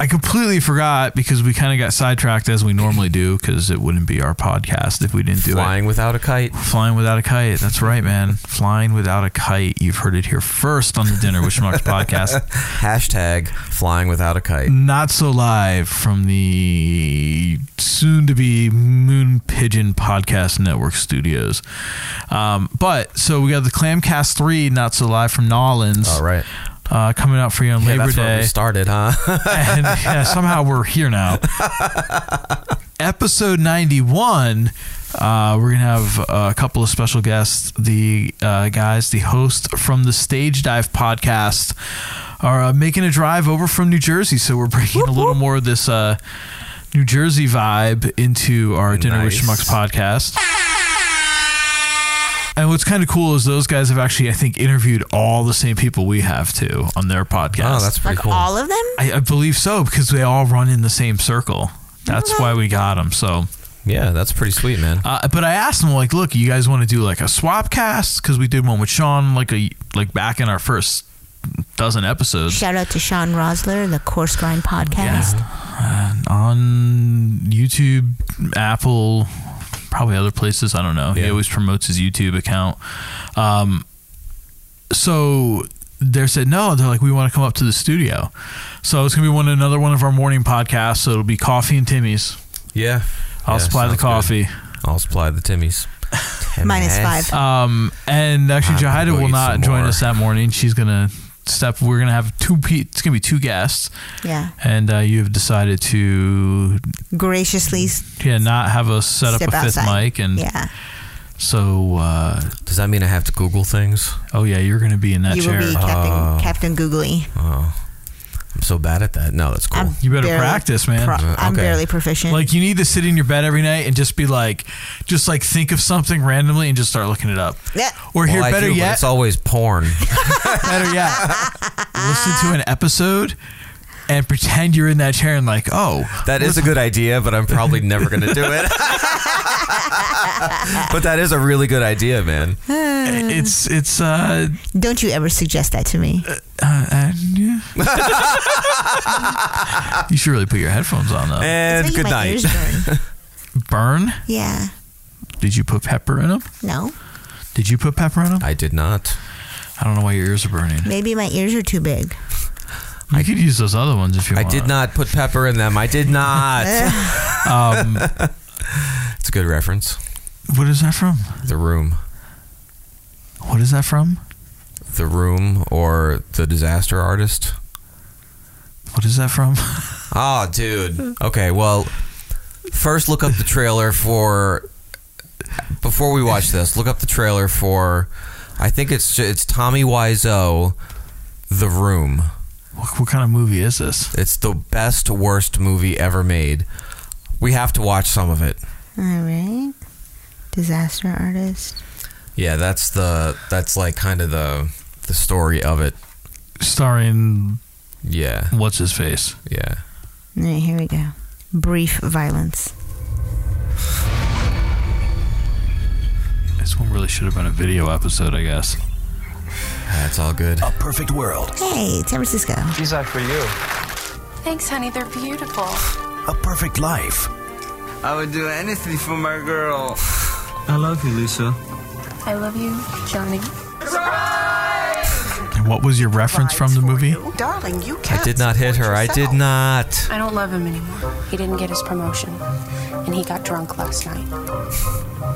[SPEAKER 7] I completely forgot because we kind of got sidetracked as we normally do because it wouldn't be our podcast if we didn't do it.
[SPEAKER 2] Flying without a kite.
[SPEAKER 7] Flying without a kite. That's right, man. Flying without a kite. You've heard it here first on the Dinner with
[SPEAKER 2] [laughs]
[SPEAKER 7] Schmucks podcast.
[SPEAKER 2] Hashtag flying without a kite.
[SPEAKER 7] Not so live from the soon to be Moon Pigeon Podcast Network studios. Um, but so we got the Clamcast 3, Not So Live from Nolans.
[SPEAKER 2] All right.
[SPEAKER 7] Uh, coming out for you on
[SPEAKER 2] Yeah,
[SPEAKER 7] Labor
[SPEAKER 2] that's where
[SPEAKER 7] Day.
[SPEAKER 2] we started, huh? [laughs] Oh,
[SPEAKER 7] and yeah, somehow we're here now. Episode 91. Uh, we're going to have uh, a couple of special guests. The uh, guys, the host from the Stage Dive podcast, are uh, making a drive over from New Jersey. So we're bringing a little more of this uh, New Jersey vibe into our Dinner with
[SPEAKER 2] Nice.
[SPEAKER 7] Schmucks podcast. And what's kind of cool is those guys have actually, I think, interviewed all the same people we have too on their podcast.
[SPEAKER 2] Oh, that's pretty
[SPEAKER 5] Like
[SPEAKER 2] cool.
[SPEAKER 5] all of them?
[SPEAKER 7] I, I believe so because they all run in the same circle. That's why we got them. So,
[SPEAKER 2] yeah, that's pretty sweet, man.
[SPEAKER 7] uh, but I asked them like, look, you guys want to do like a swap cast because we did one with Sean like a like back in our first dozen episodes
[SPEAKER 5] Shout out to Sean Rosler, the Course Grind podcast.
[SPEAKER 7] uh, on YouTube, Apple, probably other places. I don't know. He always promotes his YouTube account. Um, so they said no. They're like, we want to come up to the studio. So it's gonna be one another one of our morning podcasts. So it'll be Coffee and Timmy's.
[SPEAKER 2] Yeah.
[SPEAKER 7] I'll
[SPEAKER 2] Yeah,
[SPEAKER 7] supply the
[SPEAKER 2] sounds good.
[SPEAKER 7] coffee.
[SPEAKER 2] I'll supply the
[SPEAKER 5] [laughs]
[SPEAKER 2] Timmies.
[SPEAKER 5] Minus
[SPEAKER 2] Timmies.
[SPEAKER 5] five.
[SPEAKER 7] Um, and actually,
[SPEAKER 2] I'm gonna
[SPEAKER 7] Jahida
[SPEAKER 2] go
[SPEAKER 7] will
[SPEAKER 2] eat
[SPEAKER 7] not
[SPEAKER 2] some
[SPEAKER 7] join
[SPEAKER 2] more.
[SPEAKER 7] us that morning. She's gonna step. We're gonna have two. Pe- it's gonna be two guests,
[SPEAKER 5] Yeah.
[SPEAKER 7] and uh, you have decided to
[SPEAKER 5] Graciously
[SPEAKER 7] yeah not have us Mm. set
[SPEAKER 5] step
[SPEAKER 7] up a fifth
[SPEAKER 5] outside.
[SPEAKER 7] mic and
[SPEAKER 5] yeah.
[SPEAKER 7] so uh,
[SPEAKER 2] Does that mean I have to Google things?
[SPEAKER 7] oh yeah you're gonna be in that
[SPEAKER 5] You
[SPEAKER 7] chair
[SPEAKER 5] will be Captain, Captain Googly.
[SPEAKER 2] Oh, I'm so bad at that. No, that's cool.
[SPEAKER 5] I'm
[SPEAKER 7] you better
[SPEAKER 5] barely
[SPEAKER 7] practice man
[SPEAKER 5] pro- I'm
[SPEAKER 2] okay.
[SPEAKER 5] barely proficient.
[SPEAKER 7] like you need to sit in your bed every night and just be like just like think of something randomly and just start looking it up
[SPEAKER 5] yeah.
[SPEAKER 7] or here
[SPEAKER 2] Well, I
[SPEAKER 7] better
[SPEAKER 2] do, but
[SPEAKER 7] yet
[SPEAKER 2] it's always porn.
[SPEAKER 7] [laughs] better yet listen to an episode and pretend you're in that chair and like oh
[SPEAKER 5] Uh.
[SPEAKER 2] That is a good idea, but I'm probably never going to do it. [laughs] but that is a really good idea, man.
[SPEAKER 7] it's it's uh,
[SPEAKER 5] Don't you ever suggest that to me.
[SPEAKER 7] uh, uh yeah. [laughs] you should really put your headphones on though
[SPEAKER 2] And
[SPEAKER 5] That's
[SPEAKER 2] good
[SPEAKER 5] how you
[SPEAKER 2] night.
[SPEAKER 5] get Oh. my ears
[SPEAKER 2] [laughs]
[SPEAKER 5] burn.
[SPEAKER 7] burn
[SPEAKER 5] yeah.
[SPEAKER 7] did you put pepper in them
[SPEAKER 5] No.
[SPEAKER 7] did you put pepper in them
[SPEAKER 2] I did not.
[SPEAKER 7] I don't know why your ears are burning
[SPEAKER 5] Maybe my ears are too big.
[SPEAKER 7] You could use those other ones if you
[SPEAKER 2] I
[SPEAKER 7] want.
[SPEAKER 2] did not put pepper in them. I did not.
[SPEAKER 5] [laughs]
[SPEAKER 7] Um, [laughs]
[SPEAKER 2] It's a good reference.
[SPEAKER 7] what is that from?
[SPEAKER 2] The room.
[SPEAKER 7] What is that from?
[SPEAKER 2] The room or the disaster artist.
[SPEAKER 7] What is that from?
[SPEAKER 2] Oh, dude. Okay, well, first look up the trailer for before we watch this. Look up the trailer for I think it's it's Tommy Wiseau, The Room.
[SPEAKER 7] what, what kind of movie is this?
[SPEAKER 2] It's the best worst movie ever made. We have to watch some of it.
[SPEAKER 5] All right. Disaster artist.
[SPEAKER 2] Yeah, that's the that's like kind of the the story of it.
[SPEAKER 7] Starring
[SPEAKER 2] Yeah.
[SPEAKER 7] What's his face?
[SPEAKER 2] Yeah.
[SPEAKER 5] All right, here we go. Brief violence.
[SPEAKER 7] This one really should have been a video episode, I guess.
[SPEAKER 2] That's all good.
[SPEAKER 6] Oh,
[SPEAKER 20] A perfect world.
[SPEAKER 5] Hey, San Francisco.
[SPEAKER 20] These are for you.
[SPEAKER 6] Thanks, honey. They're beautiful.
[SPEAKER 20] A perfect life.
[SPEAKER 21] I would do anything for my girl.
[SPEAKER 22] I love you, Lisa.
[SPEAKER 6] I love you, Johnny.
[SPEAKER 7] And what was your reference from the movie?
[SPEAKER 6] Darling, you
[SPEAKER 2] I did not hit her. I did not.
[SPEAKER 6] I don't love him anymore. He didn't get his promotion, and he got drunk last night,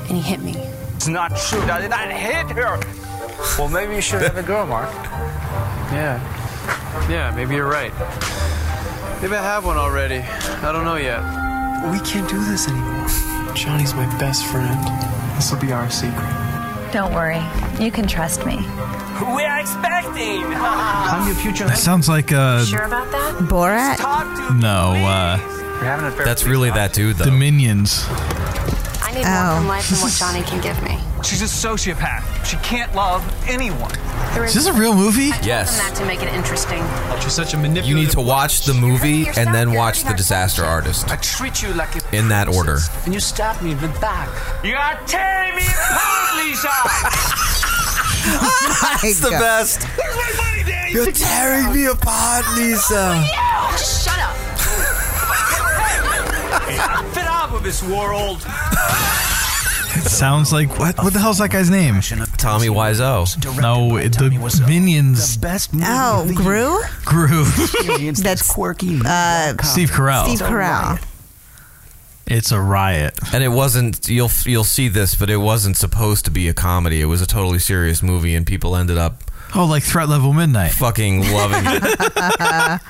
[SPEAKER 6] and he hit me.
[SPEAKER 21] It's not true. I did not hit her. Well, maybe you should have a girl, Mark.
[SPEAKER 22] Yeah. Yeah, maybe you're right. Maybe I have one already. I don't know yet.
[SPEAKER 23] We can't do this anymore. Johnny's my best friend. This will be our secret.
[SPEAKER 24] Don't worry. You can trust me.
[SPEAKER 21] We are expecting.
[SPEAKER 22] I'm your future.
[SPEAKER 7] That sounds like uh
[SPEAKER 6] about that?
[SPEAKER 5] Borat?
[SPEAKER 7] no, uh
[SPEAKER 2] That's really that dude though.
[SPEAKER 7] The Minions.
[SPEAKER 6] I need more from life than what Johnny can give me.
[SPEAKER 21] She's a sociopath. She can't love anyone.
[SPEAKER 7] Is this a real movie?
[SPEAKER 2] Yes.
[SPEAKER 6] That to make it interesting.
[SPEAKER 2] She's such a manipulative. You need
[SPEAKER 25] [laughs]
[SPEAKER 2] to watch the movie and then watch The Disaster Artist
[SPEAKER 6] [laughs]
[SPEAKER 21] I treat you like a.
[SPEAKER 2] in that order.
[SPEAKER 21] And you stab me in the back. You are tearing me apart,
[SPEAKER 25] [laughs]
[SPEAKER 21] Lisa.
[SPEAKER 2] That's the best. You're tearing me apart, Lisa.
[SPEAKER 6] Just shut up.
[SPEAKER 21] I'm fed up with this world.
[SPEAKER 7] It sounds like what? What the hell's that guy's name?
[SPEAKER 2] Tommy Wiseau.
[SPEAKER 7] No, it, the Minions.
[SPEAKER 5] Best Oh, Gru?
[SPEAKER 7] Gru.
[SPEAKER 5] [laughs] That's quirky. Uh,
[SPEAKER 7] Steve Carell.
[SPEAKER 5] Steve Carell.
[SPEAKER 7] It's a riot.
[SPEAKER 2] And it wasn't. You'll you'll see this, but it wasn't supposed to be a comedy. It was a totally serious movie, and people ended up
[SPEAKER 7] Oh, like Threat Level Midnight.
[SPEAKER 2] fucking loving it.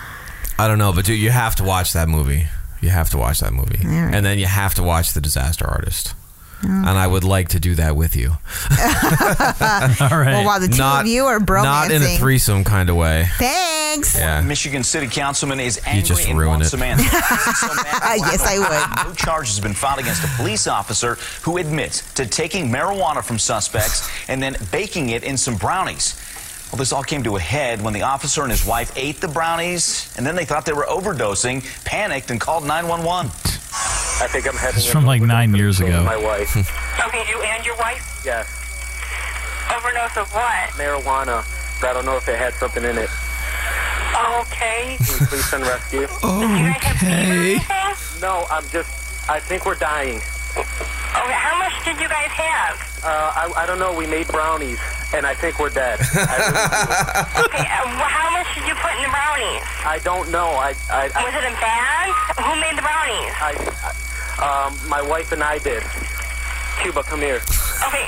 [SPEAKER 2] I don't know, but dude, you have to watch that movie. You have to watch that movie,
[SPEAKER 5] All right. Oh.
[SPEAKER 2] and then you have to watch The Disaster Artist. And I would like to do that with you.
[SPEAKER 5] Well, while the two
[SPEAKER 2] Not-
[SPEAKER 5] of you are bromancing.
[SPEAKER 2] Not in a threesome kind of way.
[SPEAKER 5] Thanks.
[SPEAKER 2] Yeah.
[SPEAKER 25] Michigan City Councilman is angry
[SPEAKER 2] just
[SPEAKER 25] and
[SPEAKER 2] ruined
[SPEAKER 25] wants
[SPEAKER 2] it. [laughs]
[SPEAKER 25] a man.
[SPEAKER 5] yes, I would.
[SPEAKER 25] No charge has been filed against a police officer who admits to taking marijuana from suspects and then baking it in some brownies. Well, this all came to a head when the officer and his wife ate the brownies, and then they thought they were overdosing, panicked, and called 911.
[SPEAKER 10] I think I'm heading.
[SPEAKER 7] It's from like nine years
[SPEAKER 10] with
[SPEAKER 7] ago.
[SPEAKER 10] My wife.
[SPEAKER 11] [laughs] Okay, you and your wife
[SPEAKER 10] yes.
[SPEAKER 11] overdose of what?
[SPEAKER 10] Marijuana. but I don't know if it had something in it.
[SPEAKER 11] Okay.
[SPEAKER 10] Can you Please
[SPEAKER 7] [laughs]
[SPEAKER 10] send rescue.
[SPEAKER 7] Okay.
[SPEAKER 10] No, I'm just. I think we're dying.
[SPEAKER 11] Okay, how much did you guys have?
[SPEAKER 10] Uh, I, I don't know. We made brownies, and I think we're dead. I,
[SPEAKER 11] Okay, uh, wh- how much did you put in the brownies?
[SPEAKER 10] really, I don't know. I. I, I
[SPEAKER 11] Was it a bag? Who made the brownies?
[SPEAKER 10] I, I- um, my wife and I did. Cuba, come here.
[SPEAKER 11] Okay,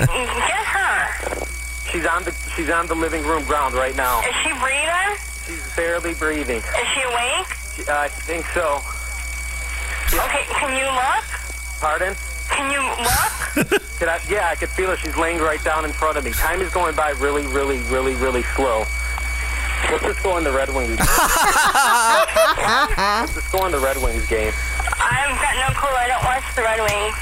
[SPEAKER 10] [laughs]
[SPEAKER 11] mm, get her.
[SPEAKER 10] She's on the she's on the living room ground right now.
[SPEAKER 11] Is she breathing?
[SPEAKER 10] She's barely breathing.
[SPEAKER 11] Is she awake?
[SPEAKER 10] She, I think so.
[SPEAKER 11] Okay, can you look?
[SPEAKER 10] Pardon?
[SPEAKER 11] Can you look?
[SPEAKER 10] Could I, yeah, I could feel it. She's laying right down in front of me. Time is going by really, really, really, really slow. Let's just go in the Red Wings. Let's just go in the Red Wings game.
[SPEAKER 11] I've got no clue. I don't watch the Red Wings.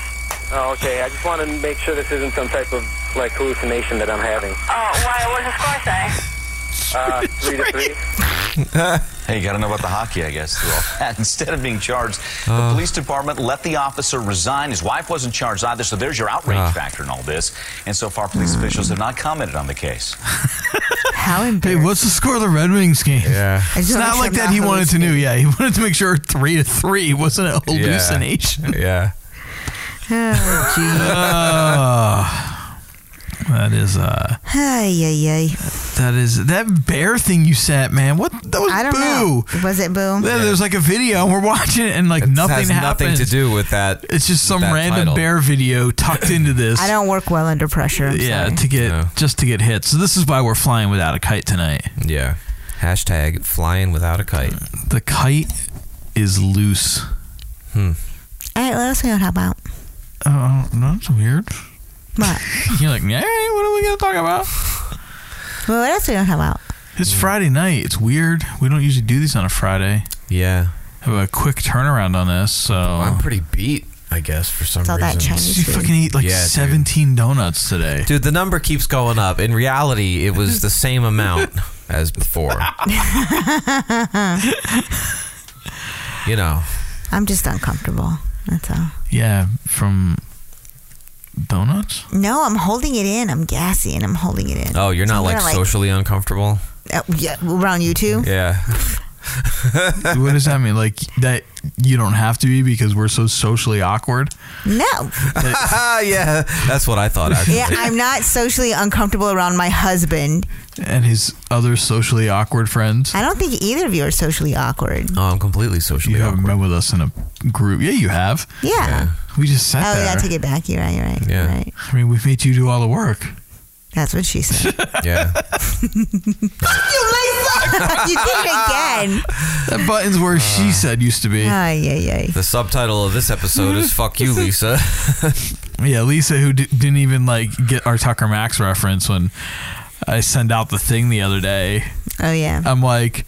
[SPEAKER 10] Oh, okay. I just want to make sure this isn't some type of like hallucination that I'm having.
[SPEAKER 11] Oh, why? What does the score say?
[SPEAKER 10] Uh, three to three.
[SPEAKER 25] hey, you got to know about the hockey, I guess. through all that. [laughs] Instead of being charged, the police department let the officer resign. His wife wasn't charged either, so there's your outrage
[SPEAKER 2] Ah.
[SPEAKER 25] factor in all this. And so far, police officials have not commented on the case.
[SPEAKER 5] How
[SPEAKER 7] Hey, what's the score of the Red Wings game?
[SPEAKER 2] Yeah.
[SPEAKER 5] I
[SPEAKER 7] It's
[SPEAKER 5] just wanna
[SPEAKER 7] not
[SPEAKER 5] make
[SPEAKER 7] like
[SPEAKER 5] sure I'm
[SPEAKER 7] that he
[SPEAKER 5] not
[SPEAKER 7] wanted to know. Yeah, he [laughs] wanted to make sure three to three wasn't a
[SPEAKER 2] Yeah.
[SPEAKER 7] hallucination.
[SPEAKER 2] Yeah.
[SPEAKER 5] Oh,
[SPEAKER 7] Oh. [laughs] that is uh
[SPEAKER 5] Ay, ay,
[SPEAKER 7] [laughs]
[SPEAKER 5] ay.
[SPEAKER 7] that is that bear thing you sent, man. What that was
[SPEAKER 5] I don't
[SPEAKER 7] boo.
[SPEAKER 5] know. Was it Boo?
[SPEAKER 7] There- There's like a video and we're watching it and like nothing
[SPEAKER 2] has
[SPEAKER 7] happens.
[SPEAKER 2] nothing to do with that.
[SPEAKER 7] It's just some
[SPEAKER 2] that
[SPEAKER 7] random
[SPEAKER 2] title.
[SPEAKER 7] bear video tucked [laughs] into this.
[SPEAKER 5] I don't work well under pressure. I'm
[SPEAKER 7] yeah,
[SPEAKER 5] sorry.
[SPEAKER 7] to get just to get hit. So this is why we're flying without a kite tonight.
[SPEAKER 2] Yeah. Hashtag flying without a kite.
[SPEAKER 7] The kite is loose.
[SPEAKER 5] All right, what else we gonna talk about?
[SPEAKER 7] Oh, that's weird.
[SPEAKER 5] What?
[SPEAKER 7] [laughs] You're like, yeah, what are we gonna talk about?
[SPEAKER 5] Well, what else we gonna talk about?
[SPEAKER 7] It's Friday night. It's weird. We don't usually do these on a Friday.
[SPEAKER 2] Yeah.
[SPEAKER 7] Have a quick turnaround on this, so
[SPEAKER 2] I'm pretty beat. I guess for some
[SPEAKER 5] It's all
[SPEAKER 2] reason.
[SPEAKER 5] that Chinese She food. fucking
[SPEAKER 7] ate, like,
[SPEAKER 2] 17 donuts today. Dude, the number keeps going up. In reality, it was the same amount as before.
[SPEAKER 5] [laughs]
[SPEAKER 2] You know.
[SPEAKER 5] I'm just uncomfortable. That's all.
[SPEAKER 7] Yeah, from
[SPEAKER 5] [laughs]
[SPEAKER 7] donuts.
[SPEAKER 5] No, I'm holding it in. I'm gassy and I'm holding it in.
[SPEAKER 2] Oh, you're
[SPEAKER 5] So
[SPEAKER 2] not
[SPEAKER 5] I'm
[SPEAKER 2] like
[SPEAKER 5] gonna,
[SPEAKER 2] socially uncomfortable?
[SPEAKER 5] uh, yeah, around you too. [laughs]
[SPEAKER 2] Yeah.
[SPEAKER 7] what does that mean? Like that you don't have to be because we're so socially awkward.
[SPEAKER 5] No.
[SPEAKER 2] yeah, that's what I thought actually. [laughs]
[SPEAKER 5] Yeah, I'm not socially uncomfortable around my husband.
[SPEAKER 7] And his other socially awkward friends.
[SPEAKER 5] I don't think either of you are socially awkward.
[SPEAKER 2] Oh, I'm completely socially
[SPEAKER 7] you awkward. You haven't been with us in a group. Yeah, you have.
[SPEAKER 5] Yeah.
[SPEAKER 7] We just sat
[SPEAKER 5] oh,
[SPEAKER 7] there.
[SPEAKER 5] yeah, take it back. You're right. You're right.
[SPEAKER 7] Yeah.
[SPEAKER 5] Right.
[SPEAKER 7] I mean, we've made you do all the work.
[SPEAKER 5] That's what she
[SPEAKER 7] [laughs]
[SPEAKER 5] said.
[SPEAKER 2] yeah.
[SPEAKER 5] you did it
[SPEAKER 7] [laughs]
[SPEAKER 5] again.
[SPEAKER 7] That button's where she said used to be.
[SPEAKER 5] Ay, ay, ay.
[SPEAKER 2] The subtitle of this episode is "Fuck You, Lisa."
[SPEAKER 7] yeah, Lisa, who d- didn't even like get our Tucker Max reference when I sent out the thing the other day.
[SPEAKER 5] Oh yeah.
[SPEAKER 7] I'm like,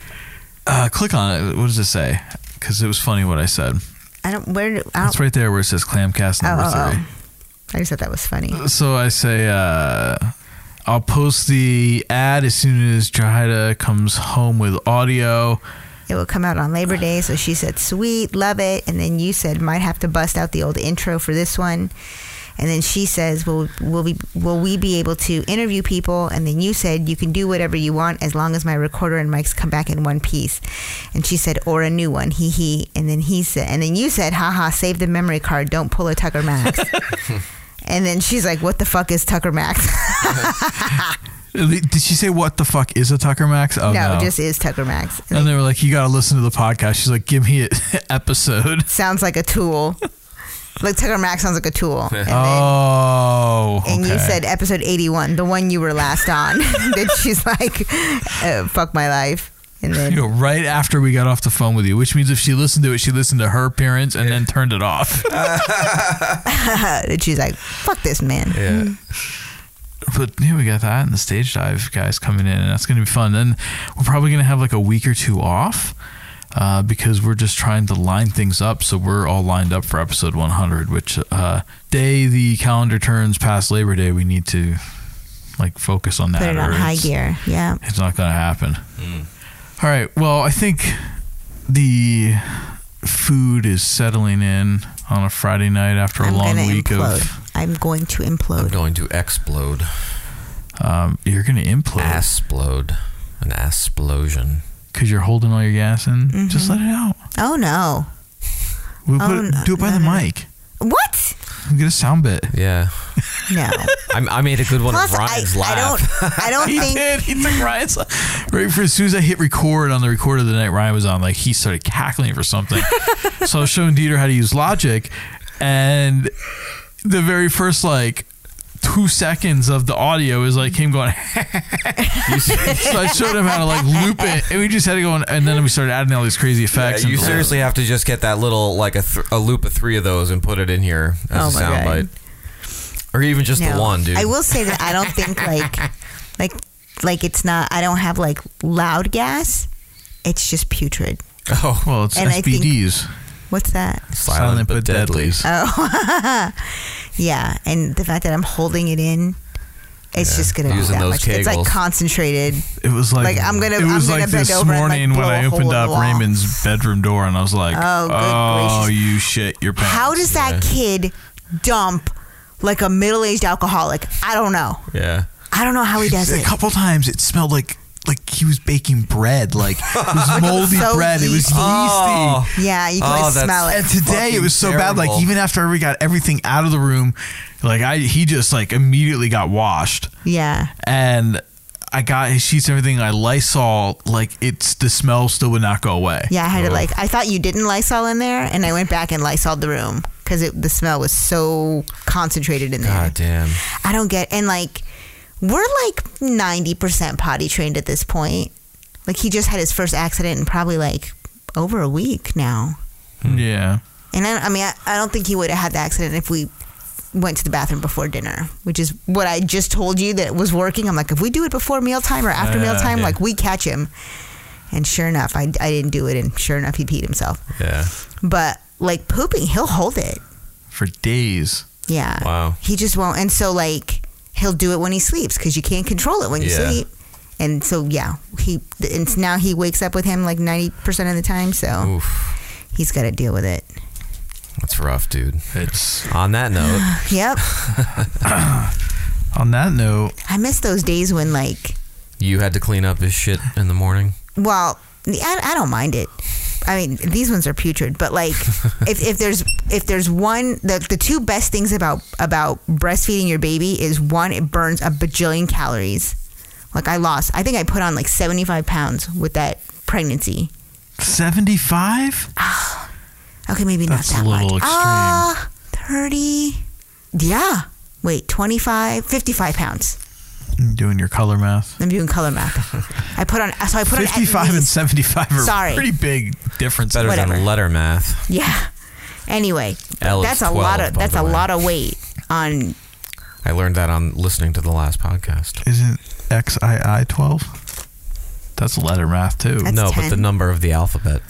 [SPEAKER 7] uh, click on it. What does it say? Because it was funny what I said.
[SPEAKER 5] I don't. Where? do- I don't.
[SPEAKER 7] It's right there where it says Clamcast
[SPEAKER 5] Oh,
[SPEAKER 7] number
[SPEAKER 5] oh,
[SPEAKER 7] three.
[SPEAKER 5] oh. I just thought that was funny.
[SPEAKER 7] So I say, uh, I'll post the ad as soon as Jahida comes home with audio.
[SPEAKER 5] It will come out on Labor Day. So she said, "Sweet, love it." And then you said, "Might have to bust out the old intro for this one." And then she says, "Will will we will we be able to interview people?" And then you said, "You can do whatever you want as long as my recorder and mics come back in one piece." And she said, "Or a new one." He he. And then he said, and then you said, "Haha, save the memory card. Don't pull a Tucker Max." and then she's like, "What the fuck is Tucker Max?" [laughs]
[SPEAKER 7] Did she say what the fuck is a Tucker Max? Oh, no,
[SPEAKER 5] no, just is Tucker Max.
[SPEAKER 7] and they were like, you got to listen to the podcast. She's like, give me an [laughs] episode.
[SPEAKER 5] sounds like a tool. Like Tucker Max sounds like a tool. And,
[SPEAKER 7] oh,
[SPEAKER 5] and you
[SPEAKER 7] okay.
[SPEAKER 5] said episode 81, the one you were last on. [laughs] then she's like, uh, fuck my life. And then,
[SPEAKER 7] You know, right after we got off the phone with you, which means if she listened to it, she listened to her parents and then turned it
[SPEAKER 5] [laughs]
[SPEAKER 7] off.
[SPEAKER 5] then uh, she's like, fuck this man.
[SPEAKER 7] But yeah, we got that and the stage dive guys coming in, and that's going to be fun. Then we're probably going to have like a week or two off uh, because we're just trying to line things up. So we're all lined up for episode 100, which uh, day the calendar turns past Labor Day, we need to like focus on that.
[SPEAKER 5] Put it on
[SPEAKER 7] or
[SPEAKER 5] high
[SPEAKER 7] it's-
[SPEAKER 5] gear. Yeah.
[SPEAKER 7] It's not going to happen. All right. Well, I think the food is settling in on a Friday night after a
[SPEAKER 5] I'm
[SPEAKER 7] long
[SPEAKER 5] gonna
[SPEAKER 7] week
[SPEAKER 5] implode.
[SPEAKER 7] of.
[SPEAKER 5] I'm going to implode.
[SPEAKER 2] I'm going to explode.
[SPEAKER 7] Um, you're going to implode.
[SPEAKER 2] Asplode. An explosion.
[SPEAKER 7] Because you're holding all your gas in. Just let it out.
[SPEAKER 5] Oh, no.
[SPEAKER 7] We
[SPEAKER 5] Oh,
[SPEAKER 7] put it,
[SPEAKER 5] no,
[SPEAKER 7] do it by the
[SPEAKER 5] no, no, no.
[SPEAKER 7] mic.
[SPEAKER 5] What?
[SPEAKER 7] We get a sound bit.
[SPEAKER 2] Yeah.
[SPEAKER 5] No.
[SPEAKER 2] I, I made a good one
[SPEAKER 5] Plus,
[SPEAKER 2] of Ryan's
[SPEAKER 5] I- I
[SPEAKER 2] laugh.
[SPEAKER 5] I don't
[SPEAKER 7] he
[SPEAKER 5] think-
[SPEAKER 7] Did. [laughs] He took Ryan's laugh. Right for, as soon as I hit record on the recorder the night Ryan was on, like he started cackling for something. so I was showing Dieter how to use Logic, and the very first like two seconds of the audio is like him going. [laughs] so I showed him how to like loop it, and we just had to go, on, and then we started adding all these crazy
[SPEAKER 2] Yeah,
[SPEAKER 7] effects.
[SPEAKER 2] you
[SPEAKER 7] and
[SPEAKER 2] seriously have to just get that little like a, th- a loop of three of those and put it in here
[SPEAKER 5] Oh
[SPEAKER 2] as
[SPEAKER 5] my
[SPEAKER 2] a soundbite, or even just the
[SPEAKER 5] No.
[SPEAKER 2] one, dude.
[SPEAKER 5] I will say that I don't think like like like it's not I don't have like loud gas. It's just putrid.
[SPEAKER 2] [laughs] Oh
[SPEAKER 7] well, it's
[SPEAKER 5] And I think-
[SPEAKER 7] SBDs,
[SPEAKER 5] What's that?
[SPEAKER 7] silent, but deadlies.
[SPEAKER 5] Oh. [laughs] yeah, and the fact that I'm holding it in it's
[SPEAKER 7] Yeah,
[SPEAKER 5] just gonna be
[SPEAKER 7] using
[SPEAKER 5] that
[SPEAKER 7] those
[SPEAKER 5] much. It's like
[SPEAKER 7] kegels.
[SPEAKER 5] concentrated.
[SPEAKER 7] It was like,
[SPEAKER 5] Like, I'm gonna-
[SPEAKER 7] It was
[SPEAKER 5] I'm gonna
[SPEAKER 7] like
[SPEAKER 5] bend
[SPEAKER 7] this
[SPEAKER 5] over and, like,
[SPEAKER 7] morning when
[SPEAKER 5] blow
[SPEAKER 7] I
[SPEAKER 5] a hole in
[SPEAKER 7] opened
[SPEAKER 5] the
[SPEAKER 7] up
[SPEAKER 5] wall.
[SPEAKER 7] Raymond's bedroom door, and I was like,
[SPEAKER 5] Oh,
[SPEAKER 7] "Oh,
[SPEAKER 5] good gracious.
[SPEAKER 7] you shit your pants."
[SPEAKER 5] How does that kid dump like a middle aged alcoholic? I don't know.
[SPEAKER 2] Yeah.
[SPEAKER 5] I don't know how he does
[SPEAKER 7] A
[SPEAKER 5] it.
[SPEAKER 7] couple times it smelled like like he was baking bread. Like it was
[SPEAKER 5] [laughs]
[SPEAKER 7] moldy
[SPEAKER 5] So
[SPEAKER 7] bread. It was yeasty.
[SPEAKER 5] yeasty. Oh. Yeah, you can, like, Oh, that's smell it.
[SPEAKER 7] And today it was so
[SPEAKER 5] fucking
[SPEAKER 7] bad. Like
[SPEAKER 5] terrible.
[SPEAKER 7] even after we got everything out of the room, like I he just like immediately got washed.
[SPEAKER 5] Yeah.
[SPEAKER 7] and I got his sheets and everything. I Lysol, like it's the smell still would not go away.
[SPEAKER 5] Yeah, I had to like. I thought you didn't Lysol in there, and I went back and Lysol the room because the smell was so concentrated in there.
[SPEAKER 2] God damn.
[SPEAKER 5] I don't get and like we're like ninety percent potty trained at this point. Like he just had his first accident in probably like over a week now, Hmm.
[SPEAKER 7] yeah.
[SPEAKER 5] and I, I mean I, I don't think he would have had the accident if we went to the bathroom before dinner, which is what I just told you that was working. I'm like, if we do it before mealtime or after
[SPEAKER 2] Yeah,
[SPEAKER 5] mealtime,
[SPEAKER 2] yeah.
[SPEAKER 5] like we catch him. And sure enough, I, I didn't do it, and sure enough, he peed himself.
[SPEAKER 2] Yeah.
[SPEAKER 5] But like pooping, he'll hold it.
[SPEAKER 7] for days.
[SPEAKER 5] Yeah.
[SPEAKER 2] Wow.
[SPEAKER 5] He just won't. And so, like, he'll do it when he sleeps because you can't control it when you
[SPEAKER 2] Yeah.
[SPEAKER 5] sleep. And so, yeah, he and now he wakes up with him like ninety percent of the time. So he's got to deal with it. [laughs]
[SPEAKER 2] That's rough, dude. It's on that note.
[SPEAKER 5] Yep.
[SPEAKER 7] On that note,
[SPEAKER 5] I miss those days when like,
[SPEAKER 2] you had to clean up his shit in the morning.
[SPEAKER 5] well, I, I don't mind it. I mean, these ones are putrid,
[SPEAKER 7] [laughs]
[SPEAKER 5] but like, if, if there's if there's one the the two best things about about breastfeeding your baby is one it burns a bajillion calories. Like I lost, I think I put on like seventy five pounds with that pregnancy.
[SPEAKER 7] 75?
[SPEAKER 5] Okay, maybe
[SPEAKER 7] That's
[SPEAKER 5] not
[SPEAKER 7] a
[SPEAKER 5] that
[SPEAKER 7] little
[SPEAKER 5] much.
[SPEAKER 7] extreme.
[SPEAKER 5] Ah, 30. Yeah. Wait, 25, 55 pounds.
[SPEAKER 7] I'm doing your color math.
[SPEAKER 5] I'm doing
[SPEAKER 7] [laughs]
[SPEAKER 5] color math. I put on, so I put on at
[SPEAKER 7] 55 and
[SPEAKER 5] least-
[SPEAKER 7] 75 are
[SPEAKER 5] Sorry.
[SPEAKER 7] pretty big difference.
[SPEAKER 5] Better than Whatever.
[SPEAKER 2] letter math.
[SPEAKER 5] Yeah. Anyway,
[SPEAKER 2] L is
[SPEAKER 5] that's a lot
[SPEAKER 2] 12,
[SPEAKER 5] of,
[SPEAKER 2] by
[SPEAKER 5] that's
[SPEAKER 2] the
[SPEAKER 5] a
[SPEAKER 2] way.
[SPEAKER 5] lot of weight on,
[SPEAKER 2] I learned that on listening to the last podcast.
[SPEAKER 7] Isn't XII 12? That's letter math, too.
[SPEAKER 5] That's
[SPEAKER 2] no, but
[SPEAKER 5] 10.
[SPEAKER 2] the number of the alphabet.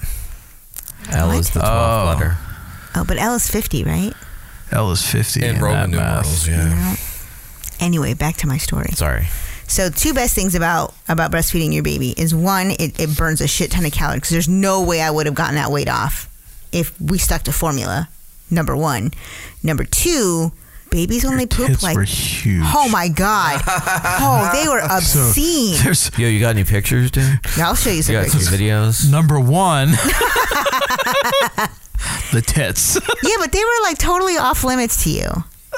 [SPEAKER 2] L is the 12th letter.
[SPEAKER 5] oh, but L is 50, right?
[SPEAKER 7] L is 50.
[SPEAKER 2] In
[SPEAKER 7] in
[SPEAKER 2] Roman
[SPEAKER 7] that math.
[SPEAKER 2] numerals, yeah.
[SPEAKER 5] Anyway, back to my story.
[SPEAKER 2] Sorry.
[SPEAKER 5] So two best things about about breastfeeding your baby is one, it, it burns a shit ton of calories because there's no way I would have gotten that weight off if we stuck to formula. Number one, number two, babies only poop
[SPEAKER 2] tits
[SPEAKER 5] like
[SPEAKER 2] were huge.
[SPEAKER 5] oh
[SPEAKER 7] [laughs]
[SPEAKER 5] my god, oh
[SPEAKER 2] [laughs]
[SPEAKER 5] they were obscene.
[SPEAKER 2] Yo, you got any pictures, dude?
[SPEAKER 5] I'll show you some
[SPEAKER 2] got
[SPEAKER 5] pictures.
[SPEAKER 2] some videos.
[SPEAKER 7] Number one,
[SPEAKER 5] [laughs]
[SPEAKER 7] [laughs] the tits. [laughs]
[SPEAKER 5] yeah, but they were like totally off limits to you.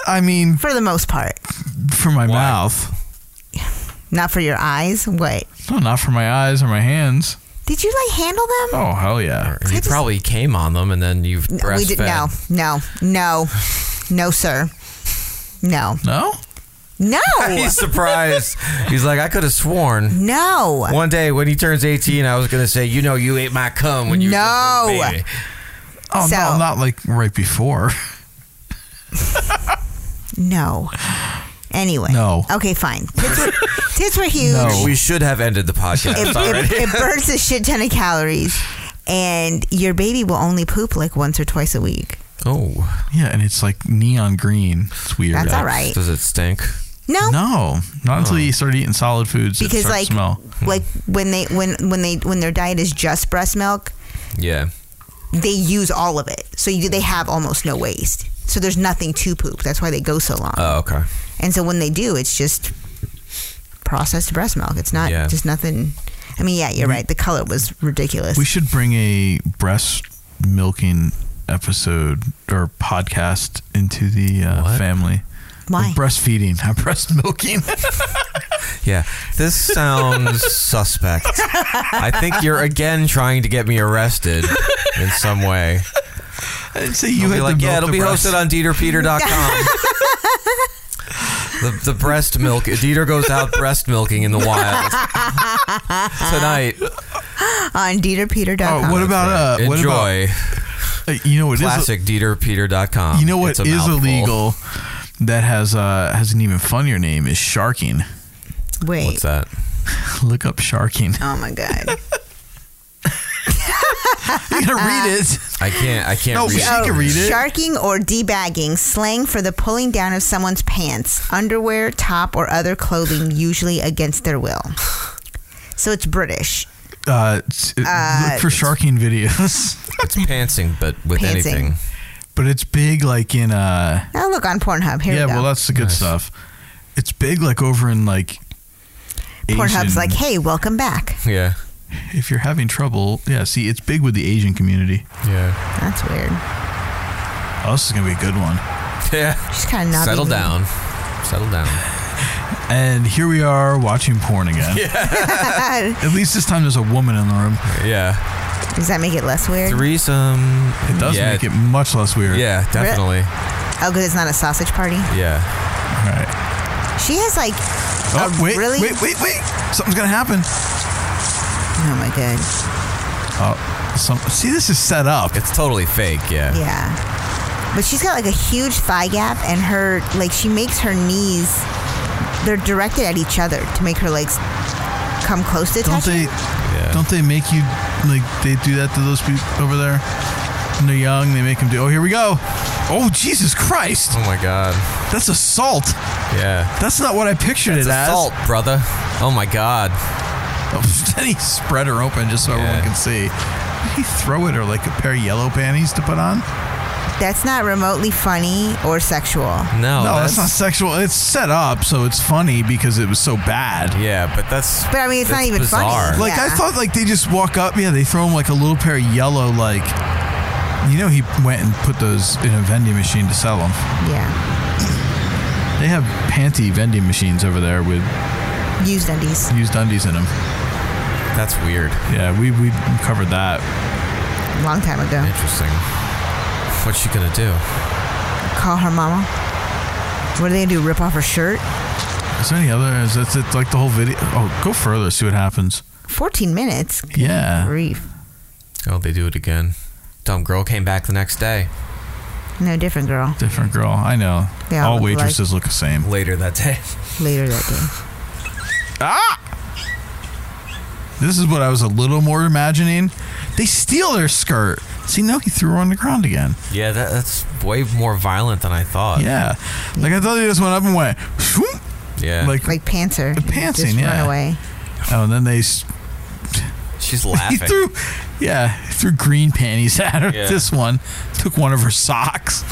[SPEAKER 7] I mean,
[SPEAKER 5] for the most part,
[SPEAKER 7] For my mouth.
[SPEAKER 5] not for your eyes. What
[SPEAKER 7] No, not for my eyes or my hands.
[SPEAKER 5] did you like handle them?
[SPEAKER 7] Oh, hell yeah.
[SPEAKER 2] You probably came on them and then you've breastfed.
[SPEAKER 5] we did no, no, no, no, sir, no,
[SPEAKER 7] No?
[SPEAKER 5] no.
[SPEAKER 2] [laughs] He's surprised. He's like, I could have sworn.
[SPEAKER 5] No.
[SPEAKER 2] One day when he turns 18, I was going to say, you know, you ate my cum when you
[SPEAKER 5] No.
[SPEAKER 2] were a baby.
[SPEAKER 7] Oh, no,
[SPEAKER 5] So-
[SPEAKER 7] not like right before.
[SPEAKER 5] No. Anyway.
[SPEAKER 2] No.
[SPEAKER 5] Okay, fine. Tits were, tits were huge.
[SPEAKER 2] We should have ended the
[SPEAKER 5] It, [laughs]
[SPEAKER 2] podcast
[SPEAKER 5] Oh. it-
[SPEAKER 2] already.
[SPEAKER 5] it burns a shit ton of calories. And your baby will only poop like once or twice a week.
[SPEAKER 2] Oh.
[SPEAKER 7] Yeah, and it's like neon green. It's weird.
[SPEAKER 5] That's all right.
[SPEAKER 2] Does it stink?
[SPEAKER 5] No.
[SPEAKER 7] No. Not until
[SPEAKER 2] Oh.
[SPEAKER 7] you start eating solid foods. it
[SPEAKER 5] Because
[SPEAKER 7] starts
[SPEAKER 5] like
[SPEAKER 7] to smell.
[SPEAKER 5] like when they when when they when their diet is just breast milk,
[SPEAKER 2] Yeah.
[SPEAKER 5] they use all of it. So you, they have almost no waste. So there's nothing to poop. That's why they go so long.
[SPEAKER 7] Uh.
[SPEAKER 2] Oh, okay.
[SPEAKER 5] And so when they do, it's just processed breast milk. It's not
[SPEAKER 7] Yeah.
[SPEAKER 5] just nothing. I mean, yeah, you're
[SPEAKER 7] We-
[SPEAKER 5] right. The color was ridiculous.
[SPEAKER 7] We should bring a breast milking episode or podcast into the uh, family.
[SPEAKER 5] Why?
[SPEAKER 7] Or breastfeeding, [laughs] not breast milking.
[SPEAKER 2] Yeah. This
[SPEAKER 5] [laughs]
[SPEAKER 2] sounds suspect. I think you're again trying to get me arrested in some way.
[SPEAKER 7] I'd say you
[SPEAKER 2] will be
[SPEAKER 7] had to
[SPEAKER 2] like, yeah,
[SPEAKER 7] milk
[SPEAKER 2] it'll
[SPEAKER 7] the
[SPEAKER 2] be
[SPEAKER 7] breast."
[SPEAKER 2] hosted on
[SPEAKER 5] [laughs]
[SPEAKER 2] DieterPeter.com. the, the breast milk. Dieter goes out breast milking in the wild tonight.
[SPEAKER 5] on DieterPeter.com.
[SPEAKER 7] Oh, what about uh, what about-
[SPEAKER 2] Enjoy.
[SPEAKER 7] Uh, you know what is a-
[SPEAKER 2] ClassicDieterPeter.com.
[SPEAKER 7] You know what
[SPEAKER 2] It's a
[SPEAKER 7] is
[SPEAKER 2] mouthful.
[SPEAKER 7] illegal that has uh has an even funnier name is sharking. [laughs]
[SPEAKER 5] Wait.
[SPEAKER 2] What's that?
[SPEAKER 7] Look up sharking. [laughs]
[SPEAKER 5] Oh my god.
[SPEAKER 7] you gotta read it.
[SPEAKER 5] Uh-uh.
[SPEAKER 2] I can't. I can't.
[SPEAKER 7] No,
[SPEAKER 2] read
[SPEAKER 7] she
[SPEAKER 2] it.
[SPEAKER 7] can read it.
[SPEAKER 5] Sharking or debagging, slang for the pulling down of someone's pants, underwear, top, or other clothing, usually against their will. So it's British.
[SPEAKER 7] Uh, t-
[SPEAKER 5] Uh,
[SPEAKER 7] look for sharking videos. [laughs]
[SPEAKER 2] It's pantsing, but with
[SPEAKER 5] Pantsing. anything.
[SPEAKER 7] But it's big, like in uh.
[SPEAKER 5] Now look on Pornhub. Here
[SPEAKER 7] yeah,
[SPEAKER 5] we go.
[SPEAKER 7] well, that's the good stuff. It's big, like over in like. Asian-
[SPEAKER 5] Pornhub's like, hey, welcome back.
[SPEAKER 2] Yeah.
[SPEAKER 7] If you're having trouble, yeah. See, it's big with the Asian community.
[SPEAKER 2] Yeah.
[SPEAKER 5] That's weird.
[SPEAKER 7] Oh, this is gonna be a good one.
[SPEAKER 2] Yeah.
[SPEAKER 5] She's kind of not.
[SPEAKER 2] Settle down. Settle down.
[SPEAKER 7] And here we are watching porn
[SPEAKER 2] [laughs]
[SPEAKER 7] again.
[SPEAKER 5] Yeah.
[SPEAKER 7] At least this time there's a woman in the room.
[SPEAKER 2] Yeah.
[SPEAKER 5] [laughs] Does that make it less weird?
[SPEAKER 2] Threesome.
[SPEAKER 7] It does
[SPEAKER 2] Yeah.
[SPEAKER 7] make it much less weird.
[SPEAKER 2] Yeah, definitely.
[SPEAKER 5] Oh, because it's not a sausage party.
[SPEAKER 2] Yeah.
[SPEAKER 7] All right.
[SPEAKER 5] She has like.
[SPEAKER 7] Oh,
[SPEAKER 5] a
[SPEAKER 7] wait,
[SPEAKER 5] really?
[SPEAKER 7] wait, wait, wait. Something's going to happen.
[SPEAKER 5] Oh, my God.
[SPEAKER 7] Oh, some, see, this is set up.
[SPEAKER 2] It's totally fake. Yeah.
[SPEAKER 5] Yeah. But she's got like a huge thigh gap, and her, like, she makes her knees, they're directed at each other to make her legs come close to
[SPEAKER 7] Don't
[SPEAKER 5] touching.
[SPEAKER 7] they? Don't they make you like they do that to those people over there? When they're young, they make them do. Oh, here we go. Oh Jesus Christ!
[SPEAKER 2] Oh my God,
[SPEAKER 7] that's assault.
[SPEAKER 2] Yeah,
[SPEAKER 7] that's not what I pictured
[SPEAKER 2] That's
[SPEAKER 7] it as.
[SPEAKER 2] assault, brother. Oh my God.
[SPEAKER 7] [laughs] then he spread her open just so everyone can see. Did he throw it or like a pair of yellow panties to put on?
[SPEAKER 5] That's not remotely funny or sexual.
[SPEAKER 2] Hmm. Oh,
[SPEAKER 7] no, that's, not sexual. It's set up so it's funny because it was so bad.
[SPEAKER 2] Yeah, but that's.
[SPEAKER 5] But I mean, it's not even funny.
[SPEAKER 7] Like I
[SPEAKER 5] Yeah.
[SPEAKER 7] thought, like they just walk up. Yeah, they throw him like a little pair of yellow. Like, you know, he went and put those in a vending machine to sell them.
[SPEAKER 5] Yeah.
[SPEAKER 7] They have panty vending machines over there with
[SPEAKER 5] Used undies.
[SPEAKER 7] used undies in them.
[SPEAKER 2] That's weird.
[SPEAKER 7] Yeah, we we covered that.
[SPEAKER 5] Long time ago.
[SPEAKER 2] Interesting. What's she gonna do?
[SPEAKER 5] Call her mama. What are they gonna do? Rip off her shirt?
[SPEAKER 7] Is there any other? Is that it, like the whole video? Oh, go further, see what happens.
[SPEAKER 5] 14 minutes. Good
[SPEAKER 7] Yeah.
[SPEAKER 5] Grief.
[SPEAKER 2] Oh, they do it again. Dumb girl came back the next day.
[SPEAKER 5] No, different girl.
[SPEAKER 7] Different girl. I know.
[SPEAKER 5] They all
[SPEAKER 7] all
[SPEAKER 5] look alike.
[SPEAKER 7] waitresses look the same.
[SPEAKER 2] Later that day.
[SPEAKER 5] Later that day.
[SPEAKER 7] Ah! This is what I was a little more imagining. They steal their skirt. See, now he threw her on the ground again.
[SPEAKER 2] Yeah, that, that's way more violent than I thought.
[SPEAKER 7] Yeah. Like, I thought they just went up and went, "Shoom!"
[SPEAKER 2] Yeah.
[SPEAKER 7] like,
[SPEAKER 5] Like pantsing.
[SPEAKER 7] pantsing,
[SPEAKER 5] Just
[SPEAKER 7] yeah.
[SPEAKER 5] run away.
[SPEAKER 7] oh, and then they. s- [laughs]
[SPEAKER 2] She's
[SPEAKER 7] He
[SPEAKER 2] laughing.
[SPEAKER 7] threw, yeah, he threw green panties [laughs] at her.
[SPEAKER 2] Yeah.
[SPEAKER 7] This one took one of her socks.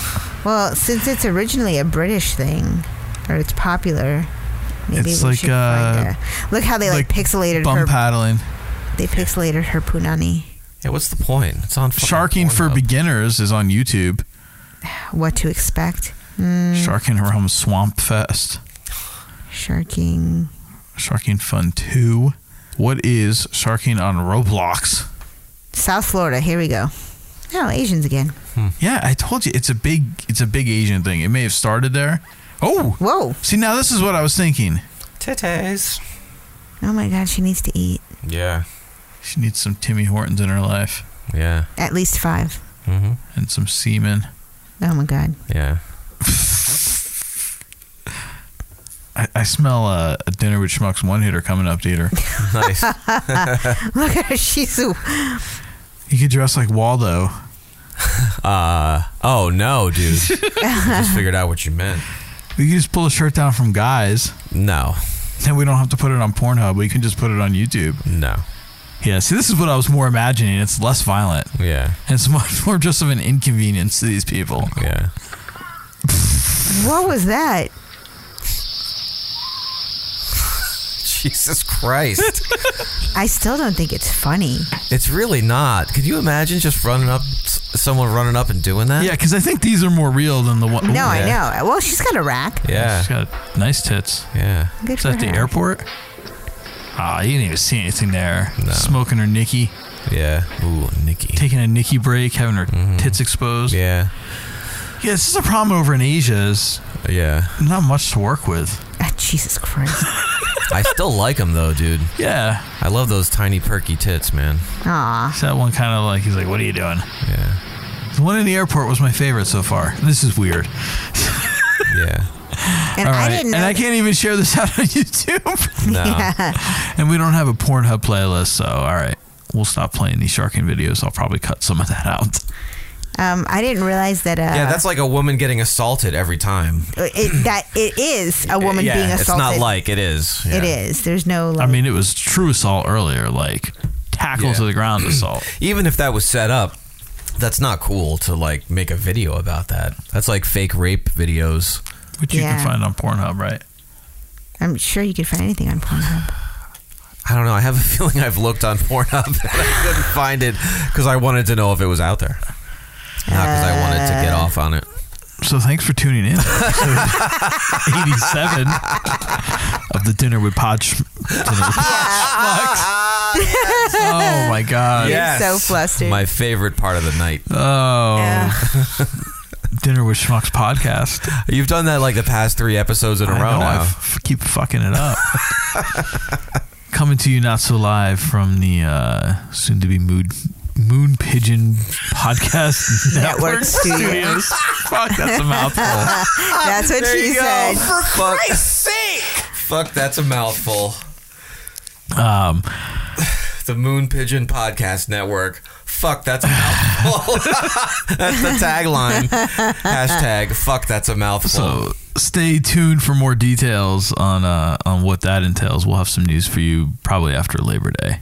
[SPEAKER 5] Well, since it's originally a British thing, or it's popular, maybe
[SPEAKER 7] It's
[SPEAKER 5] we
[SPEAKER 7] like,
[SPEAKER 5] should find
[SPEAKER 7] uh,
[SPEAKER 5] a- Look how they like, pixelated
[SPEAKER 7] bum
[SPEAKER 5] her.
[SPEAKER 7] paddling.
[SPEAKER 5] They pixelated her punani.
[SPEAKER 2] Yeah, what's the point? It's on fucking
[SPEAKER 7] Sharking for
[SPEAKER 2] Pornhub.
[SPEAKER 7] beginners is on YouTube.
[SPEAKER 5] What to expect? Mm,
[SPEAKER 7] Sharking around Swamp Fest.
[SPEAKER 5] Sharking.
[SPEAKER 7] Sharking Fun 2. What is sharking on
[SPEAKER 2] [laughs]
[SPEAKER 7] Roblox?
[SPEAKER 5] South Florida. Here we go. Oh, Asians again.
[SPEAKER 7] Yeah, I told you it's a big it's a big Asian thing. It may have started there. Oh,
[SPEAKER 5] whoa!
[SPEAKER 7] See now this is what I was thinking.
[SPEAKER 2] Titties.
[SPEAKER 5] Oh my God, she needs to eat
[SPEAKER 2] Yeah.
[SPEAKER 7] She needs some Timmy Hortons in her life
[SPEAKER 2] Yeah.
[SPEAKER 5] at least five.
[SPEAKER 2] Mm-hmm.
[SPEAKER 7] and some semen.
[SPEAKER 5] Oh my God. [laughs]
[SPEAKER 7] [laughs]
[SPEAKER 2] Yeah.
[SPEAKER 7] I, I smell a, a dinner with schmucks one hitter coming up, Dieter.
[SPEAKER 2] nice.
[SPEAKER 5] Look at her. She's a-
[SPEAKER 7] You could dress like Waldo.
[SPEAKER 2] Uh oh no, dude.
[SPEAKER 5] [laughs]
[SPEAKER 2] Just figured out what you meant.
[SPEAKER 7] You could just pull a shirt down from guys.
[SPEAKER 2] No.
[SPEAKER 7] Then we don't have to put it on Pornhub. We can just put it on YouTube.
[SPEAKER 2] No.
[SPEAKER 7] Yeah, see, this is what I was more imagining. It's less violent.
[SPEAKER 2] Yeah.
[SPEAKER 7] And it's [laughs] much more just of an inconvenience to these people.
[SPEAKER 2] Yeah.
[SPEAKER 5] what was that?
[SPEAKER 2] [laughs] Jesus Christ.
[SPEAKER 5] I still don't think it's funny.
[SPEAKER 2] it's really not. Could you imagine just running up, someone running up and doing that?
[SPEAKER 7] Yeah, because I think these are more real than the one.
[SPEAKER 5] No,
[SPEAKER 7] Ooh, yeah.
[SPEAKER 5] I know. Well, she's got a rack.
[SPEAKER 2] Yeah.
[SPEAKER 7] She's got nice tits.
[SPEAKER 2] Yeah.
[SPEAKER 5] Good
[SPEAKER 7] Is
[SPEAKER 5] for
[SPEAKER 7] that the
[SPEAKER 5] her.
[SPEAKER 7] airport? Ah, you didn't even see anything there. Smoking her Nikki,
[SPEAKER 2] Yeah. Ooh, Nikki.
[SPEAKER 7] taking a Nikki break, having her tits exposed.
[SPEAKER 2] Mm-hmm. Yeah.
[SPEAKER 7] Yeah, this is a problem over in Asia. Is
[SPEAKER 2] Yeah.
[SPEAKER 7] not much to work with.
[SPEAKER 5] Ah, Jesus Christ.
[SPEAKER 7] [laughs]
[SPEAKER 2] I still like him though, dude.
[SPEAKER 7] Yeah.
[SPEAKER 2] I love those tiny perky tits, man.
[SPEAKER 5] Aw.
[SPEAKER 7] It's that one kind of like he's like, "What are you doing?"
[SPEAKER 2] Yeah.
[SPEAKER 7] The one in the airport was my favorite so far. This is weird.
[SPEAKER 2] Yeah.
[SPEAKER 5] And
[SPEAKER 7] All
[SPEAKER 5] I
[SPEAKER 7] right,
[SPEAKER 5] didn't know.
[SPEAKER 7] and I can't even share this [laughs] out on YouTube.
[SPEAKER 5] [laughs]
[SPEAKER 2] No.
[SPEAKER 7] And we don't have a Pornhub playlist, so all right, we'll stop playing these sharking videos. I'll probably cut some of that out.
[SPEAKER 5] Um, I didn't realize that. Uh,
[SPEAKER 2] Yeah, that's like a woman getting assaulted every time.
[SPEAKER 5] it, that it is a woman
[SPEAKER 2] yeah,
[SPEAKER 5] being assaulted.
[SPEAKER 2] It's not like it is.
[SPEAKER 5] It
[SPEAKER 2] Yeah.
[SPEAKER 5] is. There's no.
[SPEAKER 7] I
[SPEAKER 5] Like,
[SPEAKER 7] mean, it was true assault earlier, like tackle
[SPEAKER 2] Yeah.
[SPEAKER 7] to the ground assault.
[SPEAKER 2] Even if that was set up, that's not cool to like make a video about that. That's like fake rape videos.
[SPEAKER 7] Which you
[SPEAKER 5] Yeah.
[SPEAKER 7] can find on Pornhub, right?
[SPEAKER 5] I'm sure you could find anything on Pornhub.
[SPEAKER 2] I don't know. I have a [laughs] feeling I've looked on Pornhub [laughs] and I couldn't find it because I wanted to know if it was out there. Not because I wanted to get off on it.
[SPEAKER 7] So thanks for tuning in. to [laughs] Episode 87 of the Dinner with Pod. Sch- Dinner with Pod Schmucks. [laughs] oh my God.
[SPEAKER 2] Yes.
[SPEAKER 5] so flustered.
[SPEAKER 2] My favorite part of the night.
[SPEAKER 7] Oh. Dinner with Schmucks podcast.
[SPEAKER 2] [laughs] You've done that like the past three episodes in a
[SPEAKER 7] I
[SPEAKER 2] row
[SPEAKER 7] know, I
[SPEAKER 2] now.
[SPEAKER 7] f- keep fucking it up. [laughs] Coming to you not so live from the uh, soon to be mood moon pigeon podcast [laughs] network,
[SPEAKER 5] Network studio.
[SPEAKER 7] [laughs] studios. Fuck, that's a mouthful.
[SPEAKER 5] That's what
[SPEAKER 2] There
[SPEAKER 5] she
[SPEAKER 2] you go.
[SPEAKER 5] said.
[SPEAKER 2] For Fuck. Christ's
[SPEAKER 5] sake!
[SPEAKER 2] Fuck, that's a mouthful.
[SPEAKER 7] Um,
[SPEAKER 2] The Moon Pigeon Podcast Network. Fuck, that's a [laughs] mouthful. that's the tagline. Hashtag, fuck, that's a mouthful.
[SPEAKER 7] So stay tuned for more details on uh, on what that entails. We'll have some news for you probably after Labor Day.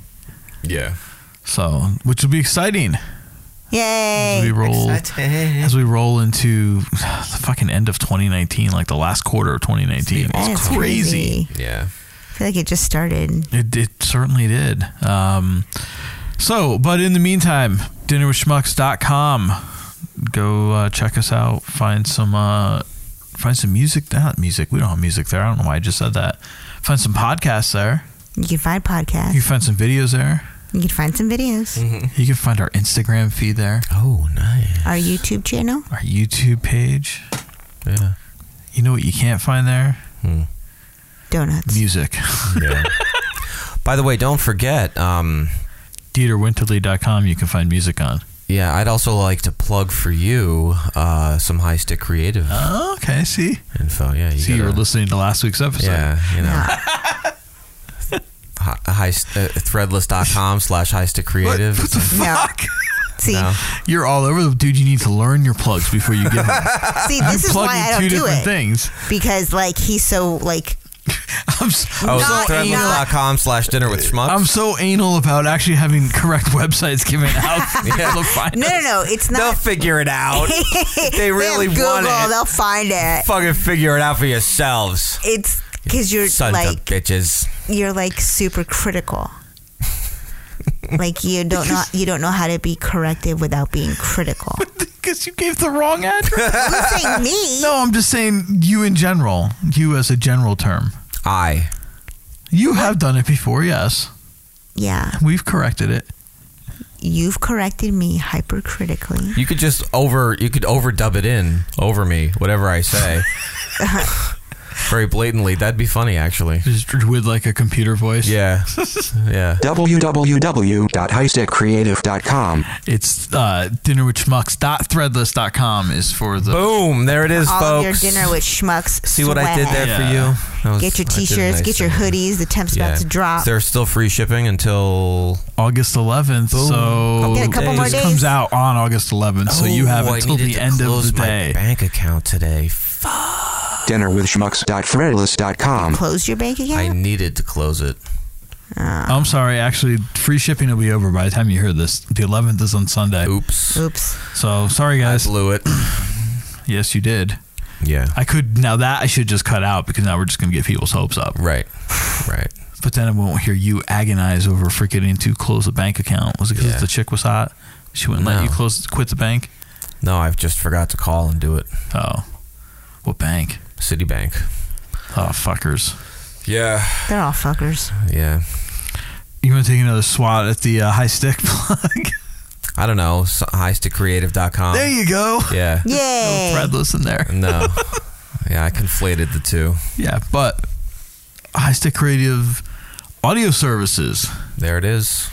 [SPEAKER 2] Yeah.
[SPEAKER 7] So, which will be exciting
[SPEAKER 5] Yay!
[SPEAKER 7] as we roll as we roll into [sighs] the fucking end of 2019, like the last quarter of 2019.
[SPEAKER 5] That's crazy.
[SPEAKER 2] Yeah.
[SPEAKER 5] I feel like it just started.
[SPEAKER 7] It, it certainly did. Um, so, but in the meantime, dinnerwithschmucks.com. Go uh, check us out. Find some uh, find some music. Not music. We don't have music there. I don't know why I just said that. Find some podcasts there.
[SPEAKER 5] You can find podcasts.
[SPEAKER 7] You can find some videos there.
[SPEAKER 5] You can find some videos.
[SPEAKER 7] You can find our Instagram feed there. Oh, nice.
[SPEAKER 5] Our YouTube channel.
[SPEAKER 7] Our YouTube page.
[SPEAKER 2] Yeah.
[SPEAKER 7] You know what you can't find there?
[SPEAKER 5] Donuts.
[SPEAKER 7] Music.
[SPEAKER 2] Yeah. [laughs] By the way, don't forget um,
[SPEAKER 7] DieterWinterly.com you can find music on.
[SPEAKER 2] Yeah, I'd also like to plug for you uh, some High Stick Creative.
[SPEAKER 7] Oh, okay. See?
[SPEAKER 2] Info, yeah. You
[SPEAKER 7] See, you were listening to last week's episode. [laughs]
[SPEAKER 2] Yeah, you know. hi, hi, uh, threadless.com slash high stick creative. What,
[SPEAKER 7] [laughs]
[SPEAKER 2] the
[SPEAKER 5] fuck? See,
[SPEAKER 7] You're all over the dude. You need to learn your plugs before you [laughs] give them.
[SPEAKER 5] see,
[SPEAKER 7] I'm
[SPEAKER 5] this is
[SPEAKER 7] plugging
[SPEAKER 5] why I don't
[SPEAKER 7] two
[SPEAKER 5] do
[SPEAKER 7] different
[SPEAKER 5] it
[SPEAKER 7] things. [laughs]
[SPEAKER 5] because like he's so like.
[SPEAKER 2] Oh,
[SPEAKER 5] Not
[SPEAKER 2] so threadless.com slash dinner with schmucks.
[SPEAKER 7] I'm so anal about actually having correct [laughs] websites given out. [laughs]
[SPEAKER 2] [laughs]
[SPEAKER 7] for people to find
[SPEAKER 5] No,
[SPEAKER 7] us.
[SPEAKER 5] no, no. It's not.
[SPEAKER 2] They'll figure it
[SPEAKER 5] [laughs]
[SPEAKER 2] out. they really
[SPEAKER 5] have Google,
[SPEAKER 2] want it.
[SPEAKER 5] They'll find it.
[SPEAKER 2] Fucking figure it out for yourselves.
[SPEAKER 5] It's because you're
[SPEAKER 2] Sons
[SPEAKER 5] like
[SPEAKER 2] of bitches.
[SPEAKER 5] you're like super critical. like you don't know you don't know how to be corrective without being
[SPEAKER 2] [laughs]
[SPEAKER 5] critical.
[SPEAKER 7] Because you gave the wrong address.
[SPEAKER 5] I'm saying me.
[SPEAKER 7] No, I'm just saying you in general. You as a general term.
[SPEAKER 2] I.
[SPEAKER 7] You have done it before, yes.
[SPEAKER 5] Yeah,
[SPEAKER 7] We've corrected it.
[SPEAKER 5] you've corrected me hypercritically.
[SPEAKER 2] You could just over you could overdub it in over me, whatever
[SPEAKER 7] [laughs]
[SPEAKER 2] I say. Very blatantly. That'd be
[SPEAKER 7] [laughs]
[SPEAKER 2] funny actually.
[SPEAKER 7] Just with like a computer voice.
[SPEAKER 2] Yeah. Yeah.
[SPEAKER 3] www.highstickcreative.com.
[SPEAKER 7] It's uh, dinnerwithschmucks.threadless.com is for the.
[SPEAKER 2] Boom. There it is,
[SPEAKER 5] All of your
[SPEAKER 2] folks.
[SPEAKER 5] dinner with schmucks.
[SPEAKER 2] See what I did there
[SPEAKER 5] swag.
[SPEAKER 2] for
[SPEAKER 7] Yeah.
[SPEAKER 2] you? That was-
[SPEAKER 5] Get your
[SPEAKER 2] I did a
[SPEAKER 5] t-shirts.
[SPEAKER 2] nice
[SPEAKER 5] get your
[SPEAKER 2] thing.
[SPEAKER 5] hoodies. The temp's
[SPEAKER 2] Yeah.
[SPEAKER 5] about to drop.
[SPEAKER 2] There's still free shipping until
[SPEAKER 7] August 11th. So
[SPEAKER 5] Get a couple more
[SPEAKER 7] this
[SPEAKER 5] days.
[SPEAKER 7] comes out on August 11th. so you have
[SPEAKER 2] Oh, I
[SPEAKER 7] until
[SPEAKER 2] needed
[SPEAKER 7] the
[SPEAKER 2] to
[SPEAKER 7] end of
[SPEAKER 2] close
[SPEAKER 7] the
[SPEAKER 2] my
[SPEAKER 7] day.
[SPEAKER 2] bank account today.
[SPEAKER 3] Dinnerwithschmucks.threadless.com.
[SPEAKER 5] Close your bank
[SPEAKER 2] I
[SPEAKER 5] account.
[SPEAKER 2] needed to close it.
[SPEAKER 7] I'm sorry. Actually, free shipping will be over by the time you hear this. The 11th is on Sunday.
[SPEAKER 2] Oops.
[SPEAKER 5] Oops.
[SPEAKER 7] So sorry, guys.
[SPEAKER 2] Blew
[SPEAKER 7] [clears throat]
[SPEAKER 2] it.
[SPEAKER 7] Yes, you did.
[SPEAKER 2] Yeah.
[SPEAKER 7] I could now that I should just cut out because now we're just gonna get people's hopes up.
[SPEAKER 2] Right. Right.
[SPEAKER 7] But then I won't hear you agonize over forgetting to close a bank account. Was it because
[SPEAKER 2] Yeah.
[SPEAKER 7] the chick was hot? She wouldn't let
[SPEAKER 2] No.
[SPEAKER 7] you close quit the bank.
[SPEAKER 2] No, I've just forgot to call and do it.
[SPEAKER 7] Oh, what bank?
[SPEAKER 2] Citibank.
[SPEAKER 7] Oh, fuckers!
[SPEAKER 2] Yeah.
[SPEAKER 5] They're
[SPEAKER 2] [laughs]
[SPEAKER 5] all fuckers.
[SPEAKER 2] Yeah.
[SPEAKER 7] You want to take another swat at the uh, high stick [laughs] plug?
[SPEAKER 2] Uh-huh. I don't know. so- Highstickcreative.com.
[SPEAKER 7] there you go.
[SPEAKER 2] Yeah.
[SPEAKER 5] Yay.
[SPEAKER 7] Threadless in there.
[SPEAKER 2] No. yeah, I conflated the two.
[SPEAKER 7] Yeah, but high stick creative audio services.
[SPEAKER 2] There it is.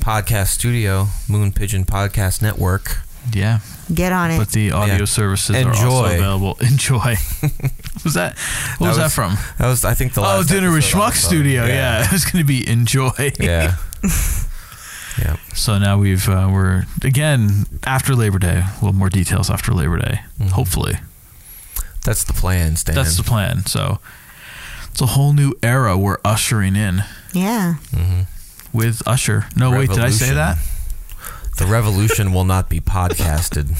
[SPEAKER 2] Podcast Studio, Moon Pigeon Podcast Network.
[SPEAKER 7] Yeah,
[SPEAKER 5] Get on it.
[SPEAKER 7] but the audio
[SPEAKER 2] Yeah.
[SPEAKER 7] services are also
[SPEAKER 2] Enjoy.
[SPEAKER 7] available. [laughs] Enjoy. was that? What was, that
[SPEAKER 2] was-
[SPEAKER 7] from?
[SPEAKER 2] That was, I think, the
[SPEAKER 7] Oh,
[SPEAKER 2] last
[SPEAKER 7] dinner with
[SPEAKER 2] episode
[SPEAKER 7] Schmuck
[SPEAKER 2] also.
[SPEAKER 7] Studio. Yeah, [laughs] it's going to be enjoy.
[SPEAKER 2] Yeah. yeah.
[SPEAKER 7] So now we've uh, we're again after Labor Day. Well, more details after Labor Day,
[SPEAKER 2] Mm-hmm.
[SPEAKER 7] hopefully.
[SPEAKER 2] That's the plan, Stan.
[SPEAKER 7] That's the plan. So it's a whole new era we're ushering in
[SPEAKER 5] yeah.
[SPEAKER 7] with Usher. No, wait, did I say
[SPEAKER 2] Revolution.
[SPEAKER 7] that?
[SPEAKER 2] the revolution will not be podcasted.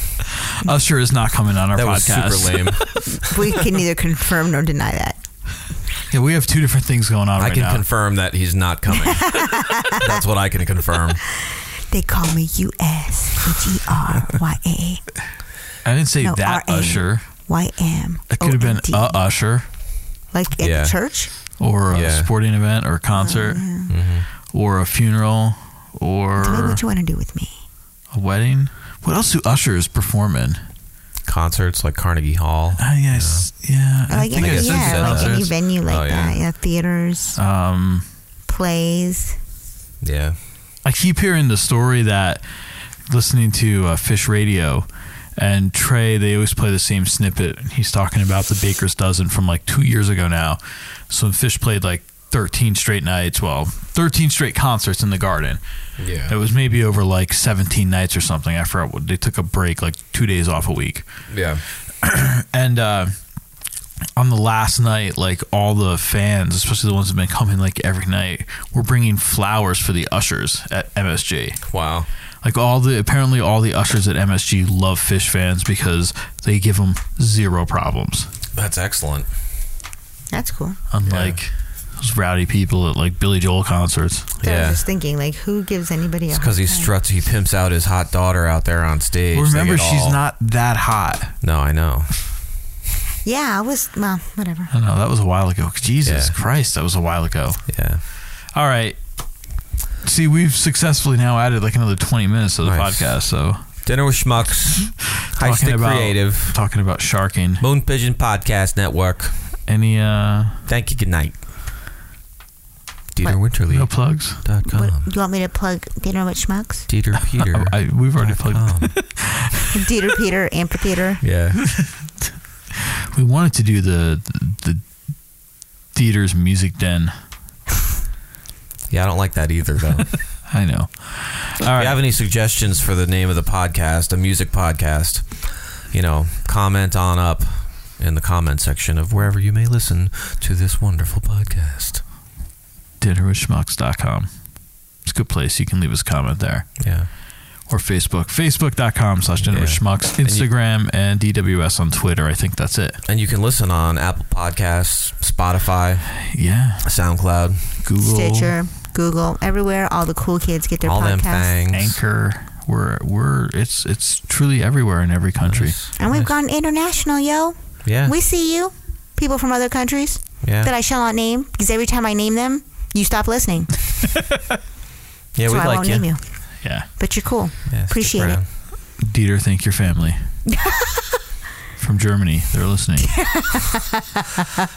[SPEAKER 7] Usher is not coming on [laughs] our
[SPEAKER 2] that was
[SPEAKER 7] podcast.
[SPEAKER 2] super lame.
[SPEAKER 5] We
[SPEAKER 2] [laughs]
[SPEAKER 5] can neither confirm nor deny that.
[SPEAKER 7] [laughs] Yeah, we have two different things going on
[SPEAKER 2] I
[SPEAKER 7] right
[SPEAKER 2] can
[SPEAKER 7] now.
[SPEAKER 2] confirm that he's not coming.
[SPEAKER 7] [laughs]
[SPEAKER 2] That's what I can confirm.
[SPEAKER 5] They call me U S H E R Y A
[SPEAKER 7] I didn't say
[SPEAKER 5] No,
[SPEAKER 7] that
[SPEAKER 5] R A.
[SPEAKER 7] Usher.
[SPEAKER 5] Y M.
[SPEAKER 7] It could have been
[SPEAKER 5] E.
[SPEAKER 7] a Usher
[SPEAKER 5] like at
[SPEAKER 2] Yeah.
[SPEAKER 5] the church.
[SPEAKER 7] or a
[SPEAKER 2] Yeah.
[SPEAKER 7] sporting event or a concert or a funeral or
[SPEAKER 5] Tell me what you want to do with me.
[SPEAKER 7] a wedding. What else do ushers perform in?
[SPEAKER 2] Concerts like Carnegie Hall.
[SPEAKER 7] I guess, yeah.
[SPEAKER 5] Like
[SPEAKER 2] think
[SPEAKER 5] any,
[SPEAKER 2] it's
[SPEAKER 5] yeah,
[SPEAKER 2] just,
[SPEAKER 5] like
[SPEAKER 2] uh,
[SPEAKER 5] any venue like
[SPEAKER 2] Oh, yeah.
[SPEAKER 5] that. Yeah, theaters,
[SPEAKER 7] Um,
[SPEAKER 5] plays.
[SPEAKER 2] Yeah.
[SPEAKER 7] I keep hearing the story that listening to uh, Fish Radio and Trey, they always play the same snippet. He's talking about the Baker's Dozen from like two years ago now. So when Fish played like 13 straight nights. Well, 13 straight concerts in the garden. It
[SPEAKER 2] Yeah.
[SPEAKER 7] was maybe over like 17 nights or something. I forgot what they took a break, like two days off a week.
[SPEAKER 2] Yeah.
[SPEAKER 7] and uh, on the last night, like all the fans, especially the ones that have been coming like every night, were bringing flowers for the ushers at MSG.
[SPEAKER 2] Wow.
[SPEAKER 7] Like all the apparently all the ushers at MSG love Fish fans because they give them zero problems.
[SPEAKER 2] That's excellent.
[SPEAKER 5] That's cool.
[SPEAKER 7] Unlike those rowdy people at like Billy Joel concerts.
[SPEAKER 5] So I was just thinking, like, who gives anybody a
[SPEAKER 2] Because he struts, he pimps out his hot daughter out there on stage.
[SPEAKER 7] Well,
[SPEAKER 2] They
[SPEAKER 7] remember,
[SPEAKER 2] get
[SPEAKER 7] she's
[SPEAKER 2] all-
[SPEAKER 7] not that hot.
[SPEAKER 2] No, I know.
[SPEAKER 5] Yeah, I was. Well, whatever.
[SPEAKER 7] I know that was a while ago. Jesus Christ, that was a while ago.
[SPEAKER 2] Yeah.
[SPEAKER 7] All right. See, we've successfully now added like another twenty minutes to the
[SPEAKER 2] Nice.
[SPEAKER 7] podcast. So
[SPEAKER 2] dinner with
[SPEAKER 7] [laughs]
[SPEAKER 2] schmucks, high stick creative,
[SPEAKER 7] talking about sharking,
[SPEAKER 2] Moon Pigeon Podcast Network.
[SPEAKER 7] Any uh,
[SPEAKER 2] thank you. Good night. Dieter Winterly. No
[SPEAKER 7] plugs.
[SPEAKER 2] Dot com.
[SPEAKER 5] Do you want me to plug Dinner with Schmucks?
[SPEAKER 2] Dieter
[SPEAKER 7] [laughs]
[SPEAKER 2] Peter.
[SPEAKER 7] Oh, I, we've already plugged.
[SPEAKER 5] Dieter
[SPEAKER 2] [laughs]
[SPEAKER 5] Peter Amphitheater.
[SPEAKER 2] Yeah.
[SPEAKER 7] we wanted to do the the theater's music den.
[SPEAKER 2] Yeah, I don't like that
[SPEAKER 7] [laughs]
[SPEAKER 2] either, though.
[SPEAKER 7] I know.
[SPEAKER 2] If you have any suggestions for the name of the podcast, a music podcast, you know, comment on up in the comment section of wherever you may listen to this wonderful podcast.
[SPEAKER 7] dinnerwithschmucks.com. It's a good place. You can leave us a comment there.
[SPEAKER 2] Yeah.
[SPEAKER 7] Or Facebook. Facebook.com slash dinner with
[SPEAKER 2] Yeah.
[SPEAKER 7] schmucks.
[SPEAKER 2] And you-
[SPEAKER 7] Instagram and, DWS on Twitter. I think that's it.
[SPEAKER 2] And you can listen on Apple Podcasts, Spotify,
[SPEAKER 7] yeah,
[SPEAKER 2] SoundCloud,
[SPEAKER 7] Google,
[SPEAKER 5] Stitcher, Google, everywhere. All the cool kids get their
[SPEAKER 2] All them
[SPEAKER 5] podcasts.
[SPEAKER 7] Anchor. We're we're it's it's truly everywhere in every country.
[SPEAKER 5] And we've gone international, yo.
[SPEAKER 7] Yeah.
[SPEAKER 5] We see you, people from other countries
[SPEAKER 7] Yeah.
[SPEAKER 5] that I shall not name because every time I name them, you stop listening.
[SPEAKER 2] Yeah,
[SPEAKER 5] so
[SPEAKER 2] we
[SPEAKER 5] I
[SPEAKER 2] like
[SPEAKER 5] won't
[SPEAKER 2] you.
[SPEAKER 5] name you.
[SPEAKER 7] Yeah.
[SPEAKER 5] But you're cool. Appreciate it.
[SPEAKER 7] Dieter, thank your family. From Germany. They're listening.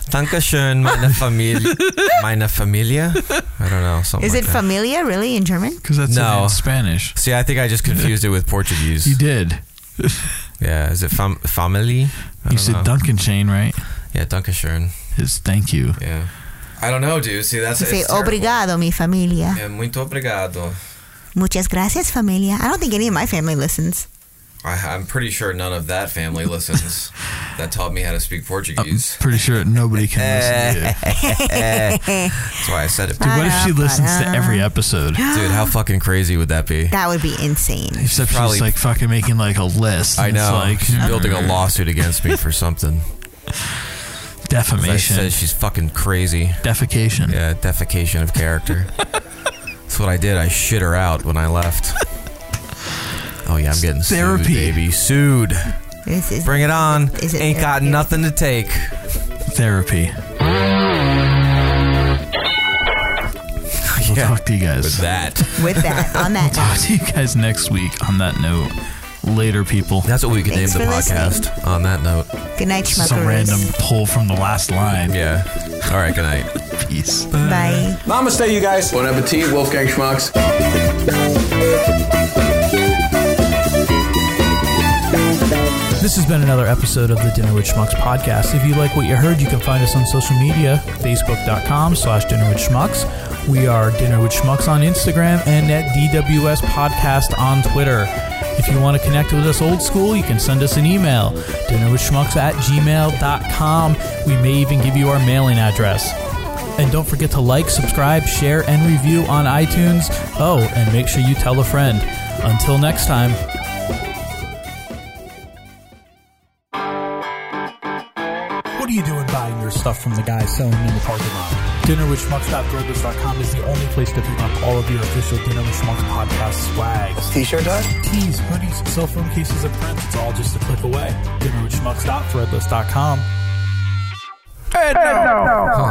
[SPEAKER 2] Dankeschön,
[SPEAKER 5] [laughs]
[SPEAKER 2] meine Familie. meine Familie? I don't know. Something
[SPEAKER 5] Is
[SPEAKER 2] like
[SPEAKER 5] it
[SPEAKER 2] that.
[SPEAKER 5] familia really in German?
[SPEAKER 7] Because that's
[SPEAKER 2] no
[SPEAKER 7] in Spanish.
[SPEAKER 2] See, I think I just confused it with Portuguese.
[SPEAKER 7] You did.
[SPEAKER 2] Yeah, is it fam- family?
[SPEAKER 7] You
[SPEAKER 2] I don't
[SPEAKER 7] said
[SPEAKER 2] know.
[SPEAKER 7] Duncan Shane, right?
[SPEAKER 2] Yeah, Dankeschön.
[SPEAKER 7] His thank you.
[SPEAKER 2] Yeah. I don't know, dude. See, that's
[SPEAKER 5] You say
[SPEAKER 2] it's terrible.
[SPEAKER 5] obrigado, mi familia.
[SPEAKER 2] Yeah, muito obrigado.
[SPEAKER 5] Muchas gracias, familia. I don't think any of my family listens.
[SPEAKER 2] I, I'm pretty sure none of that family listens. that taught me how to speak Portuguese.
[SPEAKER 7] Pretty sure nobody
[SPEAKER 2] [laughs]
[SPEAKER 7] can listen to you.
[SPEAKER 2] That's why I said it.
[SPEAKER 7] Dude, what if she listens to every episode?
[SPEAKER 2] Dude, how fucking crazy would that be?
[SPEAKER 5] That would be insane.
[SPEAKER 7] Except
[SPEAKER 2] Probably-
[SPEAKER 7] she's like fucking making like a list.
[SPEAKER 2] I
[SPEAKER 7] and
[SPEAKER 2] know.
[SPEAKER 7] It's
[SPEAKER 2] she's
[SPEAKER 7] like
[SPEAKER 2] building a lawsuit against me for [laughs] something. 'Cause I
[SPEAKER 7] Defamation.
[SPEAKER 2] said she's fucking crazy.
[SPEAKER 7] Defecation.
[SPEAKER 2] Yeah, defecation of character. [laughs] That's what I did. I shit her out when I left. Oh yeah, I'm getting
[SPEAKER 7] Therapy.
[SPEAKER 2] sued, baby. Sued.
[SPEAKER 5] This is-
[SPEAKER 2] Bring it on.
[SPEAKER 5] Is it
[SPEAKER 2] Ain't got
[SPEAKER 5] therapy?
[SPEAKER 2] nothing to take.
[SPEAKER 7] Therapy. We'll
[SPEAKER 2] [laughs]
[SPEAKER 7] talk to you guys. With
[SPEAKER 2] that.
[SPEAKER 5] With that, on
[SPEAKER 2] [laughs]
[SPEAKER 5] that
[SPEAKER 7] Talk to you guys next week on that note. Later, people.
[SPEAKER 2] That's what we could
[SPEAKER 5] Thanks
[SPEAKER 2] name the
[SPEAKER 5] for
[SPEAKER 2] podcast.
[SPEAKER 5] listening.
[SPEAKER 2] On that note.
[SPEAKER 5] Good night,
[SPEAKER 7] Some
[SPEAKER 5] schmuckaroos.
[SPEAKER 7] random pull from the last line.
[SPEAKER 2] Yeah. All right. Good night.
[SPEAKER 7] Peace.
[SPEAKER 5] Bye.
[SPEAKER 4] Namaste, you guys. Bon appetit, Wolfgang Schmucks.
[SPEAKER 1] This has been another episode of the Dinner with Schmucks podcast. If you like what you heard, you can find us on social media, facebook.com slash dinner with schmucks. We are Dinner with Schmucks on Instagram and at DWS Podcast on Twitter. If you want to connect with us old school, you can send us an email, dinnerwithschmucks at gmail.com. We may even give you our mailing address. And don't forget to like, subscribe, share, and review on iTunes. Oh, and make sure you tell a friend. Until next time. What are you doing buying your stuff from the guy selling in the parking lot? DinnerWithSchmucks.threadless.com is the only place to pick up all of your official Dinner with Schmucks podcast swags.
[SPEAKER 4] T-shirt done?
[SPEAKER 1] Tees, hoodies, cell phone cases, and prints. It's all just a click away. DinnerWithSchmucks.threadless.com.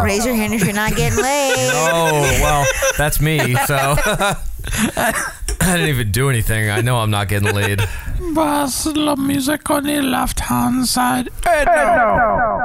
[SPEAKER 5] Raise your hand if you're not getting laid.
[SPEAKER 2] Oh well, that's me. So [laughs] I didn't even do anything. I know I'm not getting laid.
[SPEAKER 7] Was la music on the left hand side?
[SPEAKER 4] no.